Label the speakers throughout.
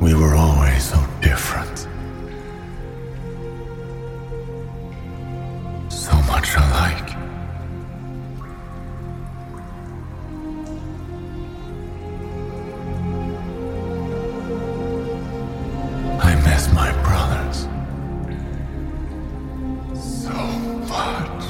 Speaker 1: We were always so different. So much alike. I miss my brothers. So much.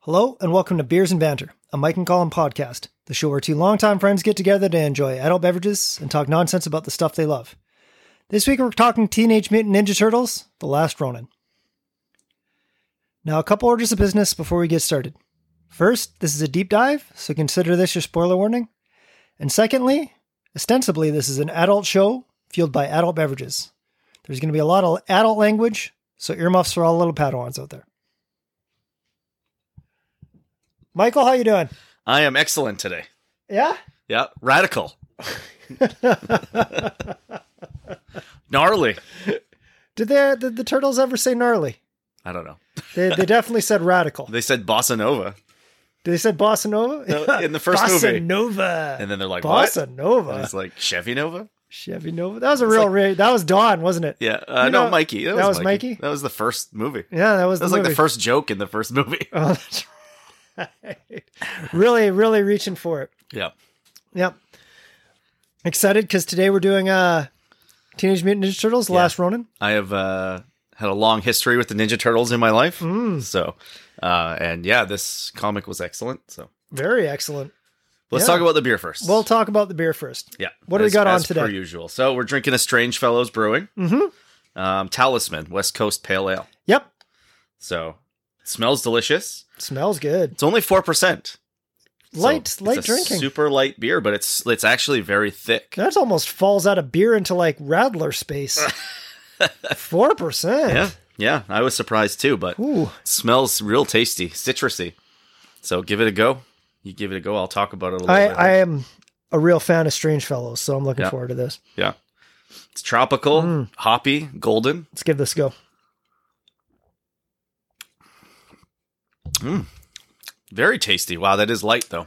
Speaker 2: Hello, and welcome to Beers and Banter, a Mike and Colin podcast, the show where two longtime friends get together to enjoy adult beverages and talk nonsense about the stuff they love. This week we're talking Teenage Mutant Ninja Turtles The Last Ronin. Now, a couple orders of business before we get started. First, this is a deep dive, so consider this your spoiler warning. And secondly, ostensibly, this is an adult show fueled by adult beverages. There's going to be a lot of adult language, so earmuffs for all the little Padawans out there. Michael, how you doing?
Speaker 3: I am excellent today.
Speaker 2: Yeah.
Speaker 3: Yeah, radical. Gnarly.
Speaker 2: Did the did the turtles ever say gnarly?
Speaker 3: I don't know.
Speaker 2: They they definitely said radical.
Speaker 3: They said bossa nova,
Speaker 2: Did they said bossa nova?
Speaker 3: No, in the first
Speaker 2: bossa
Speaker 3: movie.
Speaker 2: Nova.
Speaker 3: and then they're like,
Speaker 2: bossa
Speaker 3: "What?" And
Speaker 2: nova.
Speaker 3: it's like Chevy Nova.
Speaker 2: Chevy Nova. That was a real ra that was Dawn, wasn't it?
Speaker 3: Yeah, uh,
Speaker 2: You
Speaker 3: no,
Speaker 2: know,
Speaker 3: Mikey. That,
Speaker 2: that
Speaker 3: was
Speaker 2: was
Speaker 3: Mikey.
Speaker 2: Mikey?
Speaker 3: That was the first movie.
Speaker 2: Yeah, that was,
Speaker 3: That was
Speaker 2: the
Speaker 3: like
Speaker 2: movie.
Speaker 3: the first joke in the first movie.
Speaker 2: Oh, that's right. really, really reaching for it.
Speaker 3: yeah,
Speaker 2: Yep. Excited because today we're doing uh Teenage Mutant Ninja Turtles: The Last Ronin.
Speaker 3: I have uh, had a long history with the Ninja Turtles in my life.
Speaker 2: Mm.
Speaker 3: So, uh, and yeah, this comic was excellent. So
Speaker 2: Very excellent.
Speaker 3: let's
Speaker 2: Yeah.
Speaker 3: talk about the beer first.
Speaker 2: We'll talk about the beer first.
Speaker 3: Yeah.
Speaker 2: What do we got on
Speaker 3: as
Speaker 2: today?
Speaker 3: Per usual. So we're drinking a Strange Fellows Brewing. Mm-hmm. Um, Talisman West Coast Pale Ale.
Speaker 2: Yep.
Speaker 3: So smells delicious.
Speaker 2: Smells good.
Speaker 3: It's only four percent.
Speaker 2: Light, light drinking.
Speaker 3: Super light beer, but it's it's actually very thick.
Speaker 2: That almost falls out of beer into like Rattler space. Four percent.
Speaker 3: Yeah. Yeah. I was surprised too, but
Speaker 2: Ooh.
Speaker 3: smells real tasty, citrusy. So give it a go. You give it a go. I'll talk about it a little
Speaker 2: I,
Speaker 3: bit.
Speaker 2: I am a real fan of Strange Fellows, so I'm looking
Speaker 3: Yeah.
Speaker 2: forward to this.
Speaker 3: yeah. It's tropical,
Speaker 2: Mm.
Speaker 3: hoppy, golden.
Speaker 2: Let's give this a go.
Speaker 3: Very tasty. Wow, that is light though.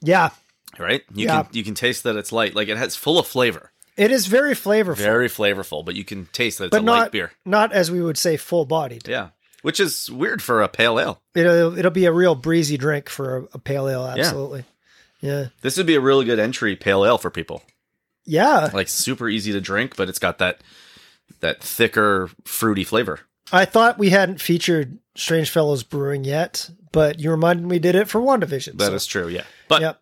Speaker 2: Yeah.
Speaker 3: Right? You
Speaker 2: Yeah.
Speaker 3: can you can taste that it's light. Like it has full of flavor.
Speaker 2: It is very flavorful.
Speaker 3: Very flavorful, but you can taste that it's
Speaker 2: but
Speaker 3: a
Speaker 2: not
Speaker 3: light beer.
Speaker 2: not as we would say full bodied.
Speaker 3: Yeah. Which is weird for a pale ale.
Speaker 2: It'll it'll be a real breezy drink for a, a pale ale,
Speaker 3: Yeah.
Speaker 2: absolutely. Yeah.
Speaker 3: This would be a really good entry pale ale for people.
Speaker 2: Yeah.
Speaker 3: Like super easy to drink, but it's got that that thicker fruity flavor.
Speaker 2: I thought we hadn't featured Strange Fellows Brewing yet, but you reminded me did it for WandaVision.
Speaker 3: That is true, yeah. But
Speaker 2: Yep.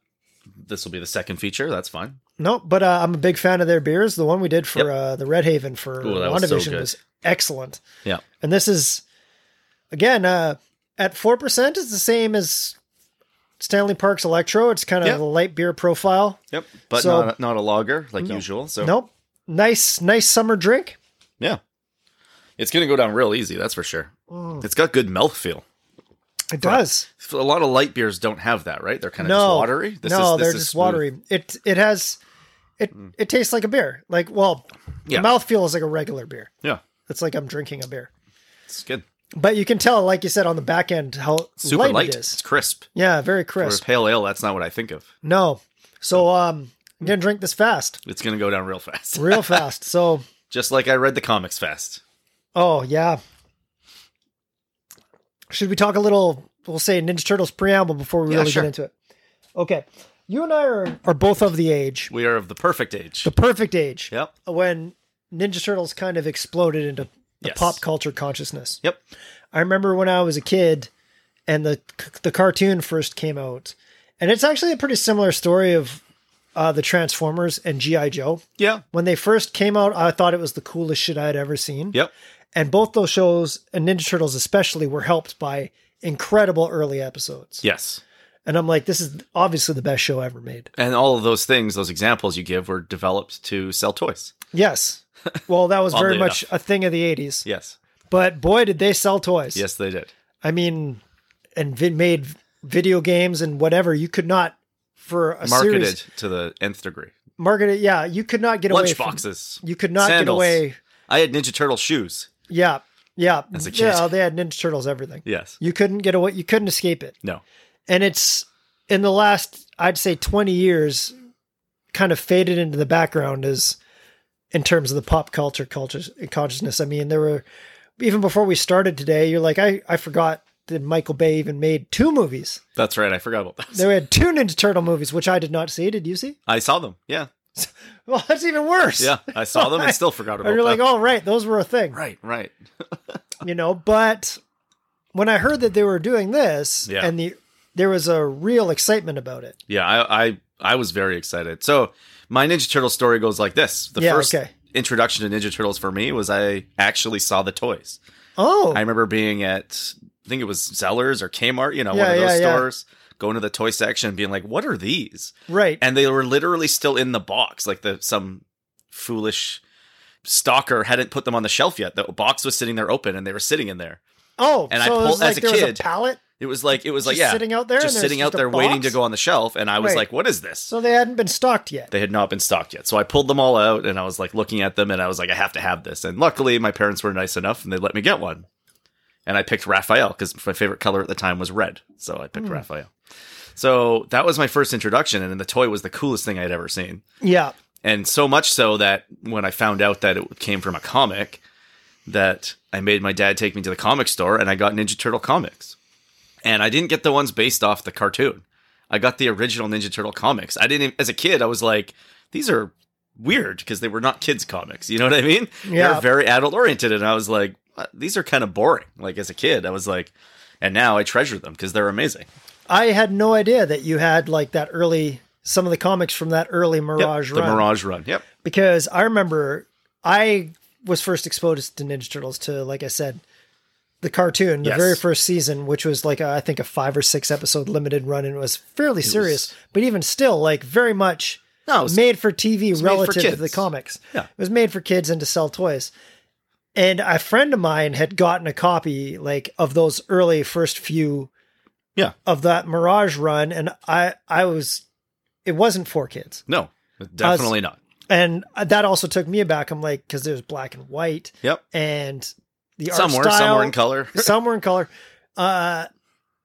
Speaker 3: this will be the second feature. That's fine.
Speaker 2: Nope, but uh, I'm a big fan of their beers. The one we did for
Speaker 3: Yep.
Speaker 2: uh, the Red Haven for
Speaker 3: Ooh, that was so
Speaker 2: WandaVision
Speaker 3: good.
Speaker 2: was excellent.
Speaker 3: Yeah.
Speaker 2: And this is, again, uh, at 4%, it's the same as Stanley Park's Electro. It's kind of
Speaker 3: Yep.
Speaker 2: a light beer profile.
Speaker 3: Yep. But
Speaker 2: So-
Speaker 3: not not a lager like usual. So
Speaker 2: Nope. Nice, nice summer drink.
Speaker 3: yeah. It's gonna go down real easy, that's for sure. It's got good mouthfeel.
Speaker 2: It does.
Speaker 3: A lot of light beers don't have that, right? They're kind of
Speaker 2: No.
Speaker 3: just watery.
Speaker 2: no, they're
Speaker 3: is
Speaker 2: just
Speaker 3: smooth. Mm.
Speaker 2: watery. It it has, it it tastes like a beer. Like, well,
Speaker 3: Yeah.
Speaker 2: the mouthfeel is like a regular beer.
Speaker 3: Yeah.
Speaker 2: It's like I'm drinking a beer.
Speaker 3: It's good.
Speaker 2: But you can tell, like you said, on the back end how
Speaker 3: Super light.
Speaker 2: light, it
Speaker 3: It's
Speaker 2: is.
Speaker 3: crisp.
Speaker 2: Yeah, very
Speaker 3: For a
Speaker 2: crisp.
Speaker 3: pale ale, that's not what I think of.
Speaker 2: No. So um I'm gonna drink this fast.
Speaker 3: It's gonna go down real fast.
Speaker 2: Real fast. So
Speaker 3: Just like I read the comics fast.
Speaker 2: oh yeah. Should we talk a little we'll say Ninja Turtles preamble before we
Speaker 3: Yeah,
Speaker 2: really
Speaker 3: sure.
Speaker 2: get into it? Okay. You and I are, are both of the age,
Speaker 3: We are of the perfect age.
Speaker 2: the perfect age.
Speaker 3: Yep.
Speaker 2: When Ninja Turtles kind of exploded into the
Speaker 3: Yes.
Speaker 2: pop culture consciousness.
Speaker 3: Yep.
Speaker 2: I remember when I was a kid and the the cartoon first came out. And it's actually a pretty similar story of uh, the Transformers and G.I. Joe.
Speaker 3: Yeah.
Speaker 2: When they first came out, I thought it was the coolest shit I had ever seen.
Speaker 3: Yep.
Speaker 2: And both those shows, and Ninja Turtles especially, were helped by incredible early episodes.
Speaker 3: Yes.
Speaker 2: And I'm like, this is obviously the best show ever made.
Speaker 3: And all of those things, those examples you give, were developed to sell toys.
Speaker 2: Yes. Well, that was very
Speaker 3: Oddly
Speaker 2: much a thing of the 80s.
Speaker 3: Yes.
Speaker 2: But boy, did they sell toys.
Speaker 3: Yes, they did.
Speaker 2: I mean, and vi- made video games and whatever. You could not, for a
Speaker 3: Marketed
Speaker 2: series,
Speaker 3: to the nth degree.
Speaker 2: marketed. Yeah, you could not get away
Speaker 3: Lunch
Speaker 2: from.
Speaker 3: boxes.
Speaker 2: You could not get
Speaker 3: Sandals.
Speaker 2: away.
Speaker 3: I had Ninja Turtle shoes.
Speaker 2: Yeah, yeah.
Speaker 3: As a kid.
Speaker 2: Yeah, they had Ninja Turtles everything.
Speaker 3: Yes.
Speaker 2: You couldn't get away. You couldn't escape it.
Speaker 3: No.
Speaker 2: And it's in the last, I'd say, twenty years, kind of faded into the background as, in terms of the pop culture cultures consciousness. I mean, there were even before we started today. You're like, I I forgot that Michael Bay even made two movies.
Speaker 3: That's right. I forgot about those.
Speaker 2: They had two Ninja Turtle movies, which I did not see. Did you see?
Speaker 3: I saw them. Yeah.
Speaker 2: Well, that's even worse.
Speaker 3: Yeah. I saw them and still forgot about
Speaker 2: And you're
Speaker 3: them.
Speaker 2: like, oh, right, those were a thing,
Speaker 3: right, right.
Speaker 2: you know. But when I heard that they were doing this,
Speaker 3: Yeah.
Speaker 2: and the there was a real excitement about it.
Speaker 3: Yeah, I, I I was very excited. So my Ninja Turtle story goes like this. The
Speaker 2: Yeah,
Speaker 3: first
Speaker 2: okay.
Speaker 3: introduction to Ninja Turtles for me was I actually saw the toys.
Speaker 2: Oh,
Speaker 3: I remember being at I think it was Zellers or Kmart, you know,
Speaker 2: Yeah,
Speaker 3: one of those
Speaker 2: yeah, yeah.
Speaker 3: stores, going to the toy section and being like, What are these?
Speaker 2: right.
Speaker 3: And they were literally still in the box, like the some foolish stalker hadn't put them on the shelf yet. The box was sitting there open and they were sitting in there.
Speaker 2: oh,
Speaker 3: and I
Speaker 2: so it was
Speaker 3: pulled-
Speaker 2: like
Speaker 3: as a
Speaker 2: there was
Speaker 3: kid-
Speaker 2: a pallet.
Speaker 3: It was like it was like
Speaker 2: Just
Speaker 3: yeah,
Speaker 2: sitting out there and
Speaker 3: just
Speaker 2: there's
Speaker 3: sitting
Speaker 2: just
Speaker 3: out
Speaker 2: a
Speaker 3: there waiting
Speaker 2: box?
Speaker 3: to go on the shelf, and I was
Speaker 2: Right.
Speaker 3: like, "What is this?"
Speaker 2: So they hadn't been stocked yet.
Speaker 3: They had not been stocked yet, so I pulled them all out, and I was like looking at them, and I was like, "I have to have this." And luckily, my parents were nice enough, and they let me get one. And I picked Raphael because my favorite color at the time was red, so I picked Raphael. So that was my first introduction, and then the toy was the coolest thing I had ever seen,
Speaker 2: Yeah,
Speaker 3: and so much so that when I found out that it came from a comic, that I made my dad take me to the comic store and I got Ninja Turtle comics. And I didn't get the ones based off the cartoon. I got the original Ninja Turtle comics. I didn't even, as a kid, I was like, these are weird because they were not kids comics. You know what I mean?
Speaker 2: Yeah.
Speaker 3: They're very adult oriented. And I was like, "Uh, these are kind of boring. Like as a kid, I was like, and now I treasure them because they're amazing.
Speaker 2: I had no idea that you had like that early some of the comics from that early
Speaker 3: Yep,
Speaker 2: Mirage
Speaker 3: the
Speaker 2: run.
Speaker 3: Mirage Run. Yep.
Speaker 2: because I remember I was first exposed to Ninja Turtles to, like I said, the cartoon, the
Speaker 3: Yes.
Speaker 2: very first season, which was like a, I think a five or six episode limited run, and it was fairly serious, but even still, like very much
Speaker 3: No, it was-
Speaker 2: made for TV
Speaker 3: made for
Speaker 2: relative to the
Speaker 3: kids.
Speaker 2: comics.
Speaker 3: Yeah.
Speaker 2: It was made for kids and to sell toys. And a friend of mine had gotten a copy like of those early first few
Speaker 3: Yeah.
Speaker 2: of that Mirage run, and I I was it wasn't for kids
Speaker 3: No, definitely not.
Speaker 2: and that also took me aback. I'm like, because there's black and white,
Speaker 3: Yep.
Speaker 2: and the art
Speaker 3: Somewhere,
Speaker 2: style,
Speaker 3: somewhere in color.
Speaker 2: somewhere in color. Uh,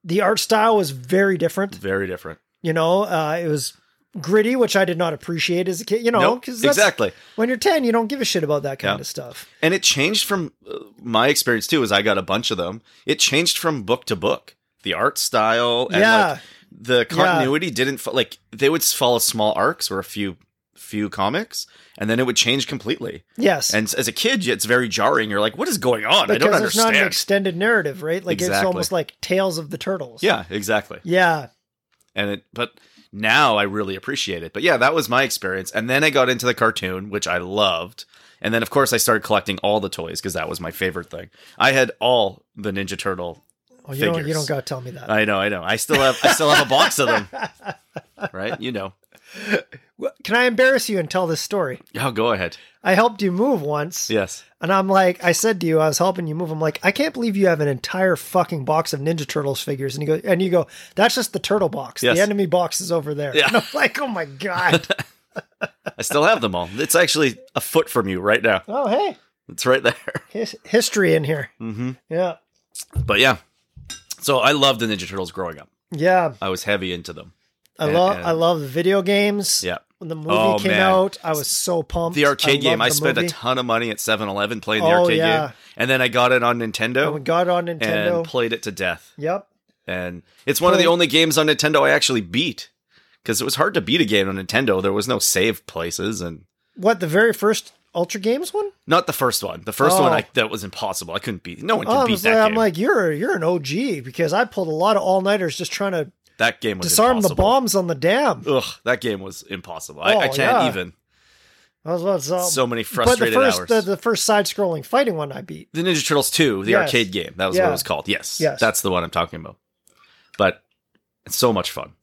Speaker 2: the art style was very different.
Speaker 3: very different.
Speaker 2: You know, uh, it was gritty, which I did not appreciate as a kid. You know,
Speaker 3: Nope,
Speaker 2: because
Speaker 3: exactly.
Speaker 2: when you're ten, you don't give a shit about that kind
Speaker 3: Yeah.
Speaker 2: of stuff.
Speaker 3: and it changed from uh, my experience too is i got a bunch of them it changed from book to book the art style and
Speaker 2: yeah,
Speaker 3: like the continuity didn't fo- like they would s- follow small arcs or a few few comics and then it would change completely
Speaker 2: yes,
Speaker 3: and s- as a kid it's very jarring you're like what is going on i
Speaker 2: because it's
Speaker 3: don't
Speaker 2: not an
Speaker 3: understand
Speaker 2: extended narrative, right? Like it's
Speaker 3: Exactly.
Speaker 2: almost like Tales of the Turtles.
Speaker 3: yeah exactly
Speaker 2: yeah,
Speaker 3: and it but now i really appreciate it but yeah that was my experience and then i got into the cartoon which i loved and then of course i started collecting all the toys because that was my favorite thing i had all the ninja turtle
Speaker 2: Oh, you don't you
Speaker 3: Figures.
Speaker 2: don't gotta tell me that.
Speaker 3: I know, I know. I still have I still have a box of them. Right? You know.
Speaker 2: Can I embarrass you and tell this story?
Speaker 3: Oh, go ahead.
Speaker 2: I helped you move once.
Speaker 3: Yes.
Speaker 2: And I'm like, I said to you, I was helping you move. I'm like, I can't believe you have an entire fucking box of Ninja Turtles figures. And you go, and you go, that's just the turtle box.
Speaker 3: Yes.
Speaker 2: The enemy box is over there.
Speaker 3: Yeah.
Speaker 2: And I'm like, oh my god.
Speaker 3: I still have them all. It's actually a foot from you right now.
Speaker 2: oh hey,
Speaker 3: It's right there.
Speaker 2: his- history in here.
Speaker 3: hmm
Speaker 2: Yeah,
Speaker 3: But yeah. So I loved the Ninja Turtles growing up.
Speaker 2: yeah.
Speaker 3: I was heavy into them.
Speaker 2: I
Speaker 3: And-
Speaker 2: love,
Speaker 3: and-
Speaker 2: I love the video games.
Speaker 3: Yeah.
Speaker 2: When the movie
Speaker 3: Oh,
Speaker 2: came
Speaker 3: man.
Speaker 2: out, I was so pumped.
Speaker 3: The arcade
Speaker 2: loved
Speaker 3: game. I
Speaker 2: the
Speaker 3: spent
Speaker 2: movie.
Speaker 3: a ton of money at 7-Eleven playing the
Speaker 2: Oh,
Speaker 3: arcade
Speaker 2: yeah.
Speaker 3: game. And then I got it on
Speaker 2: When we
Speaker 3: Nintendo
Speaker 2: got on
Speaker 3: and
Speaker 2: Nintendo.
Speaker 3: played it to death.
Speaker 2: yep.
Speaker 3: And it's one of the
Speaker 2: Played-
Speaker 3: only games on Nintendo I actually beat. Because it was hard to beat a game on Nintendo. There was no save places and
Speaker 2: What the very first Ultra Games one?
Speaker 3: Not the first one. The first one,
Speaker 2: Oh.
Speaker 3: I, that was impossible. I couldn't beat. No one could
Speaker 2: Oh, I
Speaker 3: beat
Speaker 2: was
Speaker 3: that
Speaker 2: like, I'm
Speaker 3: game.
Speaker 2: like, you're you're an OG because I pulled a lot of all nighters just trying to
Speaker 3: that game was
Speaker 2: disarm the
Speaker 3: impossible.
Speaker 2: bombs on the dam.
Speaker 3: Ugh, that game was impossible. I, I
Speaker 2: Oh,
Speaker 3: can't
Speaker 2: yeah.
Speaker 3: even.
Speaker 2: I was about to say-
Speaker 3: So many
Speaker 2: but
Speaker 3: frustrated
Speaker 2: the first,
Speaker 3: hours.
Speaker 2: The,
Speaker 3: The,
Speaker 2: the first side-scrolling fighting one I beat.
Speaker 3: Ninja Turtles Two, the
Speaker 2: Yes.
Speaker 3: arcade game. That was
Speaker 2: Yeah.
Speaker 3: what it was called. Yes,
Speaker 2: Yes.
Speaker 3: that's the one I'm talking about. But it's so much fun.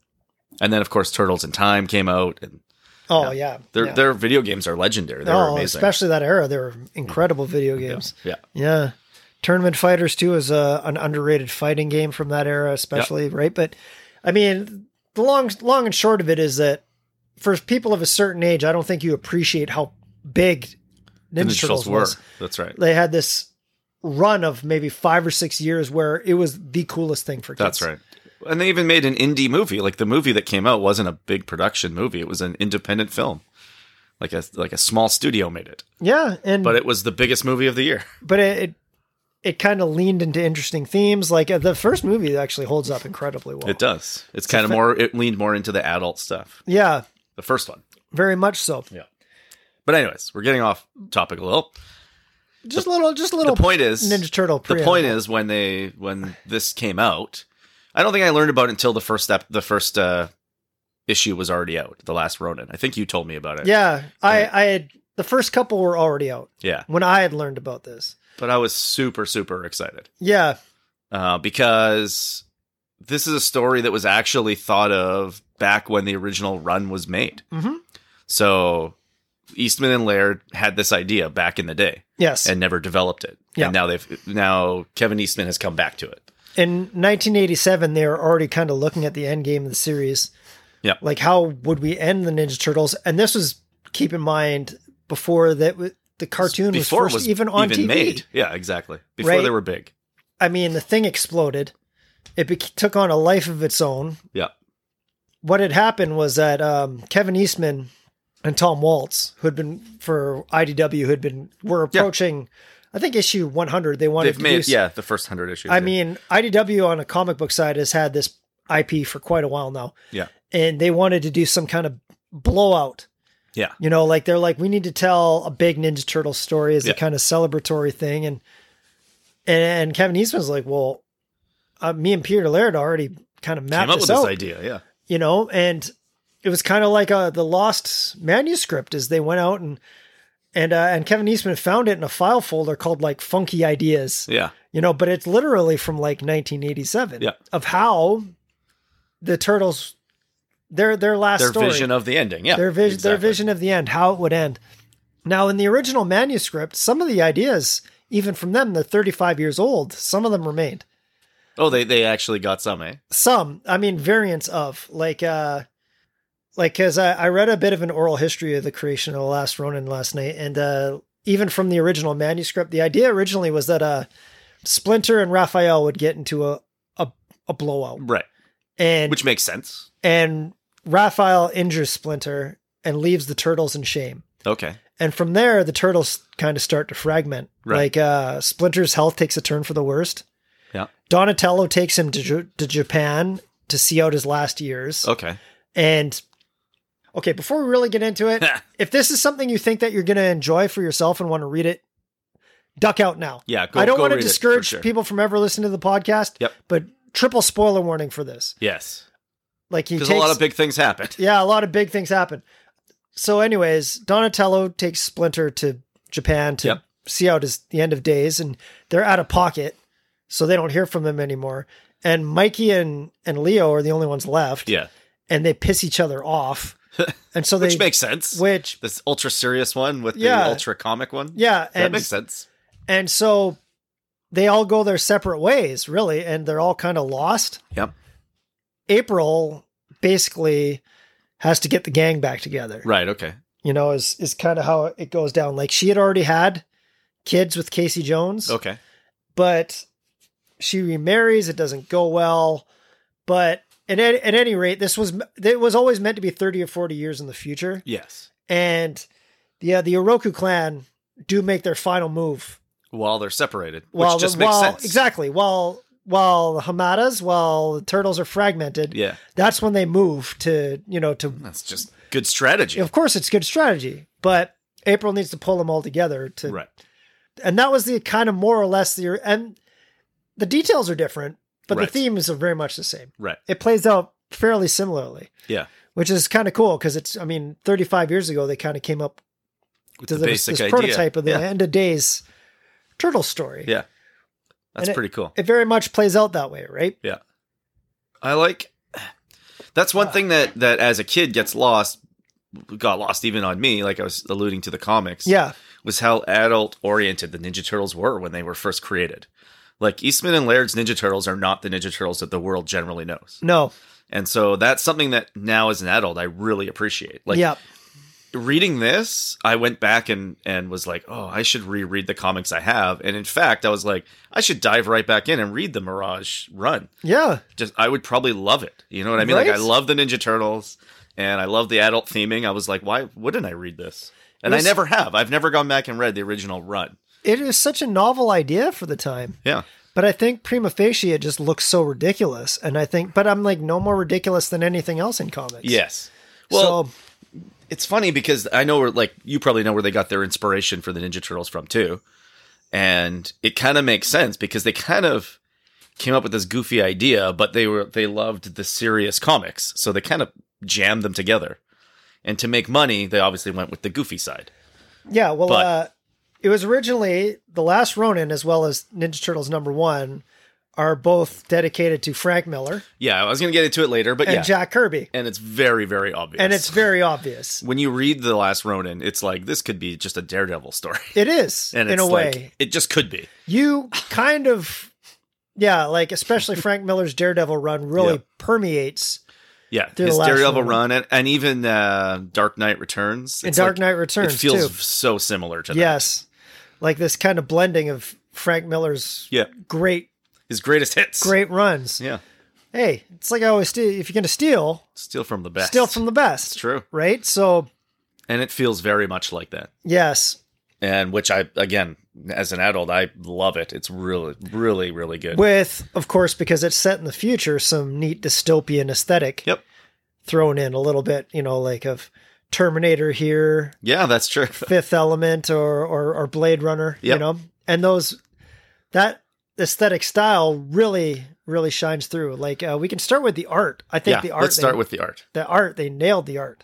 Speaker 3: And then of course Turtles in Time came out and
Speaker 2: Oh yeah,
Speaker 3: their
Speaker 2: yeah.
Speaker 3: their video games are legendary. They were
Speaker 2: oh,
Speaker 3: amazing. Mm.
Speaker 2: especially that era. They were incredible video games.
Speaker 3: yeah.
Speaker 2: Yeah. Tournament Fighters 2 is a, an underrated fighting game from that era, especially, right? But I mean, the long, long and short of it is that for people of a certain age, I don't think you appreciate how big
Speaker 3: The
Speaker 2: Ninja, Turtles
Speaker 3: were.
Speaker 2: was.
Speaker 3: That's right.
Speaker 2: They had this run of maybe five or six years where it was the coolest thing for kids.
Speaker 3: That's right. And they even made an indie movie. Like the movie that came out wasn't a big production movie. It was an independent film. Like a like a small studio made it.
Speaker 2: Yeah, and
Speaker 3: But it was the biggest movie of the year.
Speaker 2: but it it, it kind of leaned into interesting themes. Like uh, the first movie actually holds up incredibly well.
Speaker 3: It does. It's kind of more it leaned more into the adult stuff.
Speaker 2: Yeah,
Speaker 3: The first one.
Speaker 2: very much so.
Speaker 3: But anyways, we're getting off topic a little.
Speaker 2: Just little, just little.
Speaker 3: The point is
Speaker 2: Oh, Ninja Turtle.
Speaker 3: The
Speaker 2: preamble.
Speaker 3: point is when they when this came out, I don't think I learned about it until the first step the first uh issue was already out, the last Ronin. I think you told me about it.
Speaker 2: Yeah, I, I had the first couple were already out
Speaker 3: Yeah.
Speaker 2: when I had learned about this.
Speaker 3: But I was super, super excited.
Speaker 2: Yeah,
Speaker 3: uh, because this is a story that was actually thought of back when the original run was made.
Speaker 2: Mhm.
Speaker 3: So Eastman and Laird had this idea back in the day
Speaker 2: yes.
Speaker 3: and never developed it.
Speaker 2: Yeah.
Speaker 3: And now they've now Kevin Eastman has come back to it.
Speaker 2: In 1987, they were already kind of looking at the end game of the series.
Speaker 3: Yeah.
Speaker 2: like how would we end the Ninja Turtles? And this was keep in mind before that w- the cartoon was
Speaker 3: Before
Speaker 2: first
Speaker 3: it was
Speaker 2: even on TV.
Speaker 3: Yeah, exactly. Before
Speaker 2: Right.
Speaker 3: they were big.
Speaker 2: I mean, the thing exploded. It bec took on a life of its own.
Speaker 3: Yeah.
Speaker 2: What had happened was that um, Kevin Eastman and Tom Waltz, who had been for IDW, who had been were
Speaker 3: Yeah.
Speaker 2: approaching, I think issue 100. They wanted
Speaker 3: They've
Speaker 2: to
Speaker 3: made
Speaker 2: do.
Speaker 3: yeah, the first 100 issues.
Speaker 2: I
Speaker 3: yeah.
Speaker 2: mean, IDW on a comic book side has had this IP for quite a while now,
Speaker 3: yeah.
Speaker 2: and they wanted to do some kind of blowout.
Speaker 3: Yeah.
Speaker 2: You know, like they're like, we need to tell a big Ninja Turtle story as
Speaker 3: Yeah.
Speaker 2: a kind of celebratory thing. And and Kevin Eastman's like, well, uh, me and Peter Laird already kind of
Speaker 3: Came
Speaker 2: mapped
Speaker 3: up
Speaker 2: this
Speaker 3: with
Speaker 2: out,
Speaker 3: this idea, yeah.
Speaker 2: you know, and it was kind of like uh, the lost manuscript as they went out and and uh, and Kevin Eastman found it in a file folder called like Funky Ideas,
Speaker 3: Yeah.
Speaker 2: you know, but it's literally from like 1987
Speaker 3: Yeah.
Speaker 2: of how the turtles their their last
Speaker 3: Their
Speaker 2: story
Speaker 3: vision of the ending. Yeah.
Speaker 2: their vision their
Speaker 3: exactly.
Speaker 2: vision of the end how it would end now in the original manuscript some of the ideas even from them they're 35 years old some of them remained
Speaker 3: Oh, they they actually got some, eh?
Speaker 2: some i mean variants of like uh like because I, I read a bit of an oral history of the creation of the last ronin last night and uh even from the original manuscript the idea originally was that uh splinter and raphael would get into a a, a blowout
Speaker 3: Right.
Speaker 2: and
Speaker 3: Which makes sense.
Speaker 2: and raphael injures splinter and leaves the turtles in shame
Speaker 3: Okay.
Speaker 2: and from there the turtles kind of start to fragment
Speaker 3: Right.
Speaker 2: like uh splinter's health takes a turn for the worst
Speaker 3: Yeah.
Speaker 2: donatello takes him to, Ju- to japan to see out his last years
Speaker 3: Okay.
Speaker 2: and okay before we really get into it if this is something you think that you're going to enjoy for yourself and want to read it duck out now
Speaker 3: Yeah, go-
Speaker 2: i don't
Speaker 3: go
Speaker 2: want to
Speaker 3: read it, for
Speaker 2: discourage
Speaker 3: sure.
Speaker 2: people from ever listening to the podcast
Speaker 3: Yep.
Speaker 2: but triple spoiler warning for this
Speaker 3: Yes.
Speaker 2: like he
Speaker 3: Because
Speaker 2: takes
Speaker 3: a lot of big things happened.
Speaker 2: yeah, a lot of big things happen. So, anyways, Donatello takes Splinter to Japan to
Speaker 3: Yep.
Speaker 2: see out his the end of days, and they're out of pocket, so they don't hear from him anymore. And Mikey and and Leo are the only ones left,
Speaker 3: Yeah.
Speaker 2: and they piss each other off, and so they
Speaker 3: Which makes sense.
Speaker 2: which
Speaker 3: this ultra serious one with
Speaker 2: Yeah.
Speaker 3: the ultra comic one.
Speaker 2: yeah,
Speaker 3: That
Speaker 2: and
Speaker 3: makes sense.
Speaker 2: and so they all go their separate ways, really, and they're all kind of lost.
Speaker 3: Yep.
Speaker 2: April basically has to get the gang back together,
Speaker 3: Right. Okay.
Speaker 2: you know, is is kind of how it goes down. Like she had already had kids with Casey Jones,
Speaker 3: Okay.
Speaker 2: but she remarries. It doesn't go well, but at, any- at any rate, this was it was always meant to be thirty or forty years in the future,
Speaker 3: Yes.
Speaker 2: and yeah, the Oroku clan do make their final move.
Speaker 3: While they're separated,
Speaker 2: While
Speaker 3: which just
Speaker 2: the,
Speaker 3: makes
Speaker 2: while,
Speaker 3: sense.
Speaker 2: exactly while while the Hamadas while the turtles are fragmented,
Speaker 3: Yeah.
Speaker 2: that's when they move to you know to
Speaker 3: That's just good strategy.
Speaker 2: of course it's good strategy, but April needs to pull them all together to
Speaker 3: Right.
Speaker 2: and that was the kind of more or less the and the details are different, but
Speaker 3: Right.
Speaker 2: the themes are very much the same.
Speaker 3: Right.
Speaker 2: It plays out fairly similarly,
Speaker 3: Yeah.
Speaker 2: which is kind of cool because it's I mean, 35 years ago they kind of came up
Speaker 3: With
Speaker 2: to
Speaker 3: the,
Speaker 2: this,
Speaker 3: basic
Speaker 2: this
Speaker 3: idea.
Speaker 2: prototype of the
Speaker 3: yeah.
Speaker 2: end of days turtle story.
Speaker 3: Yeah. That's
Speaker 2: And
Speaker 3: pretty cool.
Speaker 2: It very much plays out that way, right?
Speaker 3: I like That's
Speaker 2: Ah.
Speaker 3: one thing that that as a kid gets lost, got lost even on me. Like I was alluding to the comics.
Speaker 2: Yeah.
Speaker 3: was how adult oriented the Ninja Turtles were when they were first created. Like Eastman and Laird's Ninja Turtles are not the Ninja Turtles that the world generally knows.
Speaker 2: No.
Speaker 3: And so that's something that now as an adult I really appreciate. Like
Speaker 2: yeah.
Speaker 3: reading this, I went back and and was like, "Oh, I should reread the comics I have." And in fact, I was like, "I should dive right back in and read the Mirage run."
Speaker 2: Yeah.
Speaker 3: Just I would probably love it. You know what I mean?
Speaker 2: Right?
Speaker 3: Like I love the Ninja Turtles and I love the adult theming. I was like, "Why wouldn't I read this?" And
Speaker 2: Yes.
Speaker 3: I never have. I've never gone back and read the original run.
Speaker 2: It is such a novel idea for the time.
Speaker 3: Yeah.
Speaker 2: But I think prima facie it just looks so ridiculous. And I think but I'm like no more ridiculous than anything else in comics.
Speaker 3: Yes. Well,
Speaker 2: so
Speaker 3: it's funny because I know where, like, you probably know where they got their inspiration for the Ninja Turtles from too, and it kind of makes sense because they kind of came up with this goofy idea, but they were they loved the serious comics, so they kind of jammed them together. And to make money, they obviously went with the goofy side.
Speaker 2: yeah, well
Speaker 3: but-
Speaker 2: uh it was originally the last Ronin as well as Ninja Turtles number one are both dedicated to Frank Miller
Speaker 3: Yeah, I was gonna get into it later, but
Speaker 2: and
Speaker 3: yeah,
Speaker 2: Jack Kirby.
Speaker 3: and it's very very obvious.
Speaker 2: And it's very obvious.
Speaker 3: when you read the last Ronin, it's like this could be just a Daredevil story,
Speaker 2: It is
Speaker 3: and
Speaker 2: in
Speaker 3: it's
Speaker 2: a way.
Speaker 3: like it just could be.
Speaker 2: you kind of yeah like especially frank miller's daredevil run really
Speaker 3: Yeah.
Speaker 2: permeates
Speaker 3: Yeah,
Speaker 2: Through the
Speaker 3: his
Speaker 2: last
Speaker 3: Daredevil
Speaker 2: one.
Speaker 3: run and, and even uh, Dark Knight Returns.
Speaker 2: in
Speaker 3: It's
Speaker 2: dark
Speaker 3: like-
Speaker 2: knight returns
Speaker 3: It feels
Speaker 2: too
Speaker 3: so similar to that.
Speaker 2: yes like this kind of blending of frank miller's
Speaker 3: Yeah,
Speaker 2: great
Speaker 3: his greatest hits.
Speaker 2: great runs
Speaker 3: Yeah,
Speaker 2: hey it's like i always do if you're gonna steal
Speaker 3: steal from the best.
Speaker 2: steal from the best
Speaker 3: It's true,
Speaker 2: right so
Speaker 3: and it feels very much like that.
Speaker 2: yes
Speaker 3: And which I again, as an adult, I love it. It's really, really, really good.
Speaker 2: with of course because it's set in the future some neat dystopian aesthetic
Speaker 3: Yep.
Speaker 2: thrown in a little bit you know like of terminator here
Speaker 3: yeah, that's true.
Speaker 2: Fifth Element or or, or Blade Runner, you
Speaker 3: Yep.
Speaker 2: know, and those that aesthetic style really really shines through. Like uh, we can start with the art. I think
Speaker 3: yeah,
Speaker 2: the art.
Speaker 3: let's
Speaker 2: they-
Speaker 3: start with the art.
Speaker 2: the art. They nailed the art.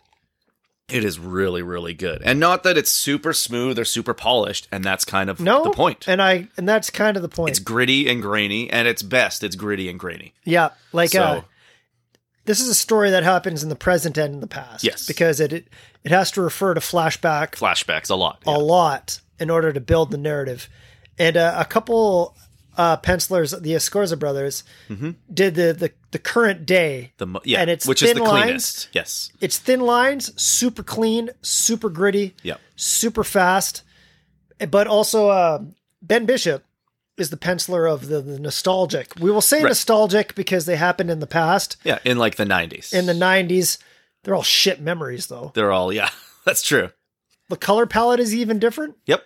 Speaker 3: It is really, really good, and not that it's super smooth or super polished, and that's kind of
Speaker 2: No,
Speaker 3: the point.
Speaker 2: And I and that's kind of the point.
Speaker 3: It's gritty and grainy, and it's best. It's gritty and grainy.
Speaker 2: yeah, like
Speaker 3: so
Speaker 2: uh, this is a story that happens in the present and in the past.
Speaker 3: Yes.
Speaker 2: because it it, it has to refer to flashback
Speaker 3: flashbacks a lot.
Speaker 2: a lot in order to build the narrative. And uh, a couple uh, pencilers, the Escorza brothers,
Speaker 3: Mm-hmm.
Speaker 2: did the, the the current day.
Speaker 3: The mo- yeah,
Speaker 2: and it's
Speaker 3: which is
Speaker 2: thin
Speaker 3: the
Speaker 2: lines.
Speaker 3: cleanest. Yes.
Speaker 2: It's thin lines, super clean, super gritty,
Speaker 3: Yeah.
Speaker 2: super fast. But also, uh, Ben Bishop is the penciler of the, the nostalgic. We will say
Speaker 3: Right.
Speaker 2: nostalgic because they happened in the past,
Speaker 3: Yeah, in like the 90s.
Speaker 2: in the '90s. They're all shit memories, though.
Speaker 3: They're all, yeah, that's true.
Speaker 2: The color palette is even different.
Speaker 3: Yep.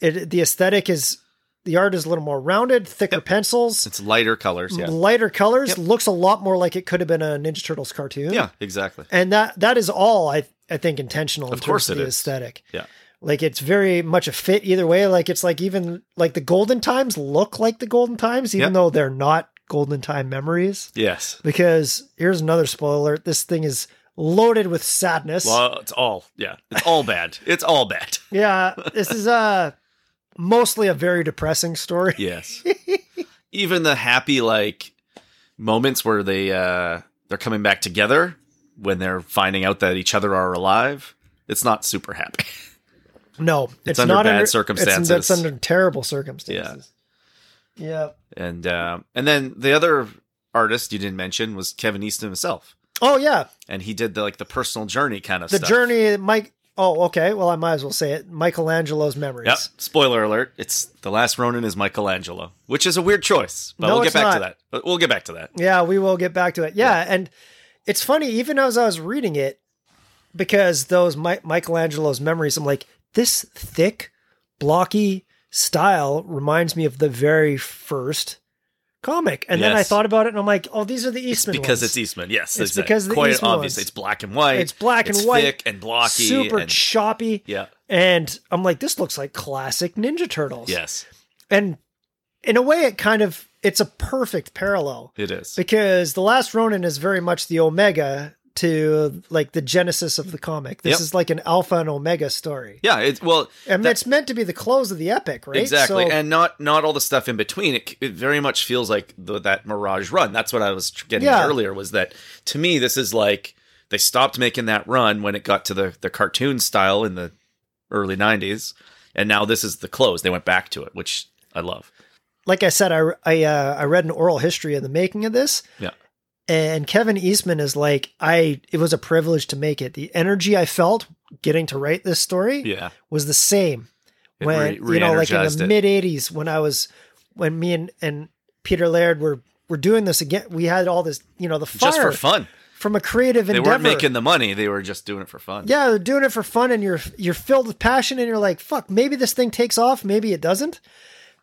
Speaker 2: it the aesthetic is the art is a little more rounded, thicker pencils,
Speaker 3: It's lighter colors. Yeah.
Speaker 2: lighter colors,
Speaker 3: Yep.
Speaker 2: looks a lot more like it could have been a Ninja Turtles cartoon.
Speaker 3: Yeah, exactly.
Speaker 2: And that that is all I I think intentional in
Speaker 3: Of course
Speaker 2: terms of
Speaker 3: it
Speaker 2: the
Speaker 3: is.
Speaker 2: aesthetic.
Speaker 3: Yeah.
Speaker 2: Like it's very much a fit either way. Like it's like even like the golden times look like the golden times, even
Speaker 3: Yep.
Speaker 2: though they're not golden time memories.
Speaker 3: Yes.
Speaker 2: Because here's another spoiler. This thing is loaded with sadness.
Speaker 3: Well, it's all, yeah, it's all bad. It's all bad.
Speaker 2: Yeah. This is uh mostly a very depressing story.
Speaker 3: Yes. Even the happy, like, moments where they, uh, they're coming back together when they're finding out that each other are alive. It's not super happy.
Speaker 2: No, it's,
Speaker 3: under
Speaker 2: not
Speaker 3: bad
Speaker 2: it's-
Speaker 3: circumstances.
Speaker 2: It's, under terrible circumstances. Yeah.
Speaker 3: And, um, and then the other artist you didn't mention was Kevin Easton himself.
Speaker 2: Oh yeah,
Speaker 3: And he did the, like, the personal journey kind of
Speaker 2: the
Speaker 3: stuff.
Speaker 2: journey, Mike. Oh, okay. Well, I might as well say it. Michelangelo's memories.
Speaker 3: Yep. Spoiler alert. It's the last Ronin is Michelangelo, which is a weird choice, but
Speaker 2: No,
Speaker 3: we'll
Speaker 2: it's
Speaker 3: get back to
Speaker 2: not.
Speaker 3: that. But we'll get back to that.
Speaker 2: Yeah, we will get back to it. Yeah, and it's funny. Even as I was reading it, because those Mi- Michelangelo's memories, I'm like, this thick, blocky style reminds me of the very first comic. And then I
Speaker 3: Yes.
Speaker 2: thought about it, and I'm like, oh, these are the Eastman.
Speaker 3: Because
Speaker 2: ones.
Speaker 3: it's e-, Eastman, yes.
Speaker 2: It's
Speaker 3: exact-
Speaker 2: because of the
Speaker 3: quite
Speaker 2: Eastman
Speaker 3: obvious.
Speaker 2: ones.
Speaker 3: It's black and white.
Speaker 2: It's black and white.
Speaker 3: thick and blocky.
Speaker 2: super
Speaker 3: and-
Speaker 2: choppy.
Speaker 3: yeah.
Speaker 2: And I'm like, this looks like classic Ninja Turtles.
Speaker 3: Yes,
Speaker 2: And in a way, it kind of it's a perfect parallel
Speaker 3: it is.
Speaker 2: because the Last Ronin is very much the Omega to like the genesis of the comic. This
Speaker 3: Yep.
Speaker 2: is like an alpha and omega story.
Speaker 3: Yeah, it's well,
Speaker 2: And
Speaker 3: that-
Speaker 2: that's meant to be the close of the epic, right?
Speaker 3: exactly,
Speaker 2: So,
Speaker 3: and not not all the stuff in between. It, c- it very much feels like the, that Mirage run. That's what I was tr- getting
Speaker 2: Yeah.
Speaker 3: at earlier. Was that to me? This is like they stopped making that run when it got to the the cartoon style in the early '90s, and now this is the close. They went back to it, which I love.
Speaker 2: like I said, I I uh, I read an oral history of the making of this.
Speaker 3: Yeah.
Speaker 2: And Kevin Eastman is like, I it was a privilege to make it. The energy I felt getting to write this story
Speaker 3: Yeah,
Speaker 2: was the same
Speaker 3: It
Speaker 2: when
Speaker 3: re-
Speaker 2: you know, like in
Speaker 3: re-energized
Speaker 2: the
Speaker 3: it.
Speaker 2: mid '80s when I was when me and and Peter Laird were were doing this again. We had all this, you know, the fire
Speaker 3: just for fun.
Speaker 2: from a creative
Speaker 3: They
Speaker 2: endeavor.
Speaker 3: weren't making the money; they were just doing it for fun.
Speaker 2: yeah, they're doing it for fun, and you're you're filled with passion, and you're like, fuck, maybe this thing takes off, maybe it doesn't,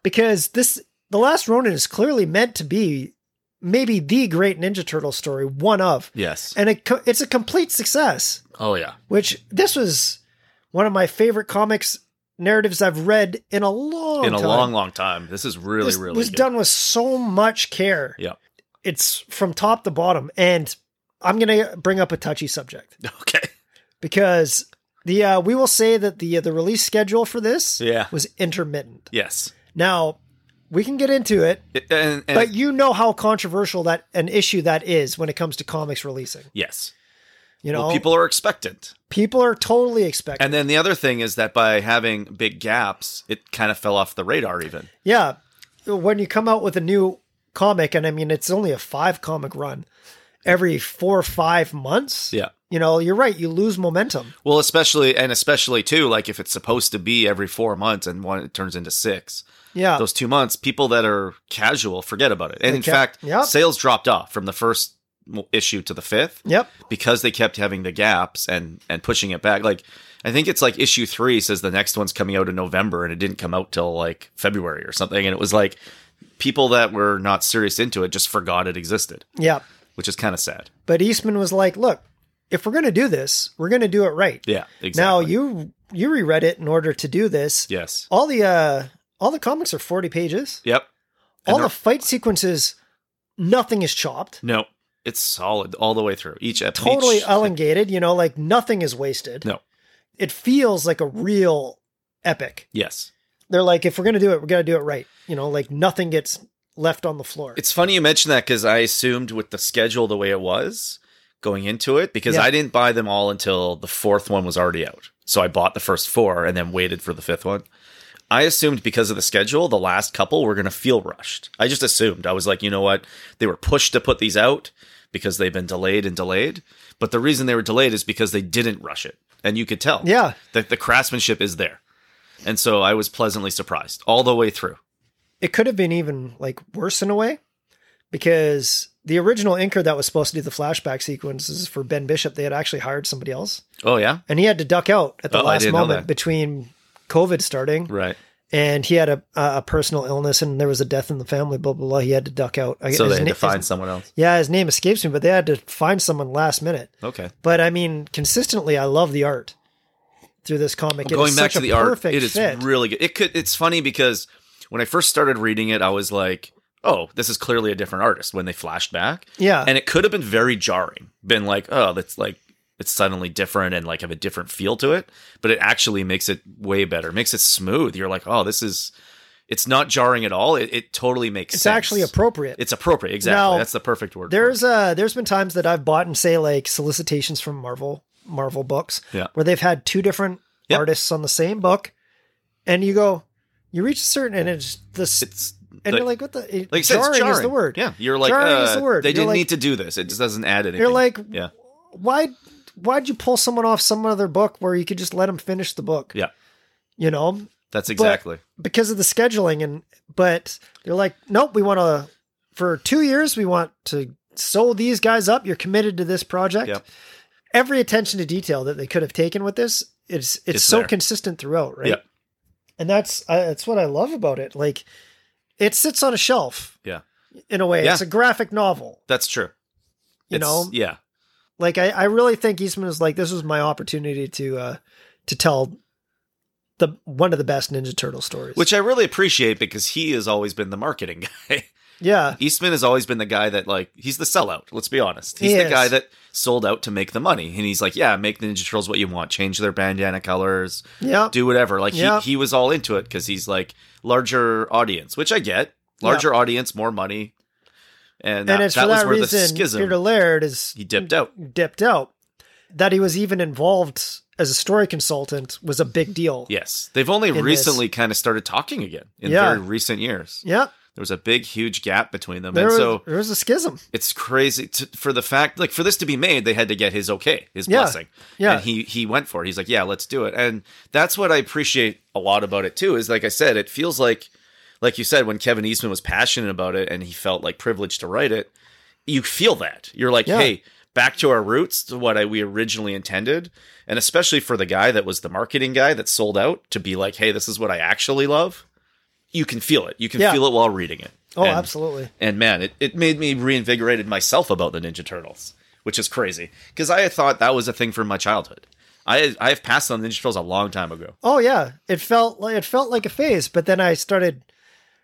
Speaker 2: because this the Last Ronin is clearly meant to be maybe the great Ninja Turtle story, one of,
Speaker 3: Yes.
Speaker 2: and it co- it's a complete success
Speaker 3: oh yeah.
Speaker 2: which this was one of my favorite comics narratives I've read in a long
Speaker 3: In a
Speaker 2: time.
Speaker 3: long, long time. This is really,
Speaker 2: Oh, this
Speaker 3: really
Speaker 2: was
Speaker 3: good.
Speaker 2: done with so much care.
Speaker 3: Yeah.
Speaker 2: It's from top to bottom and I'm going to bring up a touchy subject
Speaker 3: Okay.
Speaker 2: because the uh, we will say that the the release schedule for this
Speaker 3: Yeah.
Speaker 2: was intermittent.
Speaker 3: Yes.
Speaker 2: Now, we can get into it,
Speaker 3: It- and, and
Speaker 2: but you know how controversial that an issue that is when it comes to comics releasing.
Speaker 3: yes.
Speaker 2: You know,
Speaker 3: Well, people are expectant.
Speaker 2: people are totally expecting.
Speaker 3: And then the other thing is that by having big gaps, it kind of fell off the radar even.
Speaker 2: Yeah. When you come out with a new comic, and I mean, it's only a five comic run every four or five months.
Speaker 3: Yeah.
Speaker 2: You know, you're right. You lose momentum.
Speaker 3: Well, especially and especially too, like if it's supposed to be every four months and one it turns into six,
Speaker 2: Yeah.
Speaker 3: those two months, people that are casual forget about it. And in
Speaker 2: ca-
Speaker 3: fact,
Speaker 2: Yep.
Speaker 3: sales dropped off from the first mo- issue to the fifth
Speaker 2: yep.
Speaker 3: because they kept having the gaps and and pushing it back. Like I think it's like issue three says the next one's coming out in November, and it didn't come out till like February or something. And it was like people that were not serious into it just forgot it existed,
Speaker 2: Yeah.
Speaker 3: which is kind of sad.
Speaker 2: But Eastman was like, look, if we're going to do this, we're going to do it right.
Speaker 3: Yeah, exactly.
Speaker 2: Now you, you reread it in order to do this.
Speaker 3: yes,
Speaker 2: All the, uh, all the comics are 40 pages.
Speaker 3: yep. And
Speaker 2: all
Speaker 3: they're-
Speaker 2: the fight sequences, nothing is chopped.
Speaker 3: no, it's solid all the way through each episode.
Speaker 2: Totally elongated, you know, like nothing is wasted.
Speaker 3: No.
Speaker 2: It feels like a real epic.
Speaker 3: Yes,
Speaker 2: they're like, if we're gonna do it, we're gonna do it right. You know, like nothing gets left on the floor.
Speaker 3: it's funny you mention that because I assumed with the schedule the way it was going into it because
Speaker 2: Yeah.
Speaker 3: I didn't buy them all until the fourth one was already out. So I bought the first four and then waited for the fifth one. I assumed because of the schedule, the last couple were going to feel rushed. I just assumed. I was like, you know what? They were pushed to put these out because they've been delayed and delayed. But the reason they were delayed is because they didn't rush it. And you could tell.
Speaker 2: Yeah.
Speaker 3: That the craftsmanship is there. And so I was pleasantly surprised all the way through.
Speaker 2: it could have been even like worse in a way, because the original inker that was supposed to do the flashback sequences for Ben Bishop, they had actually hired somebody else,
Speaker 3: Oh, yeah.
Speaker 2: and he had to duck out at the
Speaker 3: Oh, I
Speaker 2: last
Speaker 3: didn't know
Speaker 2: moment
Speaker 3: that.
Speaker 2: between COVID starting
Speaker 3: Right.
Speaker 2: and he had a a personal illness and there was a death in the family. Blah blah blah. He had to duck out. I-
Speaker 3: So
Speaker 2: his
Speaker 3: they had
Speaker 2: na-
Speaker 3: to find
Speaker 2: his-
Speaker 3: someone else.
Speaker 2: yeah, his name escapes me, but they had to find someone last minute.
Speaker 3: Okay.
Speaker 2: But I mean, consistently, I love the art through this comic. It is
Speaker 3: Going back
Speaker 2: such
Speaker 3: to
Speaker 2: a
Speaker 3: the art,
Speaker 2: perfect
Speaker 3: it is
Speaker 2: fit.
Speaker 3: really good. It could. It's funny because when I first started reading it, I was like, "Oh, this is clearly a different artist." When they flashed back,
Speaker 2: yeah,
Speaker 3: and it could have been very jarring, been like, "Oh, that's like it's suddenly different and like have a different feel to it." But it actually makes it way better. It makes it smooth. You're like, "Oh, this is." It's not jarring at all. It, it totally makes
Speaker 2: it's
Speaker 3: sense.
Speaker 2: actually appropriate.
Speaker 3: It's appropriate. Exactly.
Speaker 2: Now,
Speaker 3: that's the perfect word. for it.
Speaker 2: there's uh, there's been times that I've bought and say like solicitations from Marvel Marvel books,
Speaker 3: Yeah.
Speaker 2: where they've had two different
Speaker 3: Yeah.
Speaker 2: artists on the same book, and you go, you reach a certain, and it's this,
Speaker 3: It's
Speaker 2: and
Speaker 3: like-
Speaker 2: you're like, what the it-
Speaker 3: like you said,
Speaker 2: jarring,
Speaker 3: it's jarring
Speaker 2: is the word.
Speaker 3: Yeah, you're like
Speaker 2: Jarring is
Speaker 3: uh,
Speaker 2: the word.
Speaker 3: They
Speaker 2: You're
Speaker 3: didn't
Speaker 2: like-
Speaker 3: need to do this. It just doesn't add anything.
Speaker 2: You're like,
Speaker 3: yeah,
Speaker 2: why why'd you pull someone off some other book where you could just let them finish the book?
Speaker 3: Yeah.
Speaker 2: you know,
Speaker 3: that's exactly.
Speaker 2: because of the scheduling and but they're like nope we want to for two years we want to sew these guys up you're committed to this project
Speaker 3: Yep.
Speaker 2: every attention to detail that they could have taken with this it's it's,
Speaker 3: It's
Speaker 2: so
Speaker 3: there.
Speaker 2: consistent throughout right
Speaker 3: Yep.
Speaker 2: and that's uh, that's what i love about it like it sits on a shelf
Speaker 3: Yeah.
Speaker 2: in a way
Speaker 3: Yeah.
Speaker 2: it's a graphic novel
Speaker 3: That's true.
Speaker 2: you
Speaker 3: It's-
Speaker 2: know
Speaker 3: yeah,
Speaker 2: like I, I really think eastman was like this was my opportunity to uh to tell the one of the best ninja turtle stories
Speaker 3: which I really appreciate because he has always been the marketing guy.
Speaker 2: Yeah.
Speaker 3: Eastman has always been the guy that like he's the sellout. Let's be honest. He's
Speaker 2: He
Speaker 3: the
Speaker 2: is.
Speaker 3: guy that sold out to make the money, and he's like, yeah, make the Ninja Turtles what you want, change their bandana colors,
Speaker 2: Yeah.
Speaker 3: do whatever. Like
Speaker 2: Yeah.
Speaker 3: he he was all into it because he's like larger audience, which I get. Larger audience, more money, and that,
Speaker 2: and it's
Speaker 3: that
Speaker 2: for
Speaker 3: was
Speaker 2: that
Speaker 3: where the
Speaker 2: reason
Speaker 3: schism.
Speaker 2: Peter Laird is
Speaker 3: he dipped out.
Speaker 2: dipped out. That he was even involved as a story consultant was a big deal.
Speaker 3: Yes, they've only
Speaker 2: this.
Speaker 3: recently kind of started talking again in
Speaker 2: Yeah.
Speaker 3: very recent years.
Speaker 2: Yeah.
Speaker 3: There was a big, huge gap between them,
Speaker 2: There
Speaker 3: and
Speaker 2: was,
Speaker 3: so
Speaker 2: there was a schism.
Speaker 3: it's crazy to, for the fact like for this to be made they had to get his okay his
Speaker 2: Yeah.
Speaker 3: blessing
Speaker 2: Yeah.
Speaker 3: and he he went for it he's like yeah let's do it and that's what i appreciate a lot about it too is like i said it feels like like you said when kevin eastman was passionate about it and he felt like privileged to write it you feel that you're like
Speaker 2: Yeah.
Speaker 3: hey back to our roots to what I, we originally intended and especially for the guy that was the marketing guy that sold out to be like hey this is what i actually love you can feel it you can
Speaker 2: Yeah.
Speaker 3: feel it while reading it
Speaker 2: Oh,
Speaker 3: And-
Speaker 2: absolutely.
Speaker 3: and man, it, it made me reinvigorated myself about the Ninja Turtles, which is crazy because I had thought that was a thing from my childhood. I I have passed on the Ninja Turtles a long time ago.
Speaker 2: Oh yeah, it felt like it felt like a phase, but then I started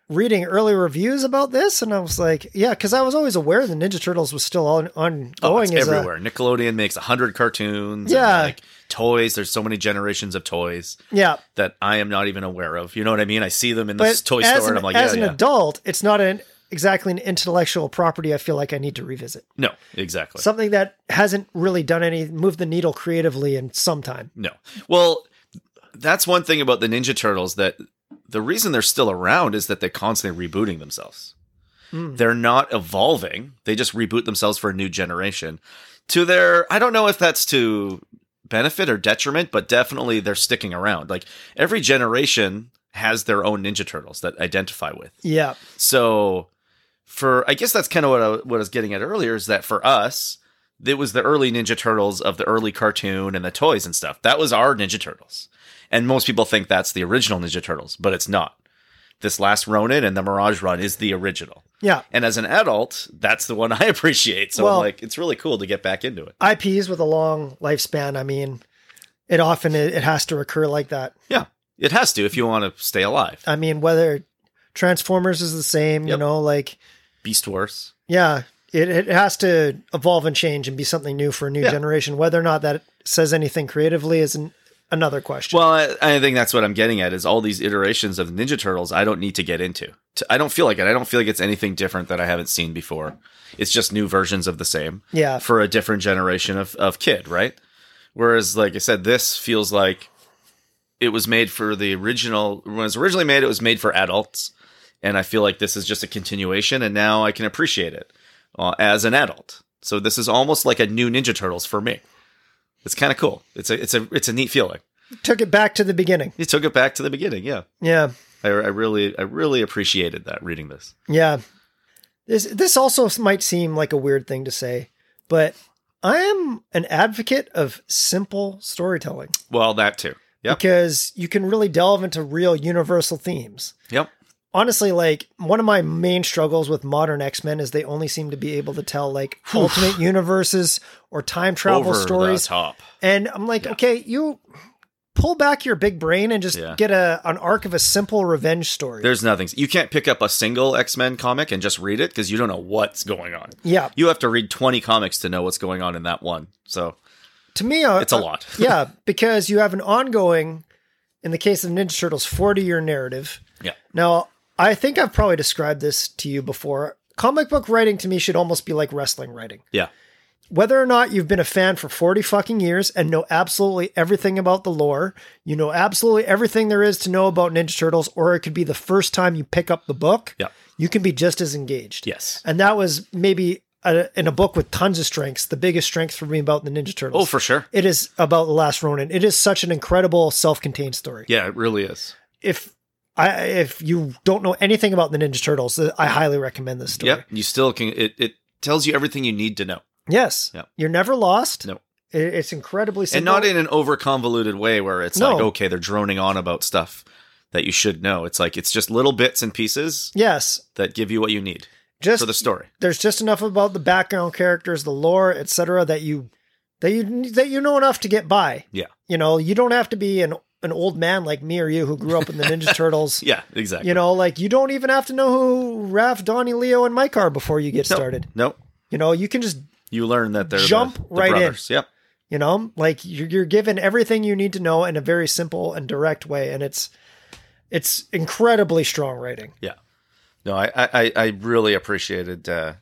Speaker 2: reading early reviews about this, and I was like, yeah, because I was always aware the Ninja Turtles was still on ongoing.
Speaker 3: Oh, it's
Speaker 2: as a-
Speaker 3: everywhere. Nickelodeon makes a hundred cartoons. and,
Speaker 2: Yeah.
Speaker 3: like toys. There's so many generations of toys
Speaker 2: yeah,
Speaker 3: that I am not even aware of. You know what I mean? I see them in the
Speaker 2: but
Speaker 3: s- toy
Speaker 2: as
Speaker 3: store,
Speaker 2: an,
Speaker 3: and I'm like,
Speaker 2: as
Speaker 3: yeah,
Speaker 2: an
Speaker 3: yeah.
Speaker 2: adult, it's not an exactly an intellectual property. I feel like I need to revisit
Speaker 3: no, exactly.
Speaker 2: something that hasn't really done any moved the needle creatively in some time.
Speaker 3: No. Well, that's one thing about the Ninja Turtles that the reason they're still around is that they're constantly rebooting themselves. They're not evolving. They just reboot themselves for a new generation. To their, I don't know if that's to benefit or detriment, but definitely they're sticking around. Like every generation has their own Ninja Turtles that identify with.
Speaker 2: Yeah,
Speaker 3: So for I guess that's kind of what I, what I was getting at earlier is that for us it was the early Ninja Turtles of the early cartoon and the toys and stuff. That was our Ninja Turtles. And most people think that's the original Ninja Turtles, but it's not. This last Ronin and the Mirage Run is the original.
Speaker 2: yeah.
Speaker 3: And as an adult, that's the one I appreciate. So I'm
Speaker 2: Well-
Speaker 3: like, it's really cool to get back into it.
Speaker 2: IPs with a long lifespan. I mean, it often it, it has to recur like that.
Speaker 3: Yeah. It has to if you want to stay alive.
Speaker 2: I mean, whether Transformers is the same, you
Speaker 3: Yep.
Speaker 2: know, like.
Speaker 3: Beast Wars.
Speaker 2: Yeah, it, it has to evolve and change and be something new for a new
Speaker 3: Yeah.
Speaker 2: generation. Whether or not that says anything creatively is an, another question.
Speaker 3: Well, I, I think that's what I'm getting at is all these iterations of Ninja Turtles I don't need to get into. T- I don't feel like it. I don't feel like it's anything different that I haven't seen before. It's just new versions of the same
Speaker 2: yeah,
Speaker 3: for a different generation of, of kid, right? Whereas, like I said, this feels like it was made for the original. When it was originally made, it was made for adults. And I feel like this is just a continuation, and now I can appreciate it uh, as an adult. So this is almost like a new Ninja Turtles for me. It's kind of cool. It's a it's a it's a neat feeling.
Speaker 2: took it back to the beginning.
Speaker 3: You took it back to the beginning, yeah.
Speaker 2: Yeah,
Speaker 3: I, I really, I really appreciated that reading this.
Speaker 2: yeah. This this also might seem like a weird thing to say, but I am an advocate of simple storytelling
Speaker 3: Well, that too. Yep,
Speaker 2: because you can really delve into real universal themes.
Speaker 3: yep.
Speaker 2: honestly like one of my main struggles with modern x-men is they only seem to be able to tell like alternate universes or time travel
Speaker 3: Over
Speaker 2: stories
Speaker 3: the top.
Speaker 2: and i'm like okay you pull back your big brain and just
Speaker 3: Yeah.
Speaker 2: get a an arc of a simple revenge story
Speaker 3: There's nothing. You can't pick up a single X Men comic and just read it because you don't know what's going on.
Speaker 2: yeah
Speaker 3: You have to read 20 comics to know what's going on in that one. So
Speaker 2: to me uh,
Speaker 3: it's a lot.
Speaker 2: yeah because you have an ongoing in the case of ninja turtles 40 year narrative
Speaker 3: yeah.
Speaker 2: now i think i've probably described this to you before comic book writing to me should almost be like wrestling writing
Speaker 3: Yeah.
Speaker 2: whether or not you've been a fan for 40 fucking years and know absolutely everything about the lore, you know absolutely everything there is to know about Ninja Turtles, or it could be the first time you pick up the book,
Speaker 3: Yeah.
Speaker 2: you can be just as engaged.
Speaker 3: Yes.
Speaker 2: And that was maybe uh in a book with tons of strengths, the biggest strength for me about the Ninja Turtles.
Speaker 3: Oh, for sure.
Speaker 2: It is about The Last Ronin. It is such an incredible self contained story.
Speaker 3: Yeah, it really is.
Speaker 2: If I, if you don't know anything about the Ninja Turtles, uh, I highly recommend this story.
Speaker 3: Yep. You still can. It, it tells you everything you need to know,
Speaker 2: Yes.
Speaker 3: Yep.
Speaker 2: You're never lost.
Speaker 3: No.
Speaker 2: It- It's incredibly simple.
Speaker 3: and not in an over convoluted way where it's
Speaker 2: No.
Speaker 3: like, okay, they're droning on about stuff that you should know. It's like it's just little bits and pieces
Speaker 2: Yes.
Speaker 3: that give you what you need
Speaker 2: Just
Speaker 3: for the story.
Speaker 2: there's just enough about the background characters, the lore, etc. that you that you that you know enough to get by.
Speaker 3: Yeah.
Speaker 2: You know, you don't have to be an an old man like me or you who grew up in the Ninja Turtles.
Speaker 3: Yeah, exactly.
Speaker 2: You know, like you don't even have to know who Raph, Donnie, Leo, and Mike are before you get
Speaker 3: No,
Speaker 2: started.
Speaker 3: No,
Speaker 2: You know, you can just,
Speaker 3: you learn that they're the-
Speaker 2: Jump
Speaker 3: the
Speaker 2: right in.
Speaker 3: brothers. Yep.
Speaker 2: you know, like you're, you're given everything you need to know in a very simple and direct way, and it's it's incredibly strong writing.
Speaker 3: Yeah. No, I I, I- I really appreciated, uh,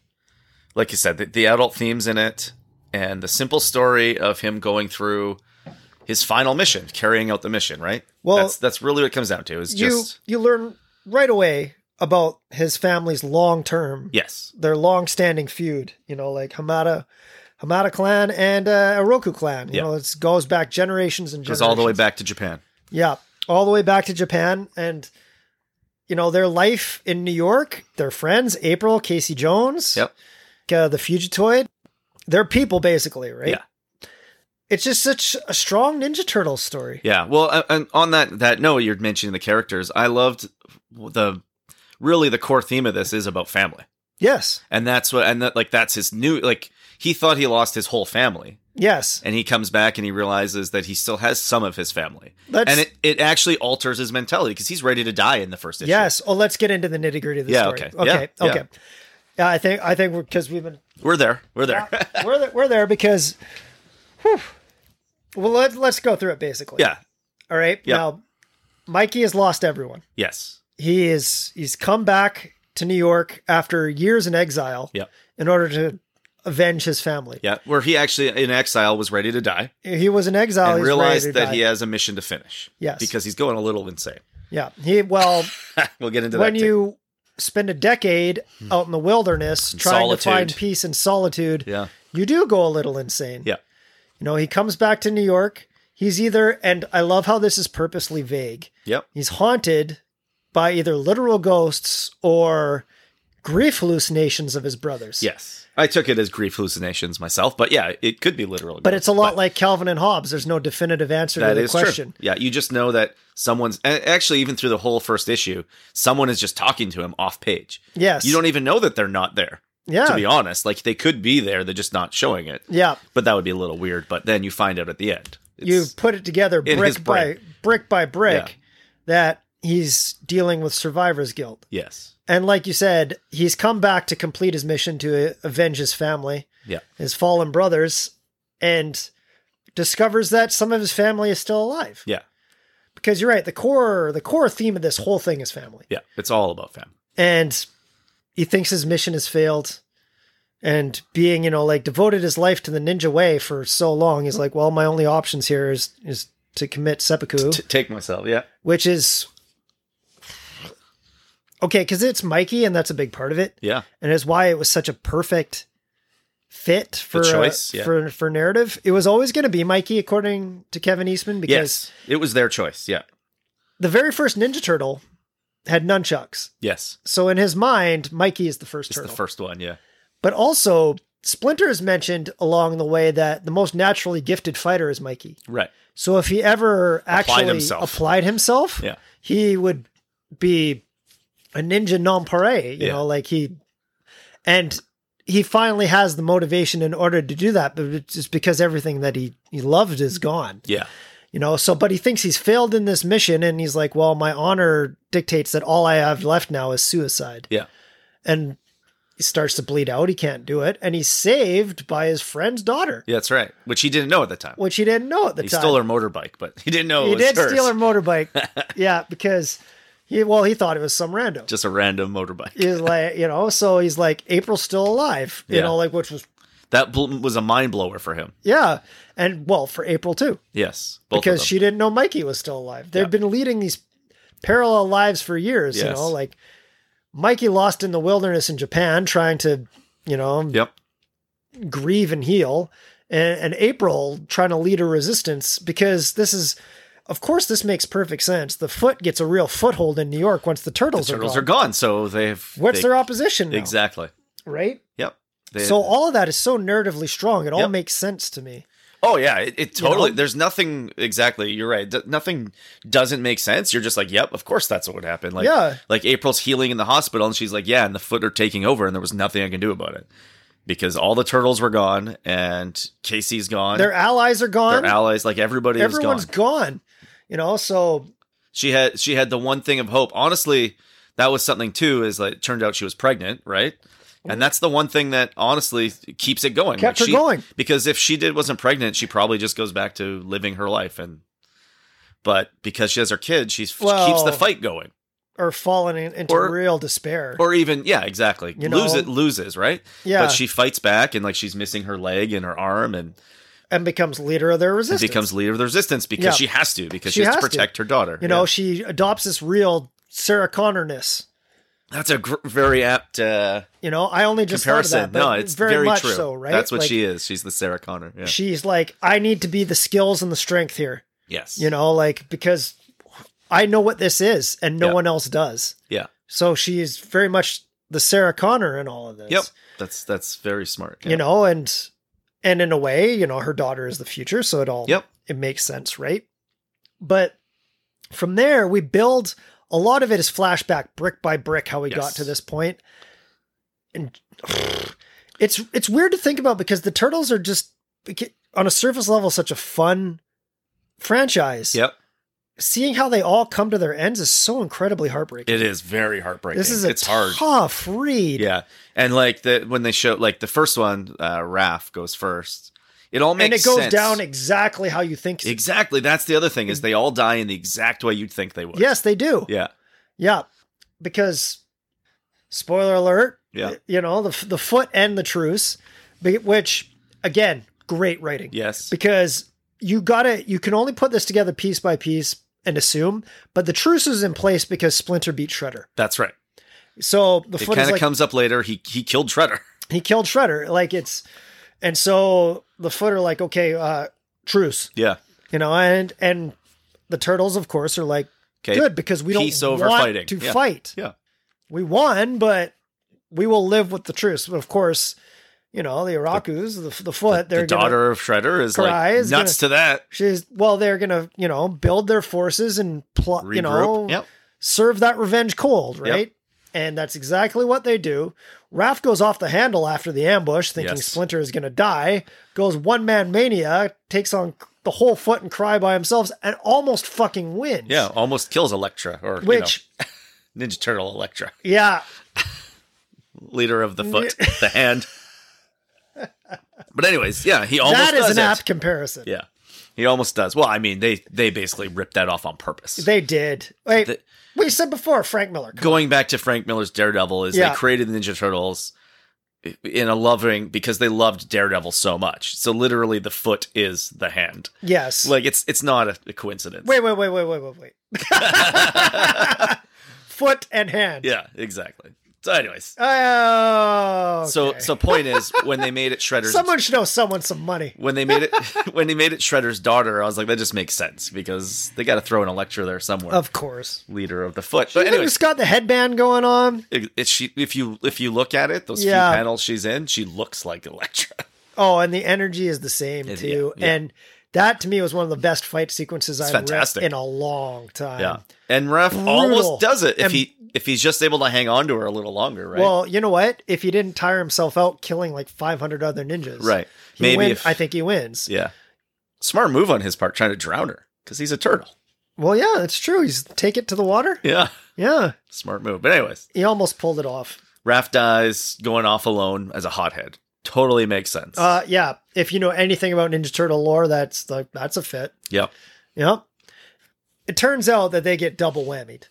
Speaker 3: like you said, the, the adult themes in it and the simple story of him going through his final mission, carrying out the mission. Right.
Speaker 2: Well,
Speaker 3: that's that's really what it comes down to. Is just
Speaker 2: you you learn right away about his family's long term
Speaker 3: yes,
Speaker 2: their long-standing feud. You know, like Hamada, Hamada clan and uh, Oroku clan. You
Speaker 3: Yeah.
Speaker 2: know, it goes back generations and
Speaker 3: goes
Speaker 2: generations.
Speaker 3: all the way back to Japan.
Speaker 2: Yeah, all the way back to Japan, and you know their life in New York. Their friends, April, Casey Jones,
Speaker 3: Yep.
Speaker 2: uh, the Fugitoid. They're people, basically, right?
Speaker 3: Yeah.
Speaker 2: It's just such a strong Ninja Turtles story.
Speaker 3: Yeah. Well, a- and on that that note, you're mentioning the characters. I loved the really the core theme of this is about family,
Speaker 2: Yes,
Speaker 3: and that's what and that like that's his new like he thought he lost his whole family,
Speaker 2: yes.
Speaker 3: and he comes back and he realizes that he still has some of his family,
Speaker 2: Let's-
Speaker 3: and it, it actually alters his mentality because he's ready to die in the first issue.
Speaker 2: Yes. Oh, let's get into the nitty gritty of the
Speaker 3: Yeah,
Speaker 2: story.
Speaker 3: okay.
Speaker 2: Okay.
Speaker 3: Yeah, yeah.
Speaker 2: okay. Yeah, I think I think because we've been
Speaker 3: we're there. We're there. Yeah.
Speaker 2: we're there, we're there because, whew. well, let, let's go through it basically. All right.
Speaker 3: Yeah.
Speaker 2: Now, Mikey has lost everyone.
Speaker 3: Yes.
Speaker 2: He is he's come back to New York after years in exile.
Speaker 3: Yep.
Speaker 2: In order to avenge his family.
Speaker 3: Yeah. Where he actually in exile was ready to die
Speaker 2: He was in exile.
Speaker 3: and
Speaker 2: Oh, he's
Speaker 3: realized
Speaker 2: ready to
Speaker 3: that
Speaker 2: die.
Speaker 3: he has a mission to finish.
Speaker 2: Yes.
Speaker 3: Because he's going a little insane.
Speaker 2: Yeah. He well,
Speaker 3: we'll get into
Speaker 2: when
Speaker 3: that. too.
Speaker 2: you spend a decade out in the wilderness trying to find
Speaker 3: Hmm. solitude.
Speaker 2: peace and solitude,
Speaker 3: Yeah.
Speaker 2: you do go a little insane.
Speaker 3: Yeah.
Speaker 2: You know, he comes back to New York. He's either, and I love how this is purposely vague.
Speaker 3: Yep.
Speaker 2: He's haunted by either literal ghosts or grief hallucinations of his brothers.
Speaker 3: Yes. I took it as grief hallucinations myself, but yeah, it could be literal.
Speaker 2: But it's a lot like Calvin and Hobbes. There's no definitive answer to
Speaker 3: that
Speaker 2: the
Speaker 3: is
Speaker 2: question.
Speaker 3: true. Yeah, you just know that someone's a- actually even through the whole first issue, someone is just talking to him off page.
Speaker 2: Yes.
Speaker 3: You don't even know that they're not there.
Speaker 2: Yeah.
Speaker 3: To be honest, like they could be there, they're just not showing it.
Speaker 2: Yeah.
Speaker 3: But that would be a little weird, but then you find out at the end. It's,
Speaker 2: you put it together
Speaker 3: in his
Speaker 2: brick by
Speaker 3: brain.
Speaker 2: brick by brick
Speaker 3: Yeah.
Speaker 2: that he's dealing with survivor's guilt.
Speaker 3: Yes.
Speaker 2: And like you said, he's come back to complete his mission to uh, avenge his family.
Speaker 3: Yeah.
Speaker 2: his fallen brothers and discovers that some of his family is still alive.
Speaker 3: Yeah.
Speaker 2: Because you're right, the core the core theme of this whole thing is family.
Speaker 3: Yeah. It's all about family.
Speaker 2: And he thinks his mission has failed and being, you know, like devoted his life to the ninja way for so long, he's like, well, my only options here is is to commit seppuku,
Speaker 3: T- take myself. Yeah.
Speaker 2: which is Okay, cuz it's Mikey and that's a big part of it
Speaker 3: Yeah.
Speaker 2: and it's why it was such a perfect fit for uh,
Speaker 3: choice, yeah.
Speaker 2: for for narrative. It was always going to be Mikey, according to Kevin Eastman, because
Speaker 3: Yes. It was their choice. Yeah.
Speaker 2: the very first Ninja Turtle had nunchucks.
Speaker 3: Yes.
Speaker 2: So in his mind, Mikey is the first
Speaker 3: It's
Speaker 2: turtle.
Speaker 3: the first one. Yeah.
Speaker 2: But also, Splinter is mentioned along the way that the most naturally gifted fighter is Mikey.
Speaker 3: Right.
Speaker 2: So if he ever actually
Speaker 3: himself.
Speaker 2: applied himself,
Speaker 3: Yeah.
Speaker 2: he would be a ninja nonpareil. You
Speaker 3: Yeah.
Speaker 2: know, like he and he finally has the motivation in order to do that, but it's just because everything that he he loved is gone.
Speaker 3: Yeah.
Speaker 2: You know, so but he thinks he's failed in this mission, and he's like, "Well, my honor dictates that all I have left now is suicide."
Speaker 3: Yeah.
Speaker 2: and he starts to bleed out. He can't do it, and he's saved by his friend's daughter,
Speaker 3: Yeah. That's right. Which he didn't know at the time.
Speaker 2: which he didn't know at the
Speaker 3: he
Speaker 2: time.
Speaker 3: stole her motorbike, but he didn't know it
Speaker 2: he
Speaker 3: was
Speaker 2: did
Speaker 3: hers.
Speaker 2: steal her motorbike. yeah, because he well, he thought it was some random.
Speaker 3: Just a random motorbike.
Speaker 2: He's like, you know, so he's like, April's still alive, you
Speaker 3: Yeah.
Speaker 2: know, like which was
Speaker 3: That bl- was a mind blower for him.
Speaker 2: yeah, and well for April too
Speaker 3: Yes. Both of
Speaker 2: because
Speaker 3: them.
Speaker 2: she didn't know Mikey was still alive. They've
Speaker 3: Yeah.
Speaker 2: been leading these parallel lives for years, you
Speaker 3: Yes.
Speaker 2: know, like Mikey lost in the wilderness in Japan trying to, you know,
Speaker 3: Yep.
Speaker 2: grieve and heal and, and april trying to lead a resistance because this is of course this makes perfect sense the foot gets a real foothold in new york once the
Speaker 3: The
Speaker 2: turtles,
Speaker 3: turtles
Speaker 2: are,
Speaker 3: are
Speaker 2: gone.
Speaker 3: gone, so they've.
Speaker 2: what's
Speaker 3: they-
Speaker 2: their opposition now,
Speaker 3: Exactly.
Speaker 2: right
Speaker 3: Yep. They-
Speaker 2: so all of that is so narratively strong it all
Speaker 3: Yep.
Speaker 2: makes sense to me
Speaker 3: Oh yeah, it, it
Speaker 2: know?
Speaker 3: totally. There's nothing exactly. You're right. d- nothing doesn't make sense. You're just like, yep, of course that's what would happen. Like,
Speaker 2: Yeah.
Speaker 3: like April's healing in the hospital, and she's like, yeah, and the foot are taking over, and there was nothing I can do about it because all the turtles were gone, and Casey's gone.
Speaker 2: their allies are
Speaker 3: Their
Speaker 2: gone
Speaker 3: allies, like everybody was
Speaker 2: everyone's
Speaker 3: gone.
Speaker 2: gone You know, so
Speaker 3: She had she had the one thing of hope. Honestly, that was something too. Is like it turned out she was pregnant, right? And that's the one thing that honestly keeps it going.
Speaker 2: Kept her
Speaker 3: she-
Speaker 2: going.
Speaker 3: because if she did wasn't pregnant, she probably just goes back to living her life. And but because she has her kid, she's, she keeps
Speaker 2: Well-
Speaker 3: the fight going.
Speaker 2: or fallen in- into
Speaker 3: Or-
Speaker 2: real despair.
Speaker 3: Or even yeah, exactly.
Speaker 2: You
Speaker 3: Lose
Speaker 2: know?
Speaker 3: it loses right.
Speaker 2: yeah,
Speaker 3: But she fights back and like she's missing her leg and her arm and
Speaker 2: and becomes leader of their
Speaker 3: and
Speaker 2: resistance.
Speaker 3: becomes leader of the resistance because
Speaker 2: Yeah.
Speaker 3: she has to because
Speaker 2: She
Speaker 3: she, has, to
Speaker 2: has to.
Speaker 3: protect her daughter.
Speaker 2: you know,
Speaker 3: Yeah.
Speaker 2: she adopts this real Sarah Connor-ness.
Speaker 3: that's a gr- very apt uh,
Speaker 2: You know, I only just thought of
Speaker 3: comparison.
Speaker 2: that, but
Speaker 3: no, it's very,
Speaker 2: much
Speaker 3: true.
Speaker 2: so, right?
Speaker 3: That's what
Speaker 2: Like,
Speaker 3: she is. She's the Sarah Connor. Yeah.
Speaker 2: She's like, I need to be the skills and the strength here.
Speaker 3: yes.
Speaker 2: You know, like because I know what this is, and no
Speaker 3: Yeah.
Speaker 2: one else does.
Speaker 3: Yeah.
Speaker 2: So she is very much the Sarah Connor in all of this.
Speaker 3: Yep. That's that's very smart. Yeah.
Speaker 2: You know, and and in a way, you know, her daughter is the future, so it all
Speaker 3: Yep.
Speaker 2: it makes sense, right? But from there, we build a lot of it is flashback, brick by brick, how we got
Speaker 3: Yes.
Speaker 2: to this point, and it's it's weird to think about because the turtles are just on a surface level such a fun franchise.
Speaker 3: Yep.
Speaker 2: Seeing how they all come to their ends is so incredibly heartbreaking.
Speaker 3: It is very heartbreaking.
Speaker 2: this is a
Speaker 3: it's hard.
Speaker 2: tough read.
Speaker 3: Yeah. And like the when they show like the first one, uh Raph goes first. It all
Speaker 2: and
Speaker 3: makes
Speaker 2: it goes
Speaker 3: sense.
Speaker 2: down Mm. exactly how you think.
Speaker 3: Exactly. That's the other thing is they all die in the exact way you'd think they would.
Speaker 2: Yes, they do.
Speaker 3: Yeah.
Speaker 2: Yeah, because spoiler alert.
Speaker 3: Yeah.
Speaker 2: you know the the foot and the truce, be- which again, great writing.
Speaker 3: Yes.
Speaker 2: because you gotta you can only put this together piece by piece and assume, but the truce is in place because Splinter beat Shredder.
Speaker 3: That's right.
Speaker 2: So the
Speaker 3: It
Speaker 2: foot is
Speaker 3: kind of
Speaker 2: like
Speaker 3: comes up later. He he killed Shredder.
Speaker 2: he killed Shredder. Like it's, and so the foot are like okay, uh, truce,
Speaker 3: Yeah.
Speaker 2: you know, and and the turtles of course are like
Speaker 3: Okay.
Speaker 2: good because we don't
Speaker 3: peace over
Speaker 2: want
Speaker 3: fighting.
Speaker 2: to
Speaker 3: Yeah.
Speaker 2: fight.
Speaker 3: Yeah.
Speaker 2: we won, but we will live with the truce. But of course, you know the Irakus, the, the foot, they're
Speaker 3: The
Speaker 2: gonna-
Speaker 3: daughter of Shredder is
Speaker 2: Cry
Speaker 3: like
Speaker 2: is
Speaker 3: nuts to that.
Speaker 2: She's well, they're gonna you know build their forces and plot,
Speaker 3: Regroup.
Speaker 2: you know,
Speaker 3: yep.
Speaker 2: serve that revenge cold,
Speaker 3: Yep.
Speaker 2: right? And that's exactly what they do. Raph goes off the handle after the ambush, thinking
Speaker 3: Yes.
Speaker 2: Splinter is gonna die. Goes one man mania, takes on the whole foot and cry by himself, and almost fucking wins.
Speaker 3: Yeah. Almost kills Electra or you know,
Speaker 2: which
Speaker 3: Ninja Turtle Electra,
Speaker 2: yeah,
Speaker 3: leader of the foot, the hand. But anyways, yeah, he almost
Speaker 2: that is
Speaker 3: does
Speaker 2: an
Speaker 3: it.
Speaker 2: apt comparison.
Speaker 3: Yeah, he almost does. Well, I mean, they they basically ripped that off on purpose.
Speaker 2: They did. Wait,
Speaker 3: The-
Speaker 2: we said before Frank Miller.
Speaker 3: Going back to Frank Miller's Daredevil, is
Speaker 2: Yeah.
Speaker 3: they created the Ninja Turtles in a loving because they loved Daredevil so much. So literally, the foot is the hand.
Speaker 2: Yes.
Speaker 3: Like it's it's not a, a coincidence.
Speaker 2: wait, wait, wait, wait, wait, wait, wait. Foot and hand.
Speaker 3: Yeah, exactly. So, anyways,
Speaker 2: Oh. okay.
Speaker 3: so so point is when they made it Shredder's
Speaker 2: someone should owe someone some money.
Speaker 3: when they made it when they made it Shredder's daughter, I was like, that just makes sense because they got to throw in a lecture there somewhere.
Speaker 2: Of course.
Speaker 3: Leader of the foot,
Speaker 2: But
Speaker 3: but
Speaker 2: anyway,
Speaker 3: anyways,
Speaker 2: has got the headband going on.
Speaker 3: if, if she if you if you look at it, those
Speaker 2: Yeah.
Speaker 3: few panels she's in, she looks like Electra.
Speaker 2: Oh, and the energy is the same
Speaker 3: Yeah,
Speaker 2: too.
Speaker 3: yeah.
Speaker 2: And that to me was one of the best fight sequences I've
Speaker 3: fantastic.
Speaker 2: read in a long time.
Speaker 3: Yeah, and Ref
Speaker 2: brutal.
Speaker 3: almost does it if
Speaker 2: And-
Speaker 3: he if he's just able to hang on to her a little longer, right?
Speaker 2: Well, you know what? If he didn't tire himself out killing like 500 other ninjas,
Speaker 3: right.
Speaker 2: He
Speaker 3: Maybe
Speaker 2: win-
Speaker 3: if
Speaker 2: I think he wins.
Speaker 3: yeah, smart move on his part, trying to drown her because he's a turtle.
Speaker 2: Well, yeah, that's true. He's take it to the water.
Speaker 3: Yeah,
Speaker 2: Yeah,
Speaker 3: smart move. But anyways,
Speaker 2: he almost pulled it off.
Speaker 3: Raph dies going off alone as a hothead. Totally makes sense.
Speaker 2: Uh, yeah. If you know anything about Ninja Turtle lore, that's the that's a fit.
Speaker 3: yep.
Speaker 2: Yep. It turns out that they get double whammied.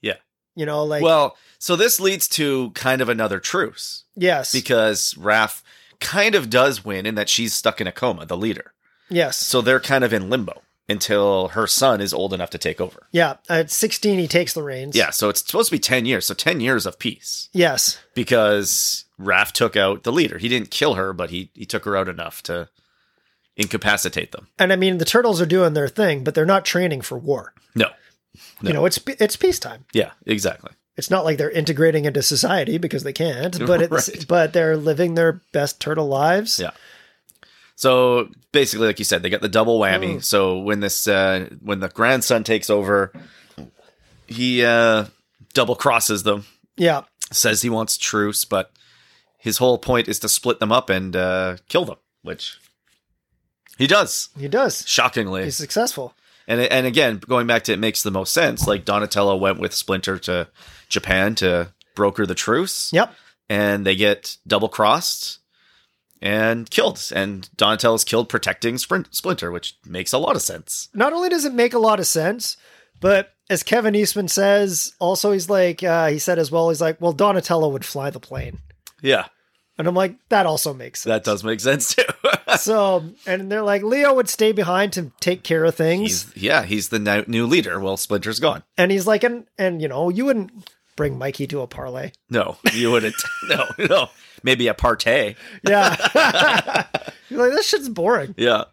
Speaker 3: Yeah.
Speaker 2: You know, like
Speaker 3: well, so this leads to kind of another truce.
Speaker 2: yes,
Speaker 3: because Raph kind of does win in that she's stuck in a coma, the leader.
Speaker 2: yes.
Speaker 3: So they're kind of in limbo until her son is old enough to take over.
Speaker 2: yeah, at sixteen he takes the reins.
Speaker 3: Yeah, so it's supposed to be 10 years. So 10 years of peace
Speaker 2: Yes.
Speaker 3: because Raph took out the leader. He didn't kill her, but he, he took her out enough to incapacitate them.
Speaker 2: And I mean, the turtles are doing their thing, but they're not training for war.
Speaker 3: No.
Speaker 2: You know, it's it's peacetime.
Speaker 3: Yeah, exactly.
Speaker 2: It's not like they're integrating into society because they can't, but it's
Speaker 3: Right.
Speaker 2: but they're living their best turtle lives.
Speaker 3: Yeah. So basically, like you said, they got the double whammy. So when this uh, when the grandson takes over, he uh, double crosses them
Speaker 2: Yeah.
Speaker 3: says he wants truce, but his whole point is to split them up and uh, kill them, which he does.
Speaker 2: He does.
Speaker 3: Shockingly,
Speaker 2: He's successful.
Speaker 3: And and again, going back to it makes the most sense. Like Donatello went with Splinter to Japan to broker the truce.
Speaker 2: Yep.
Speaker 3: and they get double crossed and killed. And Donatello's killed protecting Sprint- Splinter, which makes a lot of sense.
Speaker 2: Not only does it make a lot of sense, but as Kevin Eastman says, also he's like uh, he said as well. He's like, well, Donatello would fly the plane,
Speaker 3: Yeah,
Speaker 2: and I'm like, that also makes sense.
Speaker 3: that does make sense too.
Speaker 2: so, and they're like, Leo would stay behind to take care of things,
Speaker 3: he's, yeah, he's the no- new leader. Well, Splinter's gone.
Speaker 2: and he's like, and and you know, you wouldn't bring Mikey to a parlay.
Speaker 3: No, you wouldn't. no, no. Maybe a partay.
Speaker 2: Yeah, he's like, this shit's boring.
Speaker 3: Yeah.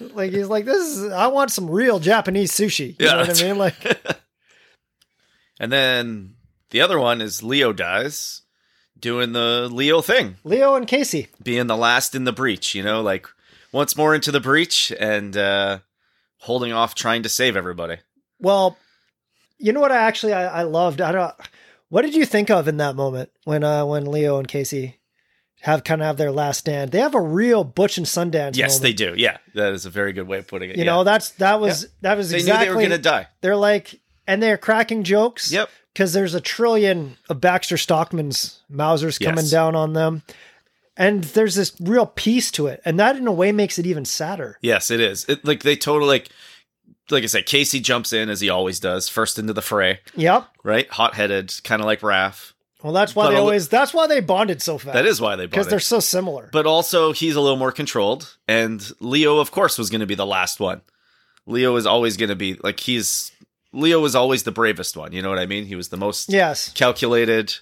Speaker 2: Like he's like, this is I want some real Japanese sushi. You
Speaker 3: Yeah,
Speaker 2: know what
Speaker 3: that's-
Speaker 2: I mean? Like
Speaker 3: And then the other one is Leo dies doing the Leo thing,
Speaker 2: Leo and Casey.
Speaker 3: being the last in the breach, you know, like once more into the breach and uh, holding off trying to save everybody.
Speaker 2: Well, you know what I actually I, I loved? I don't what did you think of in that moment when uh when Leo and Casey have kind of have their last stand? They have a real Butch and Sundance.
Speaker 3: Yes, they
Speaker 2: moment.
Speaker 3: do. Yeah, that is a very good way of putting it.
Speaker 2: You
Speaker 3: yeah.
Speaker 2: know, that's that was that was
Speaker 3: they
Speaker 2: exactly
Speaker 3: knew they were going to die.
Speaker 2: they're like and they're cracking jokes.
Speaker 3: Yep.
Speaker 2: because there's a trillion of Baxter Stockman's Mausers coming
Speaker 3: Yes.
Speaker 2: down on them. And there's this real peace to it. And that in a way makes it even sadder.
Speaker 3: Yes, it is. It, like they totally like, like I said, Casey jumps in as he always does, first into the fray,
Speaker 2: Yep.
Speaker 3: right? Hot headed, kind of like Raph.
Speaker 2: Well, that's why
Speaker 3: But
Speaker 2: they
Speaker 3: a li-
Speaker 2: always that's why they bonded so fast.
Speaker 3: That is why they
Speaker 2: because
Speaker 3: bought
Speaker 2: they're
Speaker 3: it.
Speaker 2: so similar.
Speaker 3: But also, he's a little more controlled, and Leo, of course, was going to be the last one. Leo is always going to be like he's Leo was always the bravest one. You know what I mean? He was the most
Speaker 2: yes,
Speaker 3: calculated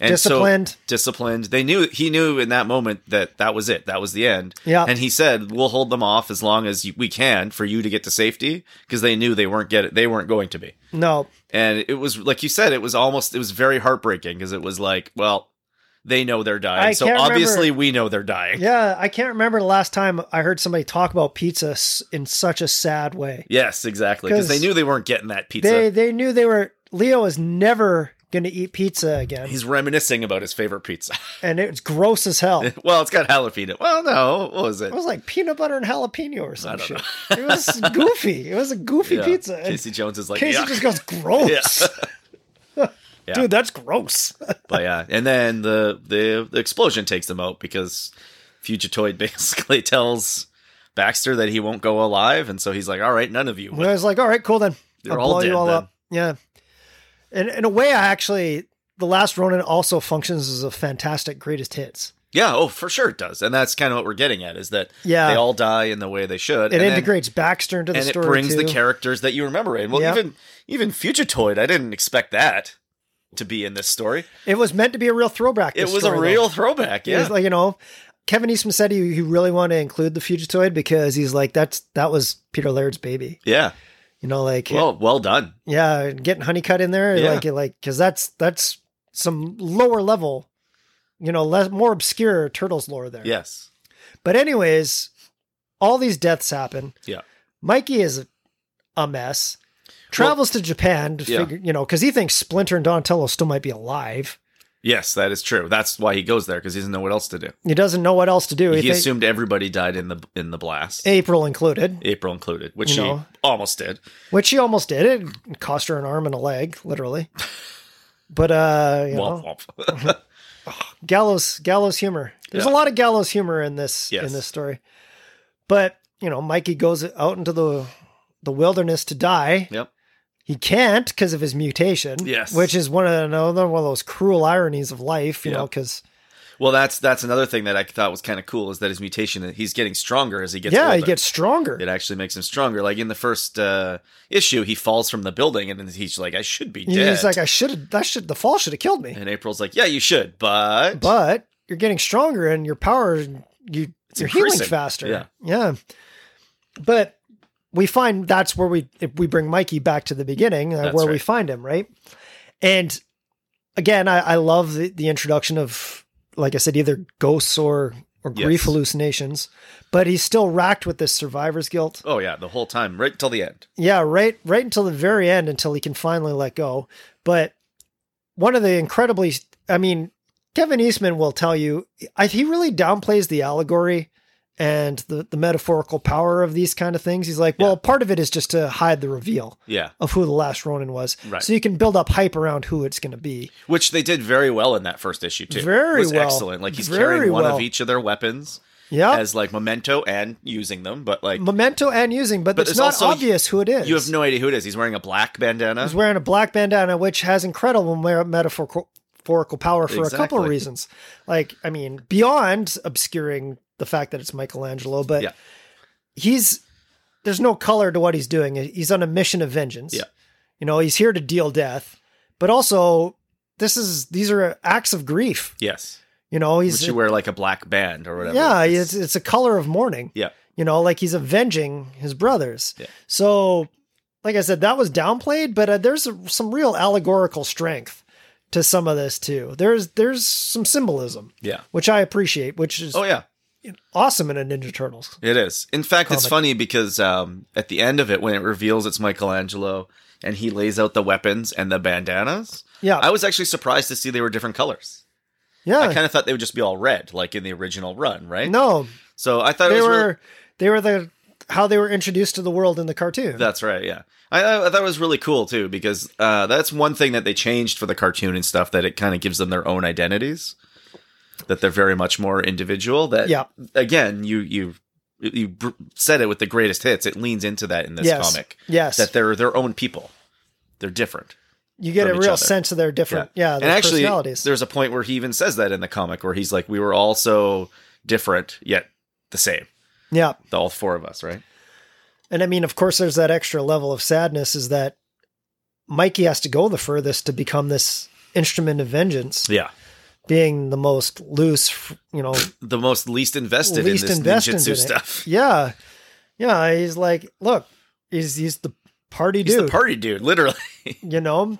Speaker 3: and
Speaker 2: Disciplined.
Speaker 3: So disciplined. They knew he knew in that moment that that was it. That was the end.
Speaker 2: Yeah.
Speaker 3: And he said, "We'll hold them off as long as you- we can for you to get to safety," because they knew they weren't get they weren't going to be.
Speaker 2: no,
Speaker 3: And it was like you said, it was almost it was very heartbreaking because it was like, well, they know they're dying,
Speaker 2: I
Speaker 3: so
Speaker 2: can't
Speaker 3: obviously we know they're dying.
Speaker 2: yeah, I can't remember the last time I heard somebody talk about pizza s- in such a sad way.
Speaker 3: Yes, exactly. Because they
Speaker 2: 'Cause
Speaker 3: knew they weren't getting that pizza.
Speaker 2: They they knew they were Leo is never going to eat pizza again,
Speaker 3: He's reminiscing about his favorite pizza.
Speaker 2: and it's gross as hell. It
Speaker 3: well, it's got jalapeno. Well, no, what was it?
Speaker 2: was like peanut butter and jalapeno or some
Speaker 3: don't
Speaker 2: shit. it was goofy. It was a goofy
Speaker 3: Yeah.
Speaker 2: pizza. And
Speaker 3: Casey Jones is like,
Speaker 2: Casey
Speaker 3: "Yuck."
Speaker 2: just goes gross.
Speaker 3: Yeah.
Speaker 2: Dude, that's gross.
Speaker 3: But yeah, and then the the, the explosion takes them out because Fugitoid basically tells Baxter that he won't go alive, and so he's like, "All right, none of you."
Speaker 2: And I was like, all right, cool then.
Speaker 3: They're
Speaker 2: I'll
Speaker 3: all
Speaker 2: blow
Speaker 3: dead
Speaker 2: you all
Speaker 3: then.
Speaker 2: up. Yeah. And in a way, I actually, The Last Ronin also functions as a fantastic greatest hits.
Speaker 3: Yeah, oh, for sure it does, and that's kind of what we're getting at is that
Speaker 2: Yeah.
Speaker 3: they all die in the way they should.
Speaker 2: It
Speaker 3: and then-
Speaker 2: integrates Baxter into the
Speaker 3: and it
Speaker 2: story.
Speaker 3: brings the
Speaker 2: too.
Speaker 3: characters that you remember in. Well,
Speaker 2: Yeah.
Speaker 3: even even Fugitoid, I didn't expect that to be in this story.
Speaker 2: It was meant to be a real throwback.
Speaker 3: It
Speaker 2: this
Speaker 3: was a
Speaker 2: story,
Speaker 3: real throwback.
Speaker 2: though. It
Speaker 3: Yeah,
Speaker 2: was like, you know, Kevin Eastman said he, he really wanted to include the Fugitoid because he's like, that's that was Peter Laird's baby.
Speaker 3: yeah.
Speaker 2: You know, like,
Speaker 3: Well, well done.
Speaker 2: yeah, getting Honeycutt in there,
Speaker 3: Yeah.
Speaker 2: like, like, because that's that's some lower level, you know, less more obscure turtles lore there.
Speaker 3: Yes.
Speaker 2: But anyways, all these deaths happen.
Speaker 3: Yeah.
Speaker 2: Mikey is a mess. Travels to Japan to
Speaker 3: yeah.
Speaker 2: figure, you know, because he thinks Splinter and Donatello still might be alive.
Speaker 3: Yes, that is true. That's why he goes there because he doesn't know what else to do.
Speaker 2: He doesn't know what else to do. He,
Speaker 3: He
Speaker 2: thinks
Speaker 3: assumed everybody died in the in the blast.
Speaker 2: April included,
Speaker 3: April included, which
Speaker 2: You
Speaker 3: she
Speaker 2: know.
Speaker 3: almost did.
Speaker 2: which she almost did. It cost her an arm and a leg, literally. But uh, you know,
Speaker 3: Womp womp.
Speaker 2: gallows gallows humor. There's
Speaker 3: Yeah.
Speaker 2: a lot of gallows humor in this
Speaker 3: Yes.
Speaker 2: in this story. But you know, Mikey goes out into the the wilderness to die.
Speaker 3: yep.
Speaker 2: He can't because of his mutation.
Speaker 3: Yes.
Speaker 2: which is one of another one of those cruel ironies of life, you know,
Speaker 3: Yeah.
Speaker 2: 'cause
Speaker 3: Well, that's that's another thing that I thought was kind of cool is that his mutation he's getting stronger as he
Speaker 2: know,
Speaker 3: gets.
Speaker 2: because yeah, he
Speaker 3: older.
Speaker 2: gets stronger.
Speaker 3: It actually makes him stronger. Like in the first uh, issue, he falls from the building and then he's like, "I should be dead."
Speaker 2: He's like, I should have. That should the fall should have killed me.
Speaker 3: and April's like, "Yeah, you should, but
Speaker 2: but you're getting stronger and your power you you're healing
Speaker 3: increasing.
Speaker 2: faster.
Speaker 3: Yeah.
Speaker 2: Yeah. But we find that's where we if we bring Mikey back to the beginning, uh,
Speaker 3: That's
Speaker 2: where we
Speaker 3: right.
Speaker 2: find him, right? And again, I, I love the, the introduction of like I said, either ghosts or or grief
Speaker 3: Yes.
Speaker 2: hallucinations, but he's still racked with this survivor's guilt.
Speaker 3: oh yeah, the whole time, right till the end."
Speaker 2: Yeah, right right until the very end until he can finally let go. But one of the incredibly I mean, Kevin Eastman will tell you I, he really downplays the allegory and the, the metaphorical power of these kind of things. He's like, well,
Speaker 3: Yeah.
Speaker 2: part of it is just to hide the reveal
Speaker 3: Yeah.
Speaker 2: of who the last Ronin was.
Speaker 3: Right.
Speaker 2: So you can build up hype around who it's going to be.
Speaker 3: Which they did very well in that first issue too.
Speaker 2: Very
Speaker 3: it was
Speaker 2: well.
Speaker 3: excellent. Like he's
Speaker 2: Very
Speaker 3: carrying one
Speaker 2: well.
Speaker 3: of each of their weapons
Speaker 2: Yeah.
Speaker 3: as like memento and using them, but like
Speaker 2: Memento and using, but,
Speaker 3: But
Speaker 2: it's
Speaker 3: there's
Speaker 2: not
Speaker 3: also-
Speaker 2: obvious who it is.
Speaker 3: you have no idea who it is. He's wearing a black bandana.
Speaker 2: He's wearing a black bandana, which has incredible me- metaphorical metaphorical power for a couple of
Speaker 3: Exactly.
Speaker 2: reasons. Like, I mean, beyond obscuring the fact that it's Michelangelo, but
Speaker 3: Yeah.
Speaker 2: he's there's no color to what he's doing. He's on a mission of vengeance.
Speaker 3: Yeah.
Speaker 2: You know, he's here to deal death, but also this is these are acts of grief.
Speaker 3: yes.
Speaker 2: You know,
Speaker 3: Which
Speaker 2: he's
Speaker 3: you wear like a black band or whatever.
Speaker 2: yeah, it's it's a color of mourning.
Speaker 3: Yeah.
Speaker 2: You know, like he's avenging his brothers.
Speaker 3: Yeah.
Speaker 2: So, like I said, that was downplayed, but uh, there's a, some real allegorical strength to some of this too. There's there's some symbolism,
Speaker 3: Yeah.
Speaker 2: which I appreciate, which is
Speaker 3: Oh yeah.
Speaker 2: awesome in a Ninja Turtles.
Speaker 3: It is. In fact, it's
Speaker 2: Comic.
Speaker 3: funny because um, at the end of it, when it reveals it's Michelangelo and he lays out the weapons and the bandanas,
Speaker 2: Yeah,
Speaker 3: I was actually surprised to see they were different colors.
Speaker 2: yeah.
Speaker 3: I kind of thought they would just be all red, like in the original run, right?
Speaker 2: no,
Speaker 3: So I thought it
Speaker 2: they
Speaker 3: was
Speaker 2: were
Speaker 3: really-
Speaker 2: they were the how they were introduced to the world in the cartoon.
Speaker 3: that's right. Yeah, I, I I thought it was really cool too because uh, that's one thing that they changed for the cartoon and stuff that it kind of gives them their own identities, that they're very much more individual. That
Speaker 2: Yeah.
Speaker 3: again, you you you br- said it with the greatest hits. It leans into that in this
Speaker 2: yes,
Speaker 3: comic.
Speaker 2: yes.
Speaker 3: that they're their own people. They're different.
Speaker 2: you get a
Speaker 3: from each
Speaker 2: real
Speaker 3: other.
Speaker 2: sense of their different, yeah,
Speaker 3: and
Speaker 2: Uh, their
Speaker 3: actually,
Speaker 2: personalities.
Speaker 3: there's a point where he even says that in the comic where he's like, "We were all so different, yet the same.
Speaker 2: Yeah,
Speaker 3: The all four of us, right?
Speaker 2: And I mean, of course, there's that extra level of sadness is that Mikey has to go the furthest to become this instrument of vengeance,
Speaker 3: Yeah.
Speaker 2: being the most loose, f- you know,
Speaker 3: The most least invested
Speaker 2: least
Speaker 3: in this
Speaker 2: invested
Speaker 3: ninjutsu
Speaker 2: in it.
Speaker 3: stuff.
Speaker 2: Yeah, yeah. He's like, look, he's he's the party
Speaker 3: He's
Speaker 2: dude,
Speaker 3: the party dude, literally.
Speaker 2: you know.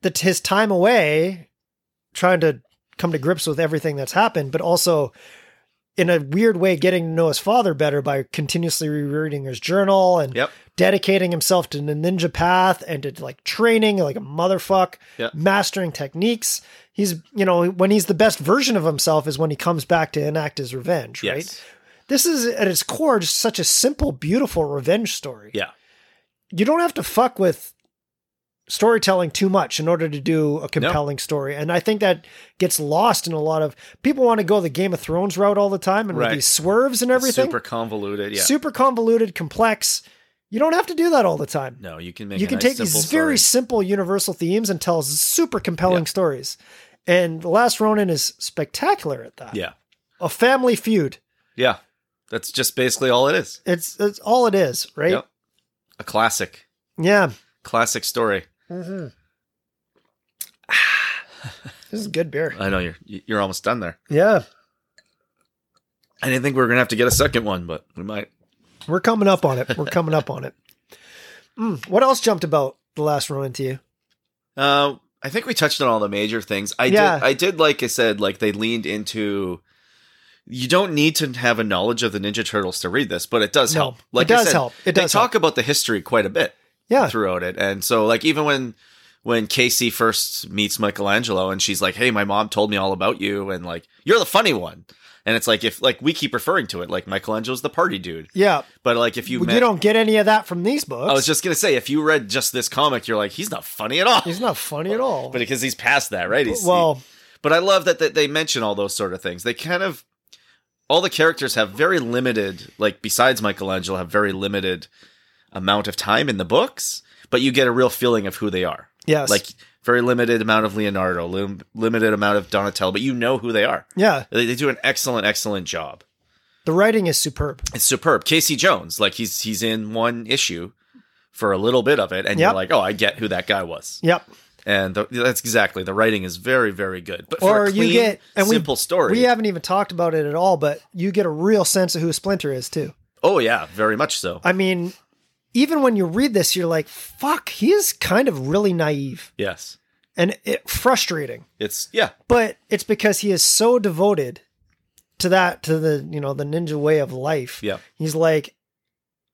Speaker 2: That his time away, trying to come to grips with everything that's happened, but also in a weird way getting to know his father better by continuously rereading his journal and
Speaker 3: Yep.
Speaker 2: dedicating himself to the ninja path and to like training like a motherfuck,
Speaker 3: Yeah.
Speaker 2: mastering techniques. He's, you know, when he's the best version of himself is when he comes back to enact his revenge, right?
Speaker 3: Yes.
Speaker 2: This is at its core just such a simple, beautiful revenge story.
Speaker 3: Yeah.
Speaker 2: You don't have to fuck with storytelling too much in order to do a compelling story. And I think that gets lost in a lot of people want to go the Game of Thrones route all the time and with
Speaker 3: Right.
Speaker 2: these swerves and everything.
Speaker 3: Super convoluted. Yeah.
Speaker 2: super convoluted, complex. You don't have to do that all the time
Speaker 3: no, you can make
Speaker 2: you
Speaker 3: a
Speaker 2: can
Speaker 3: nice
Speaker 2: take
Speaker 3: simple
Speaker 2: these very
Speaker 3: story.
Speaker 2: simple universal themes and tell super compelling stories. And The Last Ronin is spectacular at that.
Speaker 3: Yeah.
Speaker 2: A family feud.
Speaker 3: Yeah. That's just basically all it is.
Speaker 2: It's, it's all it is, right?
Speaker 3: Yep. A classic.
Speaker 2: Yeah.
Speaker 3: Classic story.
Speaker 2: Mm-hmm. This is good beer.
Speaker 3: I know you're you're almost done there.
Speaker 2: Yeah.
Speaker 3: I didn't think we were gonna have to get a second one, but we might.
Speaker 2: We're coming up on it. We're coming up on it. Mm, what else jumped about The Last Ronin to you?
Speaker 3: Uh, I think we touched on all the major things. I
Speaker 2: Yeah.
Speaker 3: did. I did. Like I said, like they leaned into. You don't need to have a knowledge of the Ninja Turtles to read this, but it does
Speaker 2: No,
Speaker 3: help.
Speaker 2: it
Speaker 3: Like
Speaker 2: does
Speaker 3: I said,
Speaker 2: help. It
Speaker 3: they
Speaker 2: does
Speaker 3: talk about the history quite a bit
Speaker 2: Yeah.
Speaker 3: throughout it, and so like even when when Casey first meets Michelangelo, and she's like, "Hey, my mom told me all about you," and like you're the funny one, and it's like if like we keep referring to it, like Michelangelo's the party dude,
Speaker 2: Yeah.
Speaker 3: but like if you
Speaker 2: Well,
Speaker 3: met,
Speaker 2: you don't get any of that from these books.
Speaker 3: I was just gonna say if you read just this comic, you're like, he's not funny at all.
Speaker 2: He's not funny at all.
Speaker 3: But because he's past that, right? He's,
Speaker 2: well,
Speaker 3: but I love that, that they mention all those sort of things. They kind of all the characters have very limited, like besides Michelangelo, have very limited amount of time in the books, but you get a real feeling of who they are.
Speaker 2: yes.
Speaker 3: Like very limited amount of Leonardo, lim- limited amount of Donatello, but you know who they are.
Speaker 2: yeah.
Speaker 3: They, they do an excellent, excellent job.
Speaker 2: The writing is superb.
Speaker 3: It's superb. Casey Jones, like he's he's in one issue for a little bit of it, and
Speaker 2: Yep.
Speaker 3: you're like, oh, I get who that guy was
Speaker 2: Yep.
Speaker 3: and the, that's exactly the writing is very very good but for
Speaker 2: Or
Speaker 3: a
Speaker 2: you
Speaker 3: clean,
Speaker 2: get- and we-
Speaker 3: simple story
Speaker 2: We haven't even talked about it at all, but you get a real sense of who Splinter is too.
Speaker 3: oh yeah very much so
Speaker 2: I mean, even when you read this, you're like, "Fuck, he is kind of really naive
Speaker 3: yes
Speaker 2: and it, frustrating."
Speaker 3: it's yeah
Speaker 2: But it's because he is so devoted to that to the you know the ninja way of life.
Speaker 3: yeah
Speaker 2: He's like,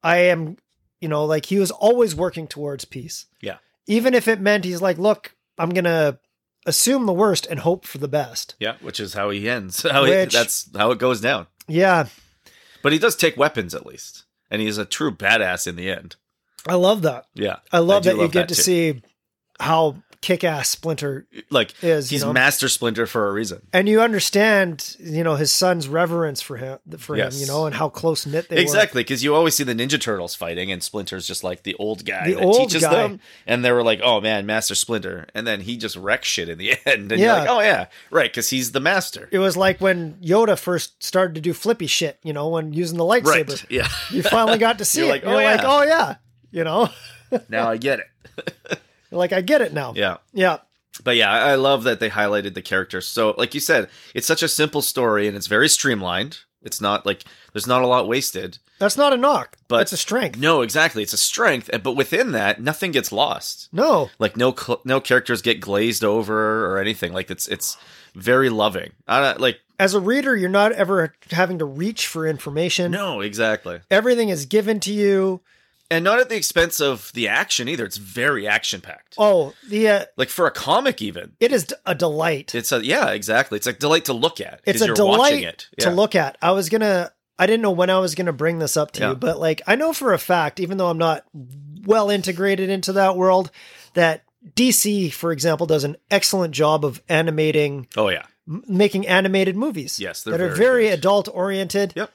Speaker 2: "I am," you know, like he was always working towards peace.
Speaker 3: Yeah.
Speaker 2: even if it meant he's like, "Look, I'm gonna." Assume the worst and hope for the best.
Speaker 3: yeah which is how he ends how he-
Speaker 2: Which-
Speaker 3: that's how it goes down
Speaker 2: Yeah.
Speaker 3: But he does take weapons at least, and he is a true badass in the end.
Speaker 2: I love that.
Speaker 3: Yeah,
Speaker 2: I love
Speaker 3: do
Speaker 2: that you get to
Speaker 3: too.
Speaker 2: see how kick ass Splinter
Speaker 3: like
Speaker 2: is.
Speaker 3: he's
Speaker 2: you know?
Speaker 3: Master Splinter for a reason.
Speaker 2: and you understand, you know, his son's reverence for him, for him,
Speaker 3: Yes.
Speaker 2: you know, and how close knit they were.
Speaker 3: Exactly, because you always see the Ninja Turtles fighting, and Splinter's just like the old guy
Speaker 2: The
Speaker 3: that
Speaker 2: old
Speaker 3: teaches
Speaker 2: guy.
Speaker 3: them. And they were like, "Oh man, Master Splinter," and then he just wrecks shit in the end. And
Speaker 2: Yeah.
Speaker 3: you're like, "Oh yeah, right," because he's the master.
Speaker 2: It was like when Yoda first started to do flippy shit, you know, when using the lightsaber.
Speaker 3: Right? Yeah.
Speaker 2: You finally got to see
Speaker 3: You're
Speaker 2: it.
Speaker 3: like,
Speaker 2: You're
Speaker 3: "Oh,
Speaker 2: like,
Speaker 3: yeah."
Speaker 2: oh yeah, you know,
Speaker 3: now I get it.
Speaker 2: You're like I get it now.
Speaker 3: Yeah.
Speaker 2: yeah,
Speaker 3: But yeah, I I love that they highlighted the character. So, like you said, it's such a simple story and it's very streamlined. It's not like there's not a lot wasted.
Speaker 2: that's not a knock.
Speaker 3: But-
Speaker 2: that's a strength.
Speaker 3: No, exactly. It's a strength, and- but within that, nothing gets lost.
Speaker 2: No,
Speaker 3: Like no cl- no characters get glazed over or anything. Like it's it's very loving. I don't, like
Speaker 2: as a reader, you're not ever having to reach for information.
Speaker 3: no, exactly.
Speaker 2: Everything is given to you.
Speaker 3: And not at the expense of the action either. It's very action packed.
Speaker 2: Oh, the uh,
Speaker 3: Like for a comic even.
Speaker 2: it is d- a delight.
Speaker 3: It's a yeah, exactly. It's a delight to look at.
Speaker 2: it's
Speaker 3: 'cause
Speaker 2: a
Speaker 3: you're
Speaker 2: delight
Speaker 3: watching it.
Speaker 2: to
Speaker 3: Yeah.
Speaker 2: look at. I was gonna, I didn't know when I was gonna bring this up to
Speaker 3: Yeah.
Speaker 2: you, but like I know for a fact, even though I'm not well integrated into that world, that DC, for example, does an excellent job of animating,
Speaker 3: Oh yeah.
Speaker 2: m- making animated movies.
Speaker 3: Yes, they're
Speaker 2: that are
Speaker 3: very
Speaker 2: very
Speaker 3: good.
Speaker 2: adult oriented.
Speaker 3: Yep.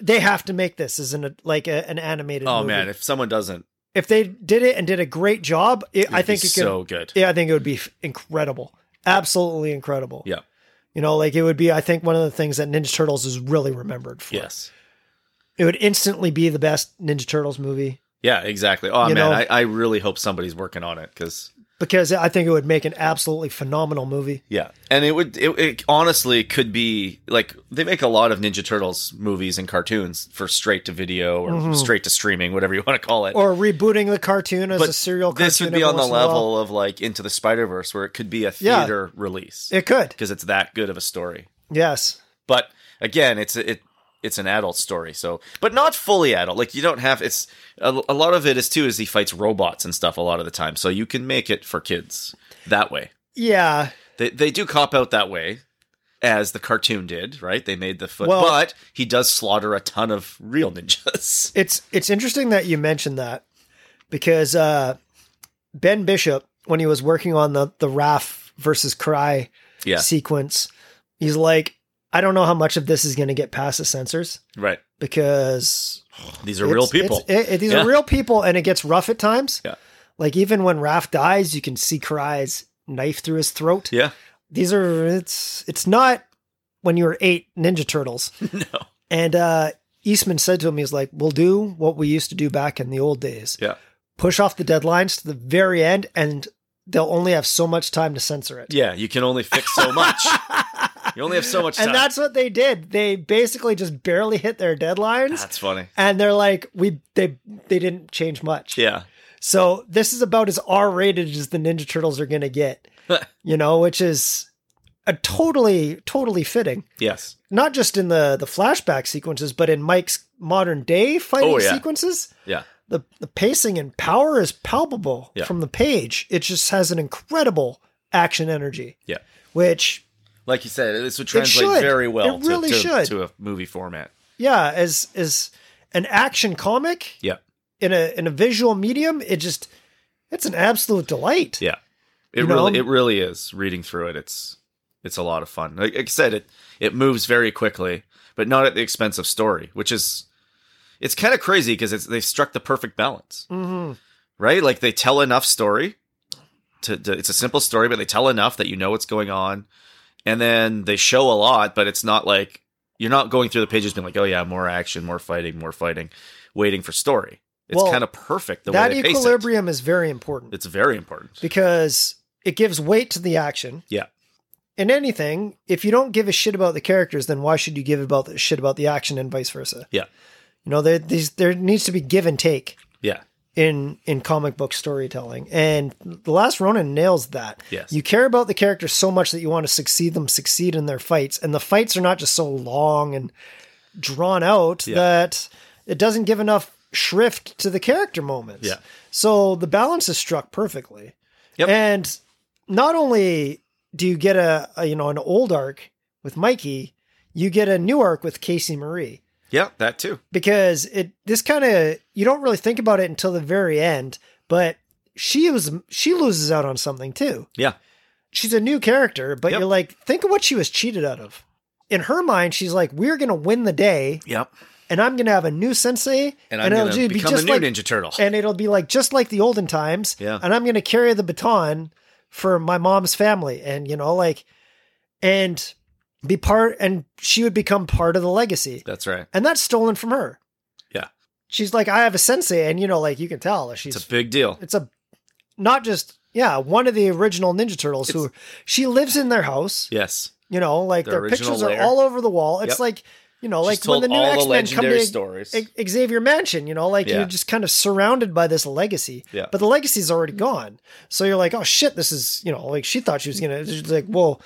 Speaker 2: They have to make this as an like a, an animated.
Speaker 3: Oh
Speaker 2: movie.
Speaker 3: man, if someone doesn't
Speaker 2: if they did it and did a great job, it, I
Speaker 3: It'd be
Speaker 2: think it could.
Speaker 3: so good.
Speaker 2: yeah, I think it would be f- incredible, absolutely incredible.
Speaker 3: Yeah.
Speaker 2: You know, like it would be, I think, one of the things that Ninja Turtles is really remembered for.
Speaker 3: Yes.
Speaker 2: It would instantly be the best Ninja Turtles movie
Speaker 3: Yeah, exactly. Oh
Speaker 2: You
Speaker 3: man,
Speaker 2: know-
Speaker 3: I, I really hope somebody's working on it because
Speaker 2: because I think it would make an absolutely phenomenal movie.
Speaker 3: yeah, and it would it, it honestly could be like they make a lot of Ninja Turtles movies and cartoons for straight to video or straight to streaming, whatever you want to call it.
Speaker 2: Mm-hmm. Or rebooting the cartoon as
Speaker 3: but
Speaker 2: a serial cartoon.
Speaker 3: this would
Speaker 2: every
Speaker 3: be on the
Speaker 2: once in a while.
Speaker 3: level of like Into the Spider Verse, where it could be a
Speaker 2: Yeah.
Speaker 3: theater release
Speaker 2: It could.
Speaker 3: because it's that good of a story.
Speaker 2: Yes.
Speaker 3: But again, it's it it's an adult story, so but not fully adult. Like you don't have it's a, a lot of it is too is he fights robots and stuff a lot of the time, so you can make it for kids that way.
Speaker 2: Yeah.
Speaker 3: They they do cop out that way, as the cartoon did, right? They made the foot,
Speaker 2: Well-
Speaker 3: but he does slaughter a ton of real ninjas.
Speaker 2: It's it's interesting that you mentioned that because uh, Ben Bishop, when he was working on the the Raph versus Cry
Speaker 3: Yeah,
Speaker 2: sequence, he's like, I don't know how much of this is going to get past the censors
Speaker 3: right.
Speaker 2: because
Speaker 3: These are real
Speaker 2: it's- it's-
Speaker 3: people.
Speaker 2: it- it- these
Speaker 3: Yeah.
Speaker 2: are real people, and it gets rough at times.
Speaker 3: Yeah.
Speaker 2: Like even when Raph dies, you can see Karai's knife through his throat.
Speaker 3: Yeah,
Speaker 2: These are it's it's not when you were eight Ninja Turtles.
Speaker 3: no,
Speaker 2: And uh, Eastman said to him, he's like, "We'll do what we used to do back in the old days.
Speaker 3: yeah,
Speaker 2: Push off the deadlines to the very end, and they'll only have so much time to censor it."
Speaker 3: yeah. You can only fix so much. you only have so much time.
Speaker 2: And that's what they did. They basically just barely hit their deadlines.
Speaker 3: that's funny.
Speaker 2: and they're like, we they they didn't change much.
Speaker 3: Yeah,
Speaker 2: So this is about as R rated as the Ninja Turtles are gonna get, you know, which is a totally totally fitting.
Speaker 3: yes.
Speaker 2: Not just in the the flashback sequences, but in Mike's modern day fighting
Speaker 3: Oh, yeah.
Speaker 2: sequences.
Speaker 3: Yeah.
Speaker 2: The the pacing and power is palpable
Speaker 3: Yeah.
Speaker 2: from the page. It just has an incredible action energy.
Speaker 3: Yeah.
Speaker 2: Which
Speaker 3: Like you said, this would
Speaker 2: It should.
Speaker 3: translate very well
Speaker 2: It really
Speaker 3: to, to,
Speaker 2: should.
Speaker 3: to a movie format.
Speaker 2: yeah, as is an action comic,
Speaker 3: Yeah.
Speaker 2: in a in a visual medium, it just it's an absolute delight.
Speaker 3: Yeah. It
Speaker 2: You know?
Speaker 3: really it really is. Reading through it, it's it's a lot of fun. Like, like I said, it it moves very quickly, but not at the expense of story, which is it's kind of crazy because it's they've struck the perfect balance.
Speaker 2: hmm
Speaker 3: Right? Like they tell enough story to, to it's a simple story, but they tell enough that you know what's going on. And then they show a lot, but it's not like you're not going through the pages being like, oh yeah, more action, more fighting, more fighting, waiting for story. It's
Speaker 2: Well,
Speaker 3: kind of perfect the
Speaker 2: That
Speaker 3: way they equilibrium.
Speaker 2: equilibrium is very important
Speaker 3: It's very important.
Speaker 2: because it gives weight to the action.
Speaker 3: Yeah.
Speaker 2: In anything, if you don't give a shit about the characters, then why should you give about the shit about the action and vice versa?
Speaker 3: Yeah.
Speaker 2: You know, there these there needs to be give and take
Speaker 3: Yeah.
Speaker 2: in in comic book storytelling. And The Last Ronin nails that.
Speaker 3: Yes.
Speaker 2: You care about the characters so much that you want to succeed them succeed in their fights. And the fights are not just so long and drawn out
Speaker 3: Yeah.
Speaker 2: that it doesn't give enough shrift to the character moments.
Speaker 3: Yeah.
Speaker 2: So the balance is struck perfectly.
Speaker 3: Yep.
Speaker 2: And not only do you get a, a you know an old arc with Mikey, you get a new arc with Casey Marie.
Speaker 3: Yeah, that too.
Speaker 2: because it this kind of you don't really think about it until the very end, but she was she loses out on something too.
Speaker 3: Yeah.
Speaker 2: She's a new character, but
Speaker 3: Yep.
Speaker 2: you're like, think of what she was cheated out of. In her mind, she's like, "We're gonna win the day,
Speaker 3: Yep.
Speaker 2: and I'm gonna have a new sensei,
Speaker 3: And I'm going to
Speaker 2: it'll
Speaker 3: become a new
Speaker 2: like,
Speaker 3: Ninja Turtle.
Speaker 2: and it'll be like just like the olden times,
Speaker 3: Yeah.
Speaker 2: and I'm gonna carry the baton for my mom's family, and you know, like, and be part, and she would become part of the legacy
Speaker 3: That's right.
Speaker 2: and that's stolen from her.
Speaker 3: Yeah.
Speaker 2: She's like, I have a sensei, and you know, like you can tell she's
Speaker 3: It's a big deal.
Speaker 2: it's a not just yeah one of the original Ninja Turtles who she lives in their house.
Speaker 3: Yes.
Speaker 2: You know, like
Speaker 3: The
Speaker 2: their
Speaker 3: original
Speaker 2: pictures
Speaker 3: lair.
Speaker 2: are all over the wall. It's
Speaker 3: Yep.
Speaker 2: like you know, like
Speaker 3: She's
Speaker 2: when
Speaker 3: told
Speaker 2: the new
Speaker 3: all
Speaker 2: X
Speaker 3: the
Speaker 2: Men come
Speaker 3: legendary
Speaker 2: to
Speaker 3: stories.
Speaker 2: X- Xavier Mansion. You know, like
Speaker 3: Yeah.
Speaker 2: you're just kind of surrounded by this legacy.
Speaker 3: Yeah.
Speaker 2: But the legacy's already gone, so you're like, oh shit, this is you know, like she thought she was gonna she's like, well,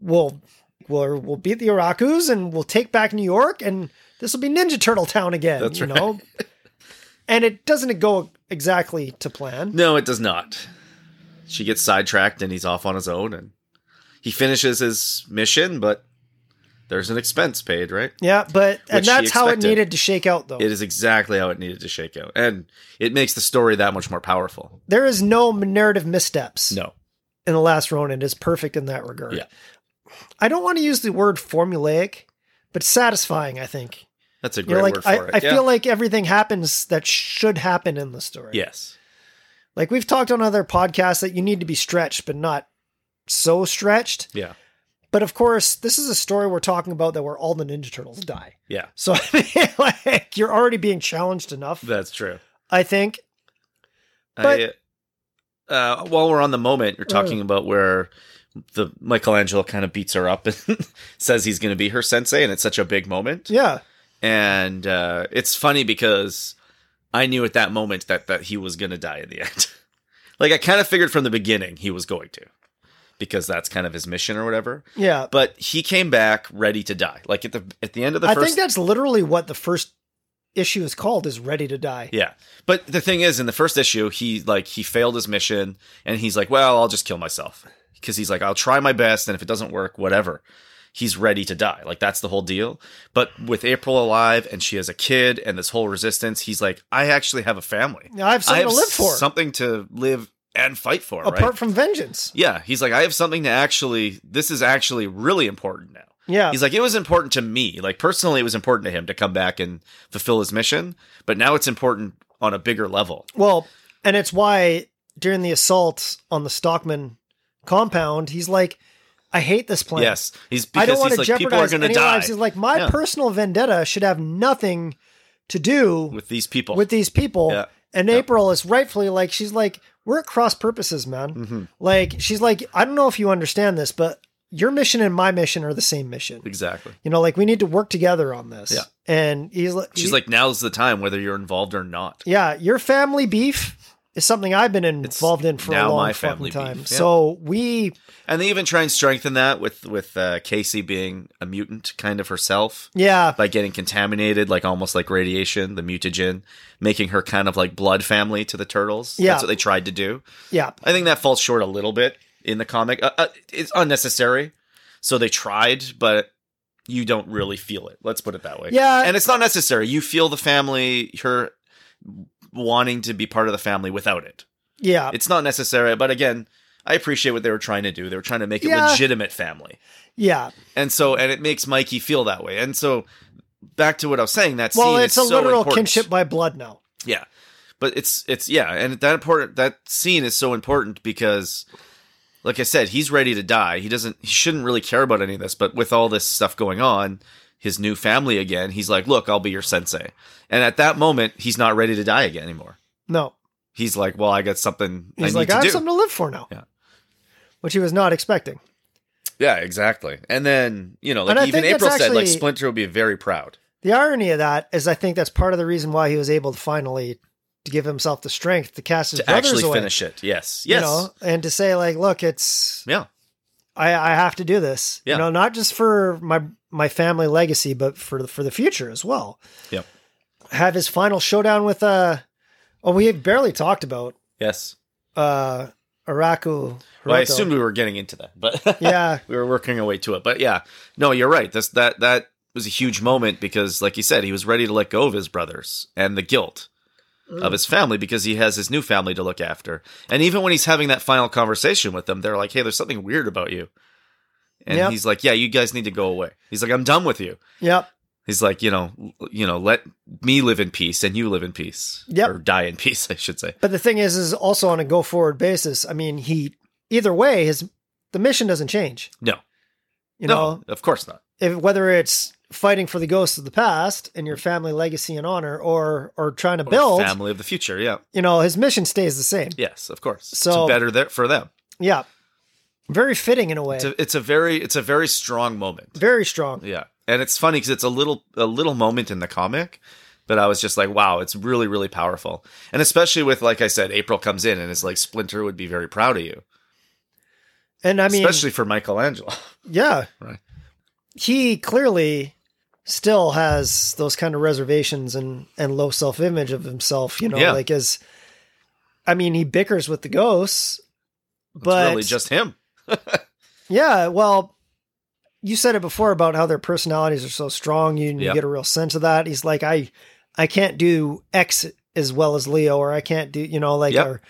Speaker 2: we'll we'll we'll beat the Irakus and we'll take back New York and this will be Ninja Turtle Town again.
Speaker 3: That's
Speaker 2: you know. And it doesn't go exactly to plan.
Speaker 3: No, it does not. She gets sidetracked and he's off on his own and he finishes his mission, but there's an expense paid, right?
Speaker 2: Yeah, but and
Speaker 3: Which she
Speaker 2: that's how it
Speaker 3: expected.
Speaker 2: needed to shake out though.
Speaker 3: It is exactly how it needed to shake out. And it makes the story that much more powerful.
Speaker 2: there is no narrative missteps
Speaker 3: No.
Speaker 2: in the last Ronin is perfect in that regard.
Speaker 3: Yeah.
Speaker 2: I don't want to use the word formulaic, but satisfying, I think.
Speaker 3: That's a great
Speaker 2: You're like
Speaker 3: word for
Speaker 2: I,
Speaker 3: it.
Speaker 2: I
Speaker 3: Yeah.
Speaker 2: feel like everything happens that should happen in the story.
Speaker 3: Yes.
Speaker 2: Like we've talked on other podcasts that you need to be stretched, but not so stretched.
Speaker 3: Yeah.
Speaker 2: But of course, this is a story we're talking about that where all the Ninja Turtles die.
Speaker 3: Yeah.
Speaker 2: So I mean, like you're already being challenged enough,
Speaker 3: That's true.
Speaker 2: I think.
Speaker 3: I, uh, while we're on the moment, you're
Speaker 2: Mm.
Speaker 3: talking about where the Michelangelo kind of beats her up and says he's going to be her sensei, and it's such a big moment.
Speaker 2: Yeah.
Speaker 3: And uh, it's funny because I knew at that moment that that he was going to die in the end. like I kind of figured from the beginning he was going to, because that's kind of his mission or whatever.
Speaker 2: Yeah.
Speaker 3: But he came back ready to die. Like at the at the end of the
Speaker 2: I
Speaker 3: first
Speaker 2: think that's literally what the first issue is called is ready to die.
Speaker 3: Yeah. But the thing is in the first issue, he like he failed his mission and he's like, "Well, I'll just kill myself." Cuz he's like, "I'll try my best and if it doesn't work, whatever." He's ready to die. Like that's the whole deal. But with April alive and she has a kid and this whole resistance, he's like, "I actually have a family.
Speaker 2: Now, I have something
Speaker 3: I have
Speaker 2: to live for
Speaker 3: Something to live and fight for,
Speaker 2: apart
Speaker 3: right?"
Speaker 2: from vengeance.
Speaker 3: yeah, he's like, "I have something to actually this is actually really important now."
Speaker 2: Yeah.
Speaker 3: He's like, it was important to me. Like, personally, it was important to him to come back and fulfill his mission, but now it's important on a bigger level.
Speaker 2: well, and it's why during the assault on the Stockman compound, he's like, I hate this plan.
Speaker 3: Yes. He's
Speaker 2: I
Speaker 3: because
Speaker 2: don't want
Speaker 3: he's
Speaker 2: to
Speaker 3: like, people are
Speaker 2: jeopardize
Speaker 3: going to
Speaker 2: any
Speaker 3: die
Speaker 2: lives. He's like, my
Speaker 3: Yeah.
Speaker 2: personal vendetta should have nothing to do with,
Speaker 3: with these people.
Speaker 2: these people.
Speaker 3: Yeah.
Speaker 2: And
Speaker 3: Yeah.
Speaker 2: April is rightfully like, she's like, we're at cross purposes, man.
Speaker 3: Mm-hmm.
Speaker 2: Like, she's like, I don't know if you understand this, but your mission and my mission are the same mission.
Speaker 3: exactly.
Speaker 2: You know, like we need to work together on this.
Speaker 3: Yeah.
Speaker 2: And he's like,
Speaker 3: She's like, now's the time, whether you're involved or not.
Speaker 2: yeah, your family beef is something I've been involved in for
Speaker 3: now
Speaker 2: a long
Speaker 3: my family
Speaker 2: fucking time.
Speaker 3: beef, yeah.
Speaker 2: So we,
Speaker 3: And they even try and strengthen that with with uh, Casey being a mutant kind of herself
Speaker 2: yeah,
Speaker 3: by getting contaminated, like almost like radiation, the mutagen, making her kind of like blood family to the turtles.
Speaker 2: Yeah.
Speaker 3: That's what they tried to do.
Speaker 2: yeah,
Speaker 3: I think that falls short a little bit in the comic. Uh, uh, it's unnecessary. So they tried, but you don't really feel it. Let's put it that way.
Speaker 2: Yeah.
Speaker 3: And it's not necessary. You feel the family, her wanting to be part of the family without it.
Speaker 2: yeah.
Speaker 3: It's not necessary. But again, I appreciate what they were trying to do. They were trying to make it
Speaker 2: Yeah.
Speaker 3: legitimate family.
Speaker 2: yeah.
Speaker 3: And so, and it makes Mikey feel that way. And so, back to what I was saying, that
Speaker 2: Well,
Speaker 3: scene
Speaker 2: it's
Speaker 3: is
Speaker 2: a
Speaker 3: so
Speaker 2: literal
Speaker 3: important.
Speaker 2: kinship by blood now.
Speaker 3: Yeah. But it's it's yeah, and that important that scene is so important because like I said, he's ready to die. He doesn't he shouldn't really care about any of this, but with all this stuff going on, his new family again, he's like, "Look, I'll be your sensei." And at that moment, he's not ready to die again anymore.
Speaker 2: No,
Speaker 3: He's like, "Well, I got something
Speaker 2: he's
Speaker 3: I
Speaker 2: like, I
Speaker 3: need to
Speaker 2: have
Speaker 3: do."
Speaker 2: something to live for now.
Speaker 3: Yeah.
Speaker 2: Which he was not expecting.
Speaker 3: yeah, exactly. And then, you know, like
Speaker 2: And I
Speaker 3: even
Speaker 2: think that's
Speaker 3: April said like
Speaker 2: actually-
Speaker 3: Splinter will be very proud.
Speaker 2: The irony of that is, I think that's part of the reason why he was able to finally to give himself the strength to cast his
Speaker 3: To
Speaker 2: brothers
Speaker 3: actually
Speaker 2: away,
Speaker 3: finish it. Yes.
Speaker 2: you
Speaker 3: Yes.
Speaker 2: know, and to say like, look, it's
Speaker 3: yeah.
Speaker 2: I, I have to do this.
Speaker 3: Yeah.
Speaker 2: You know, not just for my my family legacy, but for the, for the future as well.
Speaker 3: Yep.
Speaker 2: Have his final showdown with uh oh we have barely talked about
Speaker 3: Yes.
Speaker 2: uh Araku.
Speaker 3: Well, I
Speaker 2: Hiroto.
Speaker 3: assumed we were getting into that, but
Speaker 2: yeah.
Speaker 3: we were working our way to it. But yeah, no, you're right. This that that was a huge moment because, like you said, he was ready to let go of his brothers and the guilt
Speaker 2: Mm.
Speaker 3: of his family because he has his new family to look after. And even when he's having that final conversation with them, they're like, "Hey, there's something weird about you." And
Speaker 2: Yep.
Speaker 3: he's like, "Yeah, you guys need to go away." He's like, "I'm done with you."
Speaker 2: Yep.
Speaker 3: He's like, "You know, l- you know, let me live in peace and you live in peace
Speaker 2: Yep.
Speaker 3: or die in peace, I should say."
Speaker 2: But the thing is, is also on a go forward basis. I mean, he either way, his the mission doesn't change.
Speaker 3: No.
Speaker 2: You
Speaker 3: no,
Speaker 2: know,
Speaker 3: of course not.
Speaker 2: if whether it's fighting for the ghosts of the past and your family legacy and honor, or or trying to
Speaker 3: Or
Speaker 2: build,
Speaker 3: family of the future, yeah.
Speaker 2: you know, his mission stays the same.
Speaker 3: Yes, of course.
Speaker 2: So-
Speaker 3: it's better there for them.
Speaker 2: Yeah. Very fitting in a way.
Speaker 3: It's a, it's a very it's a very strong moment.
Speaker 2: Very strong.
Speaker 3: Yeah, and it's funny because it's a little a little moment in the comic, but I was just like, wow, it's really really powerful, and especially with like I said, April comes in and it's like Splinter would be very proud of you,
Speaker 2: And I mean,
Speaker 3: especially for Michelangelo.
Speaker 2: yeah.
Speaker 3: Right.
Speaker 2: He clearly still has those kind of reservations and, and low self image of himself, you know,
Speaker 3: Yeah.
Speaker 2: like as, I mean, he bickers with the ghosts,
Speaker 3: it's
Speaker 2: but
Speaker 3: really just him.
Speaker 2: yeah, well, you said it before about how their personalities are so strong. You, you
Speaker 3: Yeah.
Speaker 2: get a real sense of that. He's like, I, I can't do X as well as Leo, or I can't do, you know, like,
Speaker 3: Yep.
Speaker 2: or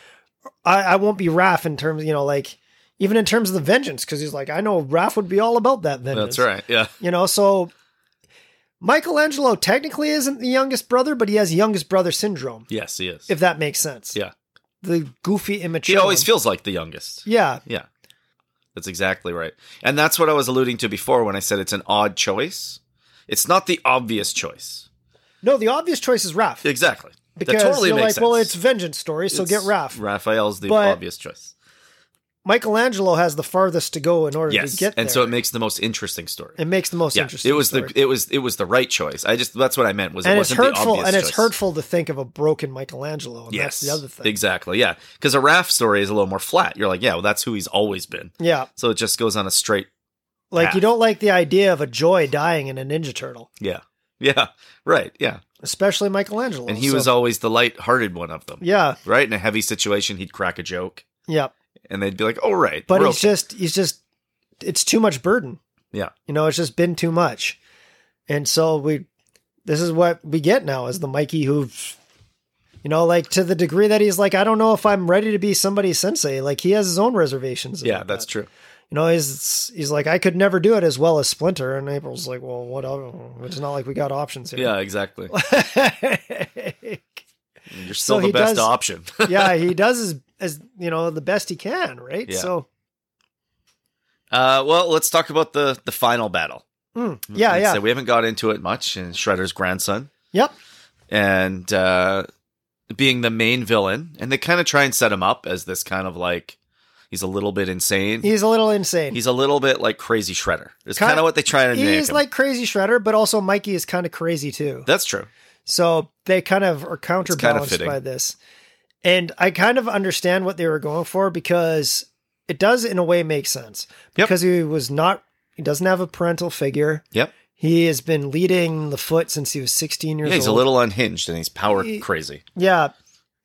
Speaker 2: I, I won't be Raph in terms, you know, like even in terms of the vengeance, because he's like, I know Raph would be all about that vengeance.
Speaker 3: That's right. Yeah,
Speaker 2: You know, so Michelangelo technically isn't the youngest brother, but he has youngest brother syndrome,
Speaker 3: yes, he is.
Speaker 2: if that makes sense.
Speaker 3: Yeah.
Speaker 2: The goofy immature.
Speaker 3: he always
Speaker 2: one.
Speaker 3: feels like the youngest.
Speaker 2: Yeah.
Speaker 3: Yeah. That's exactly right. And that's what I was alluding to before when I said it's an odd choice. It's not the obvious choice.
Speaker 2: No, the obvious choice is Raph.
Speaker 3: Exactly.
Speaker 2: Because
Speaker 3: that totally
Speaker 2: you're
Speaker 3: makes
Speaker 2: like,
Speaker 3: sense.
Speaker 2: well, it's vengeance story, so get
Speaker 3: It's-
Speaker 2: Raph.
Speaker 3: Raphael's the
Speaker 2: But-
Speaker 3: obvious choice.
Speaker 2: Michelangelo has the farthest to go in order
Speaker 3: Yes.
Speaker 2: to get there.
Speaker 3: and so it makes the most interesting story.
Speaker 2: It makes the most
Speaker 3: yeah.
Speaker 2: interesting.
Speaker 3: It was
Speaker 2: story.
Speaker 3: the it was it was the right choice. I just that's what I meant was it
Speaker 2: and it's
Speaker 3: wasn't the
Speaker 2: hurtful,
Speaker 3: obvious
Speaker 2: and it's
Speaker 3: choice.
Speaker 2: hurtful to think of a broken Michelangelo. And
Speaker 3: Yes.
Speaker 2: that's the other thing.
Speaker 3: Exactly. Yeah. Because a Raph story is a little more flat. You're like, yeah, well, that's who he's always been.
Speaker 2: Yeah,
Speaker 3: So it just goes on a straight
Speaker 2: like you
Speaker 3: Path.
Speaker 2: don't like the idea of a Joy dying in a Ninja Turtle,
Speaker 3: yeah. Yeah. Right. Yeah.
Speaker 2: especially Michelangelo.
Speaker 3: And he
Speaker 2: so-
Speaker 3: was always the light-hearted one of them.
Speaker 2: yeah,
Speaker 3: right? In a heavy situation, he'd crack a joke,
Speaker 2: yeah,
Speaker 3: and they'd be like, "Oh, right."
Speaker 2: but
Speaker 3: we're
Speaker 2: he's
Speaker 3: okay."
Speaker 2: just he's just it's too much burden.
Speaker 3: Yeah.
Speaker 2: you know, it's just been too much, and so we this is what we get now is the Mikey who. You know, like to the degree that he's like, I don't know if I'm ready to be somebody's sensei. Like he has his own reservations.
Speaker 3: yeah,
Speaker 2: about
Speaker 3: that's
Speaker 2: that.
Speaker 3: true.
Speaker 2: you know, he's he's like, I could never do it as well as Splinter, and April's like, well, whatever. It's not like we got options here.
Speaker 3: Yeah, exactly.
Speaker 2: Yeah,
Speaker 3: You're
Speaker 2: So
Speaker 3: still
Speaker 2: he
Speaker 3: the best
Speaker 2: does-
Speaker 3: option.
Speaker 2: yeah, he does as as you know the best he can, right?
Speaker 3: Yeah.
Speaker 2: So,
Speaker 3: uh, well, let's talk about the the final battle.
Speaker 2: mm, yeah,
Speaker 3: Like I
Speaker 2: yeah,
Speaker 3: said, we haven't got into it much. And Shredder's grandson,
Speaker 2: yep,
Speaker 3: and uh, being the main villain, and they kind of try and set him up as this kind of like he's a little bit insane.
Speaker 2: he's a little insane.
Speaker 3: He's a little bit like crazy Shredder. It's
Speaker 2: Kind-
Speaker 3: kind of what they try to
Speaker 2: He
Speaker 3: make
Speaker 2: is
Speaker 3: him.
Speaker 2: like crazy shredder, but also Mikey is kind of crazy too.
Speaker 3: That's true.
Speaker 2: So they kind of are counterbalanced
Speaker 3: fitting.
Speaker 2: by this. And I kind of understand what they were going for because it does in a way make sense.
Speaker 3: Yep.
Speaker 2: Because he was not he doesn't have a parental figure.
Speaker 3: Yep.
Speaker 2: He has been leading the foot since he was 16 years
Speaker 3: Yeah, he's a
Speaker 2: old.
Speaker 3: little unhinged and he's power
Speaker 2: He-
Speaker 3: crazy,
Speaker 2: yeah.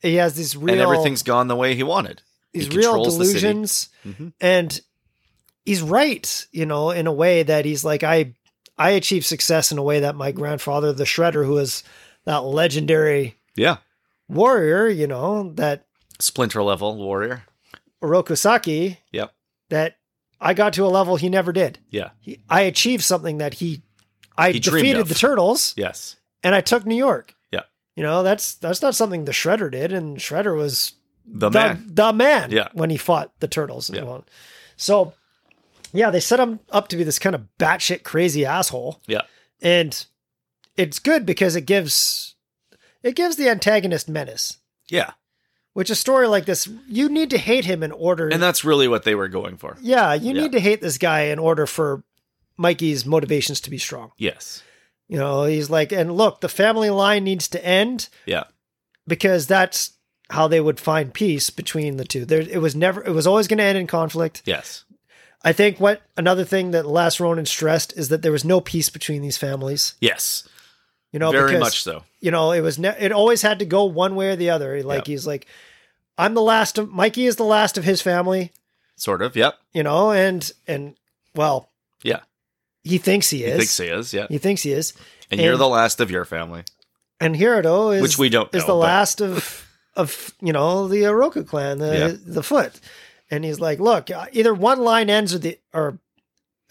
Speaker 2: He has these real
Speaker 3: and everything's gone the way he wanted.
Speaker 2: these
Speaker 3: he
Speaker 2: real
Speaker 3: controls the city.
Speaker 2: delusions
Speaker 3: hmm
Speaker 2: and he's right, you know, in a way that he's like I I achieved success in a way that my grandfather the shredder who is that legendary
Speaker 3: Yeah.
Speaker 2: warrior, you know, that
Speaker 3: splinter level warrior.
Speaker 2: Orokusaki
Speaker 3: Yep.
Speaker 2: that I got to a level he never did.
Speaker 3: Yeah.
Speaker 2: He, I achieved something that he I
Speaker 3: He dreamed
Speaker 2: defeated
Speaker 3: of.
Speaker 2: the turtles
Speaker 3: Yes.
Speaker 2: and I took New York.
Speaker 3: Yeah.
Speaker 2: You know, that's that's not something the Shredder did and Shredder was
Speaker 3: The
Speaker 2: the
Speaker 3: man.
Speaker 2: the man
Speaker 3: Yeah.
Speaker 2: when he fought the turtles. and
Speaker 3: Yeah.
Speaker 2: won. So yeah, they set him up to be this kind of batshit crazy asshole.
Speaker 3: Yeah.
Speaker 2: And it's good because it gives it gives the antagonist menace.
Speaker 3: Yeah.
Speaker 2: Which a story like this, you need to hate him in order
Speaker 3: And that's really what they were going for.
Speaker 2: Yeah, you
Speaker 3: Yeah.
Speaker 2: need to hate this guy in order for Mikey's motivations to be strong.
Speaker 3: Yes.
Speaker 2: You know, he's like, and look, the family line needs to end
Speaker 3: Yeah.
Speaker 2: because that's how they would find peace between the two. There, it was never, it was always going to end in conflict.
Speaker 3: Yes.
Speaker 2: I think what another thing that Last Ronin stressed is that there was no peace between these families.
Speaker 3: Yes.
Speaker 2: You know,
Speaker 3: Very
Speaker 2: because,
Speaker 3: much so.
Speaker 2: You know, it was ne- it always had to go one way or the other. Like
Speaker 3: Yep.
Speaker 2: he's like, I'm the last of Mikey is the last of his family.
Speaker 3: Sort of. Yep.
Speaker 2: You know, and and well,
Speaker 3: Yeah.
Speaker 2: He thinks he is.
Speaker 3: He thinks he is, yeah.
Speaker 2: He thinks he is.
Speaker 3: and, you're the last of your family.
Speaker 2: and Hirudo is
Speaker 3: Which we don't
Speaker 2: is
Speaker 3: know,
Speaker 2: the
Speaker 3: but-
Speaker 2: last of of you know the Oroka clan, the
Speaker 3: Yeah.
Speaker 2: the Foot, and he's like, look, uh, either one line ends or the or,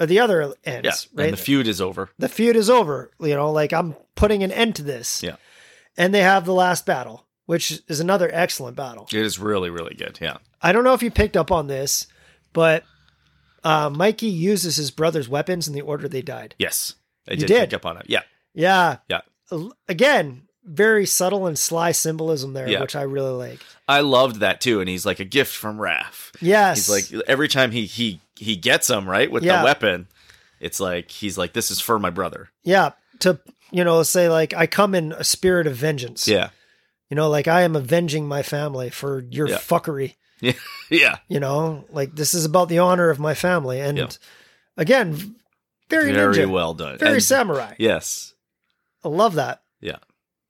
Speaker 2: or the other ends,
Speaker 3: Yeah.
Speaker 2: right?
Speaker 3: And the feud is over.
Speaker 2: the feud is over. You know, like I'm putting an end to this.
Speaker 3: Yeah.
Speaker 2: And they have the last battle, which is another excellent battle.
Speaker 3: It is really, really good. Yeah.
Speaker 2: I don't know if you picked up on this, but uh, Mikey uses his brother's weapons in the order they died.
Speaker 3: Yes. I
Speaker 2: You
Speaker 3: did,
Speaker 2: did.
Speaker 3: pick up on it. Yeah.
Speaker 2: Yeah.
Speaker 3: Yeah.
Speaker 2: L- Again, very subtle and sly symbolism there,
Speaker 3: Yeah.
Speaker 2: which I really like.
Speaker 3: I loved that too. And he's like a gift from Raph.
Speaker 2: Yes.
Speaker 3: He's like every time he he he gets him, right, with
Speaker 2: Yeah.
Speaker 3: the weapon, it's like he's like, This is for my brother.
Speaker 2: yeah, to, you know, say, like, I come in a spirit of vengeance.
Speaker 3: Yeah.
Speaker 2: You know, like, I am avenging my family for your
Speaker 3: Yeah.
Speaker 2: fuckery.
Speaker 3: Yeah. yeah.
Speaker 2: You know, like, this is about the honor of my family. And
Speaker 3: Yeah.
Speaker 2: again, v- very,
Speaker 3: Very
Speaker 2: ninja,
Speaker 3: well done.
Speaker 2: very
Speaker 3: And-
Speaker 2: samurai.
Speaker 3: Yes.
Speaker 2: I love that.
Speaker 3: Yeah.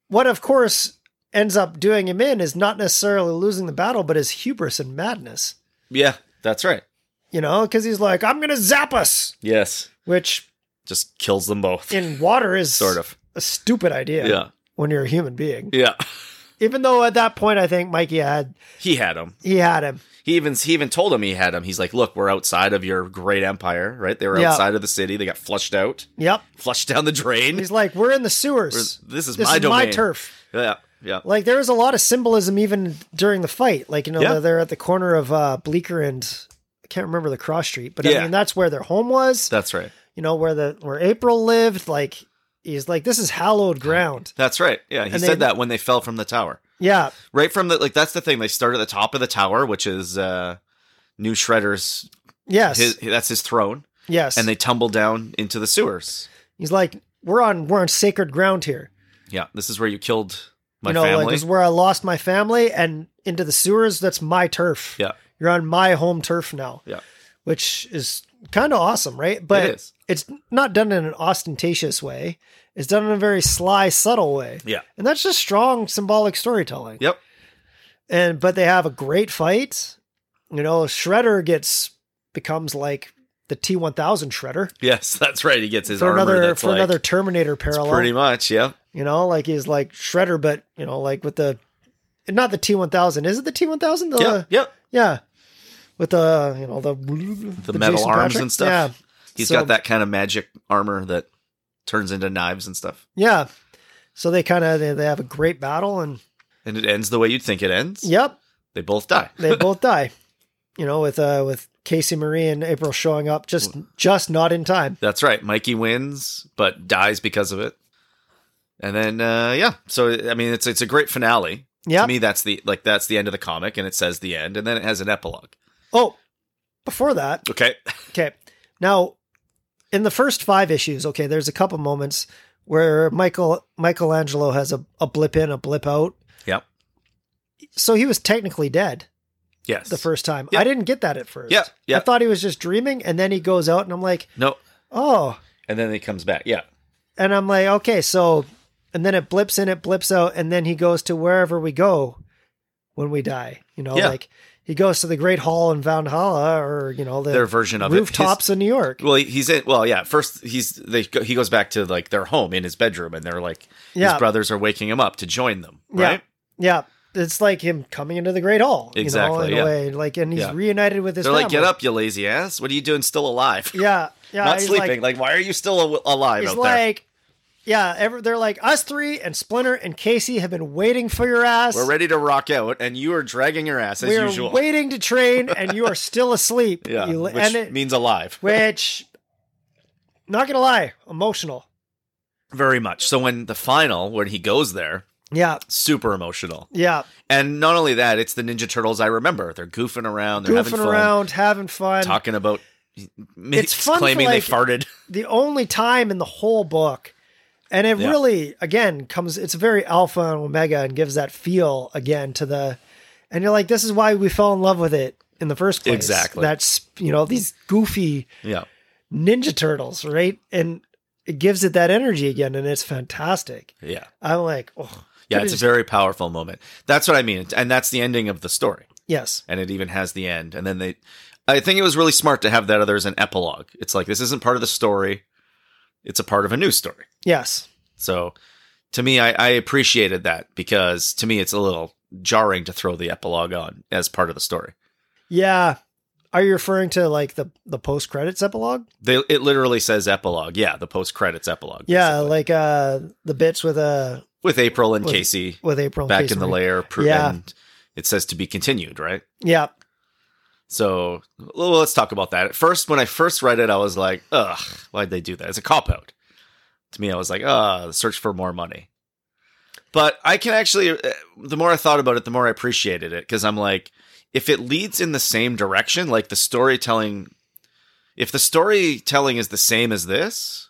Speaker 2: What, of course, ends up doing him in is not necessarily losing the battle, but his hubris and madness.
Speaker 3: Yeah, that's right.
Speaker 2: You know, because he's like, I'm going to zap us,
Speaker 3: Yes.
Speaker 2: which
Speaker 3: Just kills them both.
Speaker 2: in water is
Speaker 3: sort of.
Speaker 2: a stupid idea
Speaker 3: Yeah.
Speaker 2: when you're a human being.
Speaker 3: Yeah.
Speaker 2: Even though at that point, I think Mikey had
Speaker 3: He had him.
Speaker 2: he had him.
Speaker 3: He even he even told him he had him. He's like, "Look, we're outside of your great empire, right? They were
Speaker 2: Yeah.
Speaker 3: outside of the city. They got flushed out,
Speaker 2: Yep.
Speaker 3: flushed down the drain.
Speaker 2: He's like, we're in the
Speaker 3: Whereas
Speaker 2: sewers.
Speaker 3: this is
Speaker 2: This
Speaker 3: my
Speaker 2: is my
Speaker 3: domain.
Speaker 2: turf.
Speaker 3: Yeah, yeah,
Speaker 2: Like there was a lot of symbolism even during the fight. Like you know
Speaker 3: Yeah.
Speaker 2: they're at the corner of uh, Bleecker and I can't remember the cross street, but I
Speaker 3: Yeah.
Speaker 2: mean that's where their home was.
Speaker 3: that's right.
Speaker 2: you know where the where April lived. Like he's like this is hallowed ground.
Speaker 3: That's right. Yeah, he
Speaker 2: And
Speaker 3: said
Speaker 2: they-
Speaker 3: that when they fell from the tower.
Speaker 2: Yeah,
Speaker 3: Right from the like that's the thing. They start at the top of the tower, which is uh New Shredder's
Speaker 2: yes,
Speaker 3: his, that's his throne,
Speaker 2: yes.
Speaker 3: and they tumble down into the sewers.
Speaker 2: he's like we're on we're on sacred ground here.
Speaker 3: Yeah, this is where you killed my
Speaker 2: you know, like
Speaker 3: family.
Speaker 2: this is where I lost my family and into the sewers. That's my turf.
Speaker 3: yeah,
Speaker 2: You're on my home turf now.
Speaker 3: Yeah.
Speaker 2: Which is kind of awesome, right? But
Speaker 3: it is.
Speaker 2: it's not done in an ostentatious way. It's done in a very sly, subtle way.
Speaker 3: Yeah.
Speaker 2: And that's just strong symbolic storytelling.
Speaker 3: Yep.
Speaker 2: And but they have a great fight. You know, Shredder gets becomes like the T one thousand Shredder
Speaker 3: Yes, that's right. He gets his
Speaker 2: for
Speaker 3: armor.
Speaker 2: another
Speaker 3: that's
Speaker 2: for
Speaker 3: like,
Speaker 2: another Terminator parallel.
Speaker 3: pretty much. Yeah,
Speaker 2: you know, like he's like Shredder, but you know, like with the not the T one thousand. Is it the T one thousand?
Speaker 3: yeah, yep.
Speaker 2: Yeah. With the you know the
Speaker 3: The,
Speaker 2: the
Speaker 3: metal
Speaker 2: Jason
Speaker 3: arms
Speaker 2: Patrick?
Speaker 3: and stuff.
Speaker 2: Yeah.
Speaker 3: He's
Speaker 2: So-
Speaker 3: got that kind of magic armor that turns into knives and stuff.
Speaker 2: Yeah. So they kind of they, they have a great battle and
Speaker 3: And it ends the way you'd think it ends.
Speaker 2: yep,
Speaker 3: They both die.
Speaker 2: they both die. You know, with uh with Casey Marie and April showing up just just not in time.
Speaker 3: That's right. Mikey wins, but dies because of it. And then uh yeah. So I mean it's it's a great finale.
Speaker 2: Yeah.
Speaker 3: To me that's the like that's the end of the comic and it says the end and then it has an epilogue.
Speaker 2: Oh, before that,
Speaker 3: Okay.
Speaker 2: okay. Now, in the first five issues, okay, there's a couple moments where Michael Michelangelo has a, a blip in, a blip out.
Speaker 3: Yep.
Speaker 2: So he was technically dead.
Speaker 3: Yes.
Speaker 2: the first time.
Speaker 3: Yeah.
Speaker 2: I didn't get that at first.
Speaker 3: Yeah, yeah.
Speaker 2: I thought he was just dreaming, and then he goes out, and I'm like,
Speaker 3: No.
Speaker 2: oh,
Speaker 3: And then he comes back. Yeah.
Speaker 2: and I'm like, okay, so, and then it blips in, it blips out, and then he goes to wherever we go when we die. You know,
Speaker 3: Yeah.
Speaker 2: like he goes to the Great Hall in Valhalla, or you know, the
Speaker 3: Their version of it.
Speaker 2: rooftops in New York.
Speaker 3: His- well, he's in. Well, yeah. First, he's they. go- He goes back to like their home in his bedroom, and they're like,
Speaker 2: Yeah.
Speaker 3: his brothers are waking him up to join them.
Speaker 2: Yeah.
Speaker 3: Right?
Speaker 2: Yeah. It's like him coming into the Great Hall, You know,
Speaker 3: Exactly,
Speaker 2: in
Speaker 3: yeah.
Speaker 2: a way, like, and he's
Speaker 3: Yeah.
Speaker 2: reunited with his.
Speaker 3: They're like,
Speaker 2: family.
Speaker 3: "Get up, you lazy ass! What are you doing, still alive?
Speaker 2: Yeah, yeah.
Speaker 3: Not
Speaker 2: he's
Speaker 3: sleeping.
Speaker 2: Like,
Speaker 3: Like, why are you still al- alive
Speaker 2: he's
Speaker 3: out there?
Speaker 2: like, yeah. Every, they're like us three and Splinter and Casey have been waiting for your ass.
Speaker 3: We're ready to rock out, and you are dragging your ass as
Speaker 2: we are
Speaker 3: usual.
Speaker 2: waiting to train and you are still asleep.
Speaker 3: yeah,
Speaker 2: You-
Speaker 3: which
Speaker 2: and it,
Speaker 3: means alive,
Speaker 2: which, not gonna lie, emotional.
Speaker 3: very much. So when the final, when he goes there,
Speaker 2: Yeah,
Speaker 3: super emotional.
Speaker 2: yeah.
Speaker 3: And not only that, it's the Ninja Turtles I remember. They're goofing around, they're having
Speaker 2: Goofing
Speaker 3: fun,
Speaker 2: around, having fun.
Speaker 3: talking about.
Speaker 2: It's fun for,
Speaker 3: claiming
Speaker 2: like-
Speaker 3: they farted.
Speaker 2: the only time in the whole book, and it
Speaker 3: Yeah.
Speaker 2: really again comes. It's very alpha and omega, and gives that feel again to the. And you're like, this is why we fell in love with it in the first place.
Speaker 3: Exactly.
Speaker 2: That's you know these goofy
Speaker 3: Yeah,
Speaker 2: Ninja Turtles, right? And it gives it that energy again, and it's fantastic.
Speaker 3: yeah,
Speaker 2: I'm like, oh,
Speaker 3: yeah.
Speaker 2: could
Speaker 3: It's a
Speaker 2: have-
Speaker 3: very powerful moment. That's what I mean, and that's the ending of the story.
Speaker 2: yes,
Speaker 3: and it even has the end. And then they, I think it was really smart to have that other as an epilogue. It's like this isn't part of the story. it's a part of a news story.
Speaker 2: Yes.
Speaker 3: So to me, I, I appreciated that because to me, it's a little jarring to throw the epilogue on as part of the story.
Speaker 2: Yeah. Are you referring to like the the post credits epilogue?
Speaker 3: They, it literally says epilogue. Yeah, the post credits epilogue.
Speaker 2: Yeah,
Speaker 3: basically.
Speaker 2: like uh the bits with uh
Speaker 3: with April and
Speaker 2: with-
Speaker 3: Casey
Speaker 2: with April and
Speaker 3: back
Speaker 2: Casey
Speaker 3: in the
Speaker 2: Marie.
Speaker 3: lair. Pro-
Speaker 2: Yeah.
Speaker 3: And it says to be continued, right?
Speaker 2: Yeah.
Speaker 3: So well, let's talk about that. At first, when I first read it, I was like, ugh, why'd they do that? It's a cop out. To me, I was like, ah, the search for more money. But I can actually, uh, the more I thought about it, the more I appreciated it because I'm like, if it leads in the same direction, like the storytelling, if the storytelling is the same as this,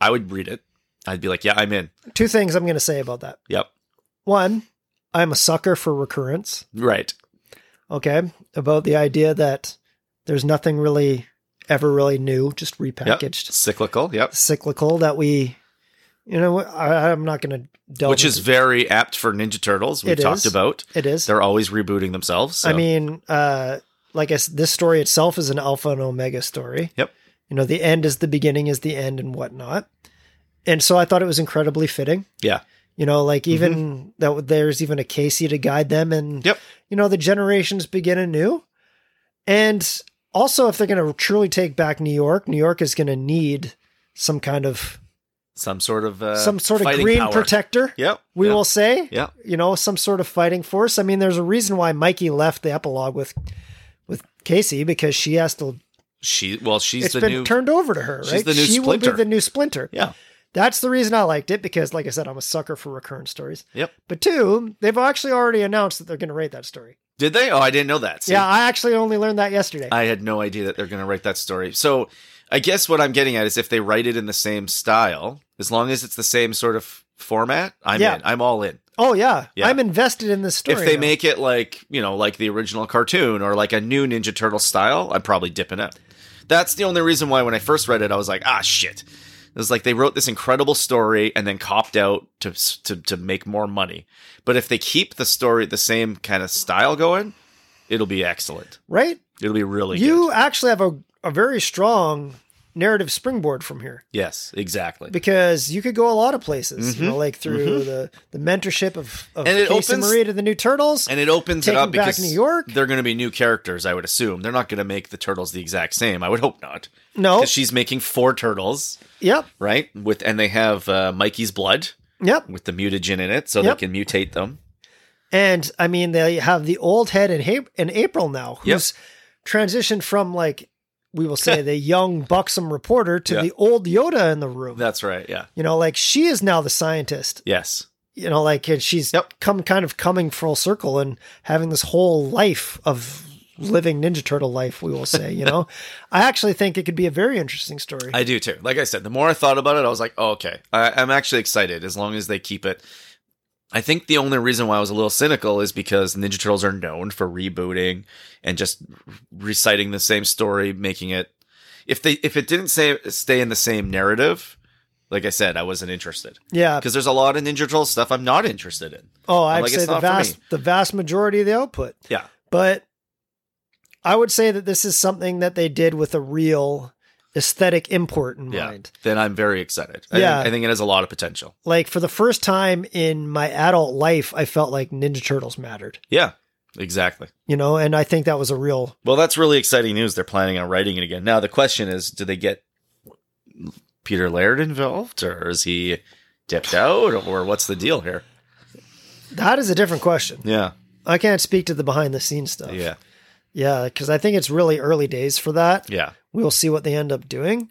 Speaker 3: I would read it. I'd be like, yeah, I'm in.
Speaker 2: Two things I'm going to say about that.
Speaker 3: Yep.
Speaker 2: One, I'm a sucker for recurrence.
Speaker 3: Right.
Speaker 2: okay, about the idea that there's nothing really ever really new, just
Speaker 3: Yep.
Speaker 2: repackaged,
Speaker 3: Cyclical. Yep.
Speaker 2: cyclical that we, you know, I, I'm not going to delve.
Speaker 3: Which is
Speaker 2: into-
Speaker 3: very apt for Ninja Turtles. We
Speaker 2: It
Speaker 3: talked
Speaker 2: is.
Speaker 3: about.
Speaker 2: it is.
Speaker 3: They're always rebooting themselves.
Speaker 2: I
Speaker 3: so-
Speaker 2: mean, uh, like I s this story itself is an alpha and omega story.
Speaker 3: Yep.
Speaker 2: You know, the end is the beginning is the end and whatnot. And so I thought it was incredibly fitting.
Speaker 3: Yeah. Mm-hmm.
Speaker 2: You know, like even that there's even a Casey to guide them and,
Speaker 3: Yep.
Speaker 2: you know, the generations begin anew. And also, if they're going to truly take back New York, New York is going to need some kind of
Speaker 3: some sort of uh,
Speaker 2: some sort of
Speaker 3: fighting
Speaker 2: green
Speaker 3: power.
Speaker 2: protector.
Speaker 3: Yep,
Speaker 2: We
Speaker 3: yeah.
Speaker 2: will say,
Speaker 3: Yeah.
Speaker 2: you know, some sort of fighting force. I mean, there's a reason why Mikey left the epilogue with with Casey because she has to.
Speaker 3: She well, she's
Speaker 2: It's
Speaker 3: the
Speaker 2: been
Speaker 3: new.
Speaker 2: turned over to her, right?
Speaker 3: she's the new
Speaker 2: she will
Speaker 3: Splinter.
Speaker 2: be the new Splinter.
Speaker 3: Yeah.
Speaker 2: That's the reason I liked it because, like I said, I'm a sucker for recurrent stories.
Speaker 3: Yep.
Speaker 2: But two, they've actually already announced that they're going to rate that story.
Speaker 3: Did they? Oh, I didn't know that. See,
Speaker 2: Yeah, I actually only learned that yesterday.
Speaker 3: I had no idea that they're going to write that story. So, I guess what I'm getting at is if they write it in the same style, as long as it's the same sort of format, I'm
Speaker 2: Yeah.
Speaker 3: in. I'm all in.
Speaker 2: oh yeah.
Speaker 3: Yeah.
Speaker 2: I'm invested in this story.
Speaker 3: if they
Speaker 2: now.
Speaker 3: make it like you know, like the original cartoon or like a new Ninja Turtle style, I'm probably dipping up. That's the only reason why when I first read it, I was like, ah, shit. It was like they wrote this incredible story and then copped out to to to make more money. But if they keep the story the same kind of style going, it'll be excellent.
Speaker 2: right,
Speaker 3: It'll be really
Speaker 2: you
Speaker 3: good.
Speaker 2: actually have a a very strong narrative springboard from here.
Speaker 3: Yes, exactly.
Speaker 2: because you could go a lot of places, you know, like through the, the mentorship of, of
Speaker 3: Mm-hmm. And it
Speaker 2: Casey
Speaker 3: opens-
Speaker 2: Marie to the new Turtles.
Speaker 3: and it opens it
Speaker 2: Taking
Speaker 3: up
Speaker 2: back
Speaker 3: because
Speaker 2: New York?
Speaker 3: they're going to be new characters. I would assume they're not going to make the turtles the exact same. I would hope not.
Speaker 2: no,
Speaker 3: 'Cause she's making four turtles.
Speaker 2: yep,
Speaker 3: right? With and they have uh, Mikey's blood
Speaker 2: yep.
Speaker 3: with the mutagen in it, so
Speaker 2: Yep.
Speaker 3: they can mutate them.
Speaker 2: And I mean, they have the old head in, ha- in April now, who's transitioned from like we will say the young buxom reporter to
Speaker 3: Yeah.
Speaker 2: the old Yoda in the room.
Speaker 3: That's right. Yeah.
Speaker 2: you know, like she is now the scientist.
Speaker 3: Yes.
Speaker 2: You know, like and she's
Speaker 3: Yep.
Speaker 2: come kind of coming full circle and having this whole life of living Ninja Turtle life. We will say, you know, I actually think it could be a very interesting story.
Speaker 3: I do too. Like I said, the more I thought about it, I was like, oh, okay, I, I'm actually excited as long as they keep it. I think the only reason why I was a little cynical is because Ninja Turtles are known for rebooting and just reciting the same story, making it. If they if it didn't say stay in the same narrative, like I said, I wasn't interested
Speaker 2: Yeah.
Speaker 3: because there's a lot of Ninja Turtles stuff I'm not interested in.
Speaker 2: Oh,
Speaker 3: I'm
Speaker 2: I'd
Speaker 3: like,
Speaker 2: say
Speaker 3: it's
Speaker 2: the
Speaker 3: not for
Speaker 2: vast
Speaker 3: me.
Speaker 2: the vast majority of the output.
Speaker 3: Yeah.
Speaker 2: But I would say that this is something that they did with a real aesthetic import in
Speaker 3: Yeah.
Speaker 2: mind.
Speaker 3: Then I'm very excited. I
Speaker 2: Yeah.
Speaker 3: think, I think it has a lot of potential.
Speaker 2: Like for the first time in my adult life, I felt like Ninja Turtles mattered.
Speaker 3: Yeah, exactly.
Speaker 2: You know, and I think that was a real
Speaker 3: Well, that's really exciting news. They're planning on writing it again. Now, the question is do they get Peter Laird involved or is he dipped out or what's the deal here?
Speaker 2: that is a different question.
Speaker 3: Yeah.
Speaker 2: I can't speak to the behind the scenes stuff.
Speaker 3: Yeah.
Speaker 2: Yeah, because I think it's really early days for that.
Speaker 3: Yeah.
Speaker 2: We'll see what they end up doing.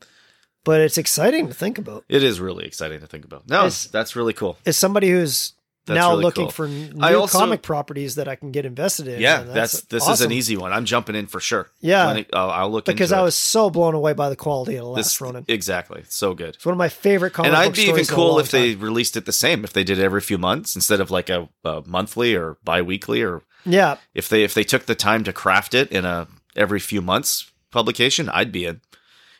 Speaker 2: But it's exciting to think about.
Speaker 3: It is really exciting to think about. No,
Speaker 2: It's-
Speaker 3: that's really cool.
Speaker 2: as somebody who's
Speaker 3: That's
Speaker 2: now
Speaker 3: really
Speaker 2: looking
Speaker 3: cool.
Speaker 2: for n-
Speaker 3: I
Speaker 2: new
Speaker 3: also-
Speaker 2: comic properties that I can get invested in.
Speaker 3: Yeah,
Speaker 2: and
Speaker 3: that's, this is
Speaker 2: awesome.
Speaker 3: an easy one. I'm jumping in for sure.
Speaker 2: Yeah.
Speaker 3: Plenty- I'll, I'll look
Speaker 2: because
Speaker 3: into
Speaker 2: I
Speaker 3: it.
Speaker 2: was so blown away by the quality of the last
Speaker 3: this
Speaker 2: Ronin.
Speaker 3: exactly It's so good.
Speaker 2: It's one of my favorite comic.
Speaker 3: and I'd
Speaker 2: book
Speaker 3: be even
Speaker 2: stories in a
Speaker 3: cool
Speaker 2: long
Speaker 3: if they released it the same. If they did it every few months instead of like a, a monthly or biweekly or
Speaker 2: time. Yeah,
Speaker 3: if they if they took the time to craft it in a every few months publication, I'd be in.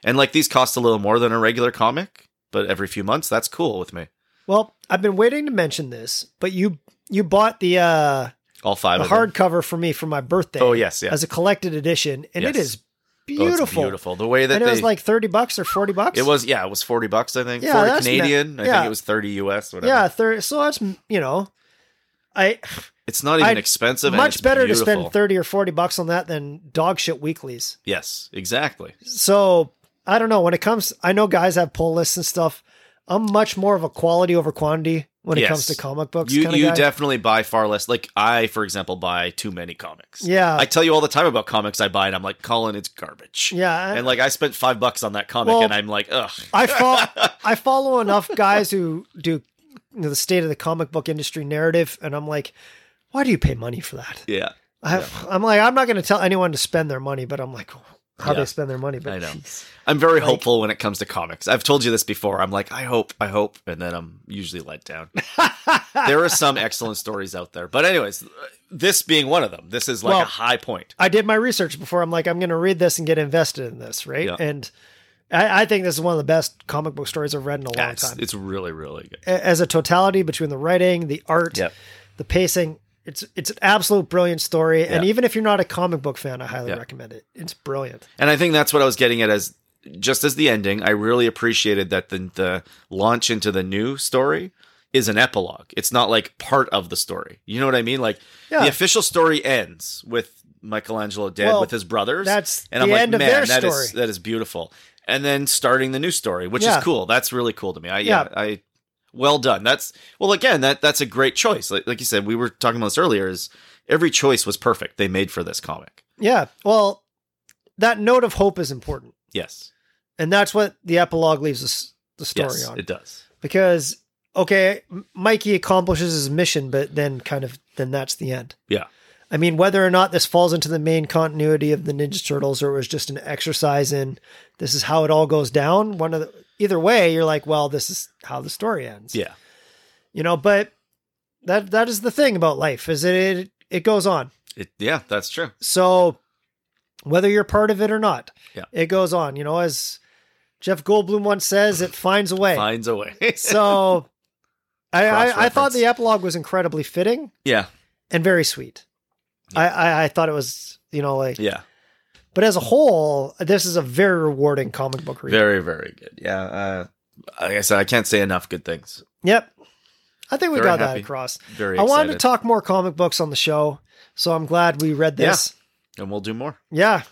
Speaker 3: And like these cost a little more than a regular comic, but every few months, that's cool with me.
Speaker 2: well, I've been waiting to mention this, but you you bought the uh
Speaker 3: All five
Speaker 2: the
Speaker 3: of them.
Speaker 2: hardcover for me for my birthday.
Speaker 3: Oh, yes, yeah.
Speaker 2: as a collected edition, and it
Speaker 3: Yes.
Speaker 2: is
Speaker 3: Oh, it's
Speaker 2: beautiful.
Speaker 3: beautiful. The way that
Speaker 2: And it
Speaker 3: they,
Speaker 2: was like 30 bucks or 40 bucks.
Speaker 3: it was yeah, it was forty bucks. I think
Speaker 2: Yeah,
Speaker 3: forty
Speaker 2: that's ne-
Speaker 3: Canadian. I
Speaker 2: yeah.
Speaker 3: think it was thirty US. Whatever.
Speaker 2: Yeah, 30, so that's, you know, I
Speaker 3: it's not even
Speaker 2: I'd-
Speaker 3: expensive. and
Speaker 2: much
Speaker 3: it's
Speaker 2: better to
Speaker 3: beautiful.
Speaker 2: spend 30 or 40 bucks on that than dog shit weeklies.
Speaker 3: Yes, exactly.
Speaker 2: So I don't know. When it comes, I know guys have pull lists and stuff. I'm much more of a quality over quantity when it
Speaker 3: Yes.
Speaker 2: comes to comic books.
Speaker 3: You
Speaker 2: kinda
Speaker 3: you
Speaker 2: guy.
Speaker 3: definitely buy far less. Like I, for example, buy too many comics.
Speaker 2: Yeah.
Speaker 3: I tell you all the time about comics I buy, and I'm like, Colin, it's garbage.
Speaker 2: yeah. I-
Speaker 3: and like I spent five bucks on that comic,
Speaker 2: Well-
Speaker 3: and I'm like, ugh.
Speaker 2: I follow I follow enough guys who do you know, the state of the comic book industry narrative, and I'm like, why do you pay money for that?
Speaker 3: Yeah,
Speaker 2: I, I'm like, I'm not going to tell anyone to spend their money, but I'm like, how
Speaker 3: Yeah.
Speaker 2: they spend their money. But
Speaker 3: I know.
Speaker 2: geez.
Speaker 3: I'm very hopeful when it comes to comics. I've told you this before. I'm like, I hope, I hope, and then I'm usually let down. there are some excellent stories out there, but anyways, this being one of them, this is like
Speaker 2: Well-
Speaker 3: a high point.
Speaker 2: I did my research before. I'm like, I'm going to read this and get invested in this, right?
Speaker 3: Yeah.
Speaker 2: And I, I think this is one of the best comic book stories I've read in a long
Speaker 3: Yeah, it's,
Speaker 2: time.
Speaker 3: it's really, really good.
Speaker 2: A- As a totality between the writing, the art,
Speaker 3: Yep.
Speaker 2: the pacing, it's it's an absolute brilliant story. And
Speaker 3: Yeah.
Speaker 2: even if you're not a comic book fan, I highly
Speaker 3: Yeah.
Speaker 2: recommend it. It's brilliant.
Speaker 3: And I think that's what I was getting at as just as the ending, I really appreciated that the the launch into the new story is an epilogue. It's not like part of the story. You know what I mean? Like
Speaker 2: Yeah.
Speaker 3: the official story ends with Michelangelo dead
Speaker 2: Well,
Speaker 3: with his brothers.
Speaker 2: that's
Speaker 3: and
Speaker 2: the
Speaker 3: I'm like,
Speaker 2: end of
Speaker 3: man,
Speaker 2: their
Speaker 3: that is-
Speaker 2: story."
Speaker 3: that is beautiful. And then starting the new story, which
Speaker 2: Yeah.
Speaker 3: is cool. That's really cool to me. I yeah,
Speaker 2: Yeah.
Speaker 3: I well done. That's well again, that that's a great choice. Like like you said, we were talking about this earlier, is every choice was perfect they made for this comic.
Speaker 2: Yeah. Well, that note of hope is important.
Speaker 3: Yes.
Speaker 2: And that's what the epilogue leaves us the story
Speaker 3: yes,
Speaker 2: on.
Speaker 3: it does.
Speaker 2: because okay, M- Mikey accomplishes his mission, but then kind of then that's the end.
Speaker 3: Yeah.
Speaker 2: I mean, whether or not this falls into the main continuity of the Ninja Turtles or it was just an exercise in this is how it all goes down, one of the, either way, you're like, well, this is how the story ends.
Speaker 3: Yeah.
Speaker 2: You know, but that that is the thing about life is it it, it goes on.
Speaker 3: It, yeah, that's true.
Speaker 2: So whether you're part of it or not,
Speaker 3: Yeah.
Speaker 2: it goes on. You know, as Jeff Goldblum once says, it finds a way.
Speaker 3: Finds a way.
Speaker 2: So I, I, I thought
Speaker 3: Cross-reference.
Speaker 2: the epilogue was incredibly fitting
Speaker 3: yeah,
Speaker 2: and very sweet. I, I, I thought it was, you know, like,
Speaker 3: yeah,
Speaker 2: but as a whole, this is a very rewarding comic book read.
Speaker 3: very, very good. Yeah, uh, like I said, I can't say enough good things.
Speaker 2: Yep. I think we
Speaker 3: Very
Speaker 2: got that
Speaker 3: happy.
Speaker 2: across.
Speaker 3: Very.
Speaker 2: I wanted to
Speaker 3: excited.
Speaker 2: talk more comic books on the show, so I'm glad we read this.
Speaker 3: and we'll do more.
Speaker 2: Yeah.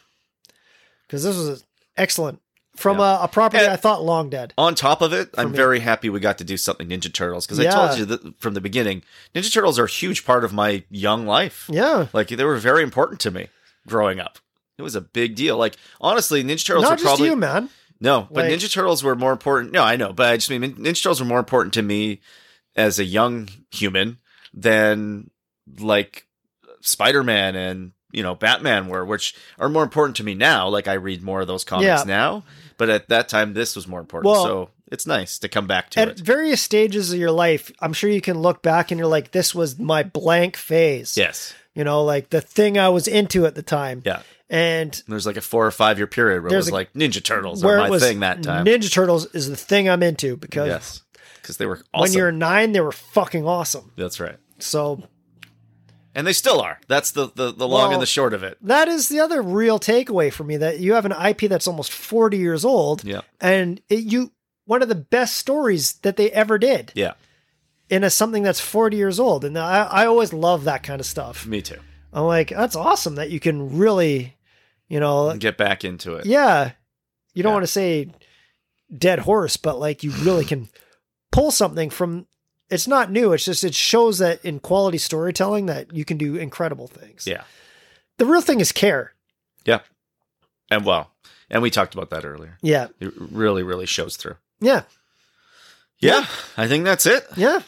Speaker 2: Because this was excellent. From
Speaker 3: Yeah.
Speaker 2: a, a property
Speaker 3: And-
Speaker 2: I thought long dead.
Speaker 3: On top of it, I'm
Speaker 2: me.
Speaker 3: very happy we got to do something Ninja Turtles because
Speaker 2: Yeah.
Speaker 3: I told you that from the beginning, Ninja Turtles are a huge part of my young life.
Speaker 2: Yeah.
Speaker 3: Like they were very important to me growing up. It was a big deal. Like honestly, Ninja Turtles
Speaker 2: Not
Speaker 3: were
Speaker 2: just
Speaker 3: probably
Speaker 2: you, man.
Speaker 3: No, but
Speaker 2: Like-
Speaker 3: Ninja Turtles were more important. No, I know, but I just mean Nin- Ninja Turtles were more important to me as a young human than like Spider Man and you know Batman were, which are more important to me now. Like I read more of those comics
Speaker 2: Yeah.
Speaker 3: now, but at that time this was more important.
Speaker 2: Well-
Speaker 3: so it's nice to come back to
Speaker 2: At
Speaker 3: it.
Speaker 2: various stages of your life, I'm sure you can look back and you're like, this was my blank phase.
Speaker 3: Yes,
Speaker 2: you know, like the thing I was into at the time.
Speaker 3: yeah.
Speaker 2: And
Speaker 3: There's like a four or five year period where
Speaker 2: There's a-
Speaker 3: it was like Ninja Turtles
Speaker 2: where
Speaker 3: are
Speaker 2: it
Speaker 3: my
Speaker 2: was
Speaker 3: thing that time.
Speaker 2: Ninja Turtles is the thing I'm into because
Speaker 3: yes, because they were
Speaker 2: when
Speaker 3: awesome.
Speaker 2: you were nine, they were fucking awesome.
Speaker 3: That's right,
Speaker 2: So
Speaker 3: and they still are. That's the the, the long
Speaker 2: Well-
Speaker 3: and the short of it.
Speaker 2: that is the other real takeaway for me that you have an IP that's almost 40 years old.
Speaker 3: Yeah.
Speaker 2: And it, you, one of the best stories that they ever did
Speaker 3: Yeah,
Speaker 2: in a something that's 40 years old. And I, I always love that kind of stuff.
Speaker 3: me too.
Speaker 2: I'm like, that's awesome that you can really, you know,
Speaker 3: and get back into it.
Speaker 2: yeah you don't
Speaker 3: Yeah.
Speaker 2: want to say dead horse but like you really can pull something from it's not new it's just it shows that in quality storytelling that you can do incredible things
Speaker 3: Yeah.
Speaker 2: the real thing is care
Speaker 3: And well, and we talked about that earlier.
Speaker 2: yeah
Speaker 3: It really, really shows through.
Speaker 2: yeah
Speaker 3: Yeah, I think that's it.
Speaker 2: yeah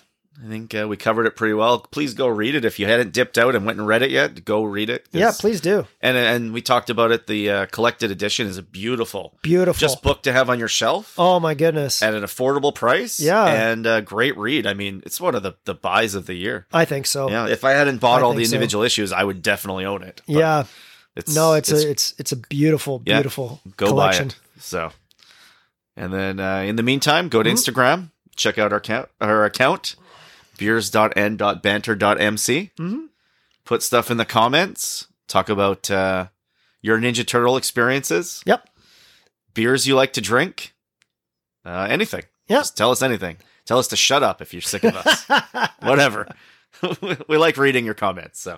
Speaker 3: I think uh, we covered it pretty well. Please go read it if you hadn't dipped out and went and read it yet. Go read it. 'cause-
Speaker 2: yeah please do
Speaker 3: And and we talked about it. The uh, collected edition is a beautiful,
Speaker 2: beautiful
Speaker 3: just book to have on your shelf
Speaker 2: oh my goodness
Speaker 3: at an affordable price.
Speaker 2: Yeah.
Speaker 3: and a great read. I mean, it's one of the the buys of the year.
Speaker 2: i think so yeah,
Speaker 3: Yeah, if I hadn't bought
Speaker 2: Oh. I
Speaker 3: all the
Speaker 2: think so.
Speaker 3: individual issues, I would definitely own it. But it's
Speaker 2: no it's, a it's it's a beautiful
Speaker 3: Yeah.
Speaker 2: beautiful
Speaker 3: go
Speaker 2: collection
Speaker 3: buy it. So, and then uh, in the meantime, go to
Speaker 2: Mm-hmm.
Speaker 3: Instagram, check out our account, our account beers.n.banter.mc.
Speaker 2: Mhm.
Speaker 3: Put stuff in the comments. Talk about uh, your Ninja Turtle experiences,
Speaker 2: Yep.
Speaker 3: beers you like to drink, uh, anything.
Speaker 2: Yep.
Speaker 3: Just tell us anything. Tell us to shut up if you're sick of us. Whatever. we like reading your comments. So,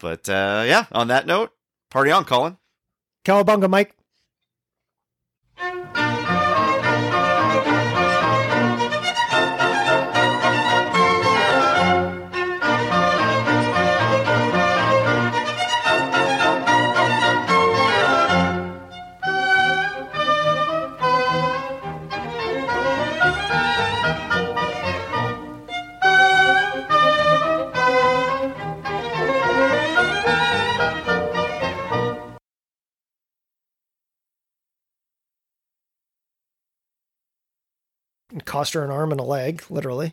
Speaker 3: but uh, yeah. On that note, party on, Colin.
Speaker 2: Cowabunga, Mike. It cost her an arm and a leg, literally.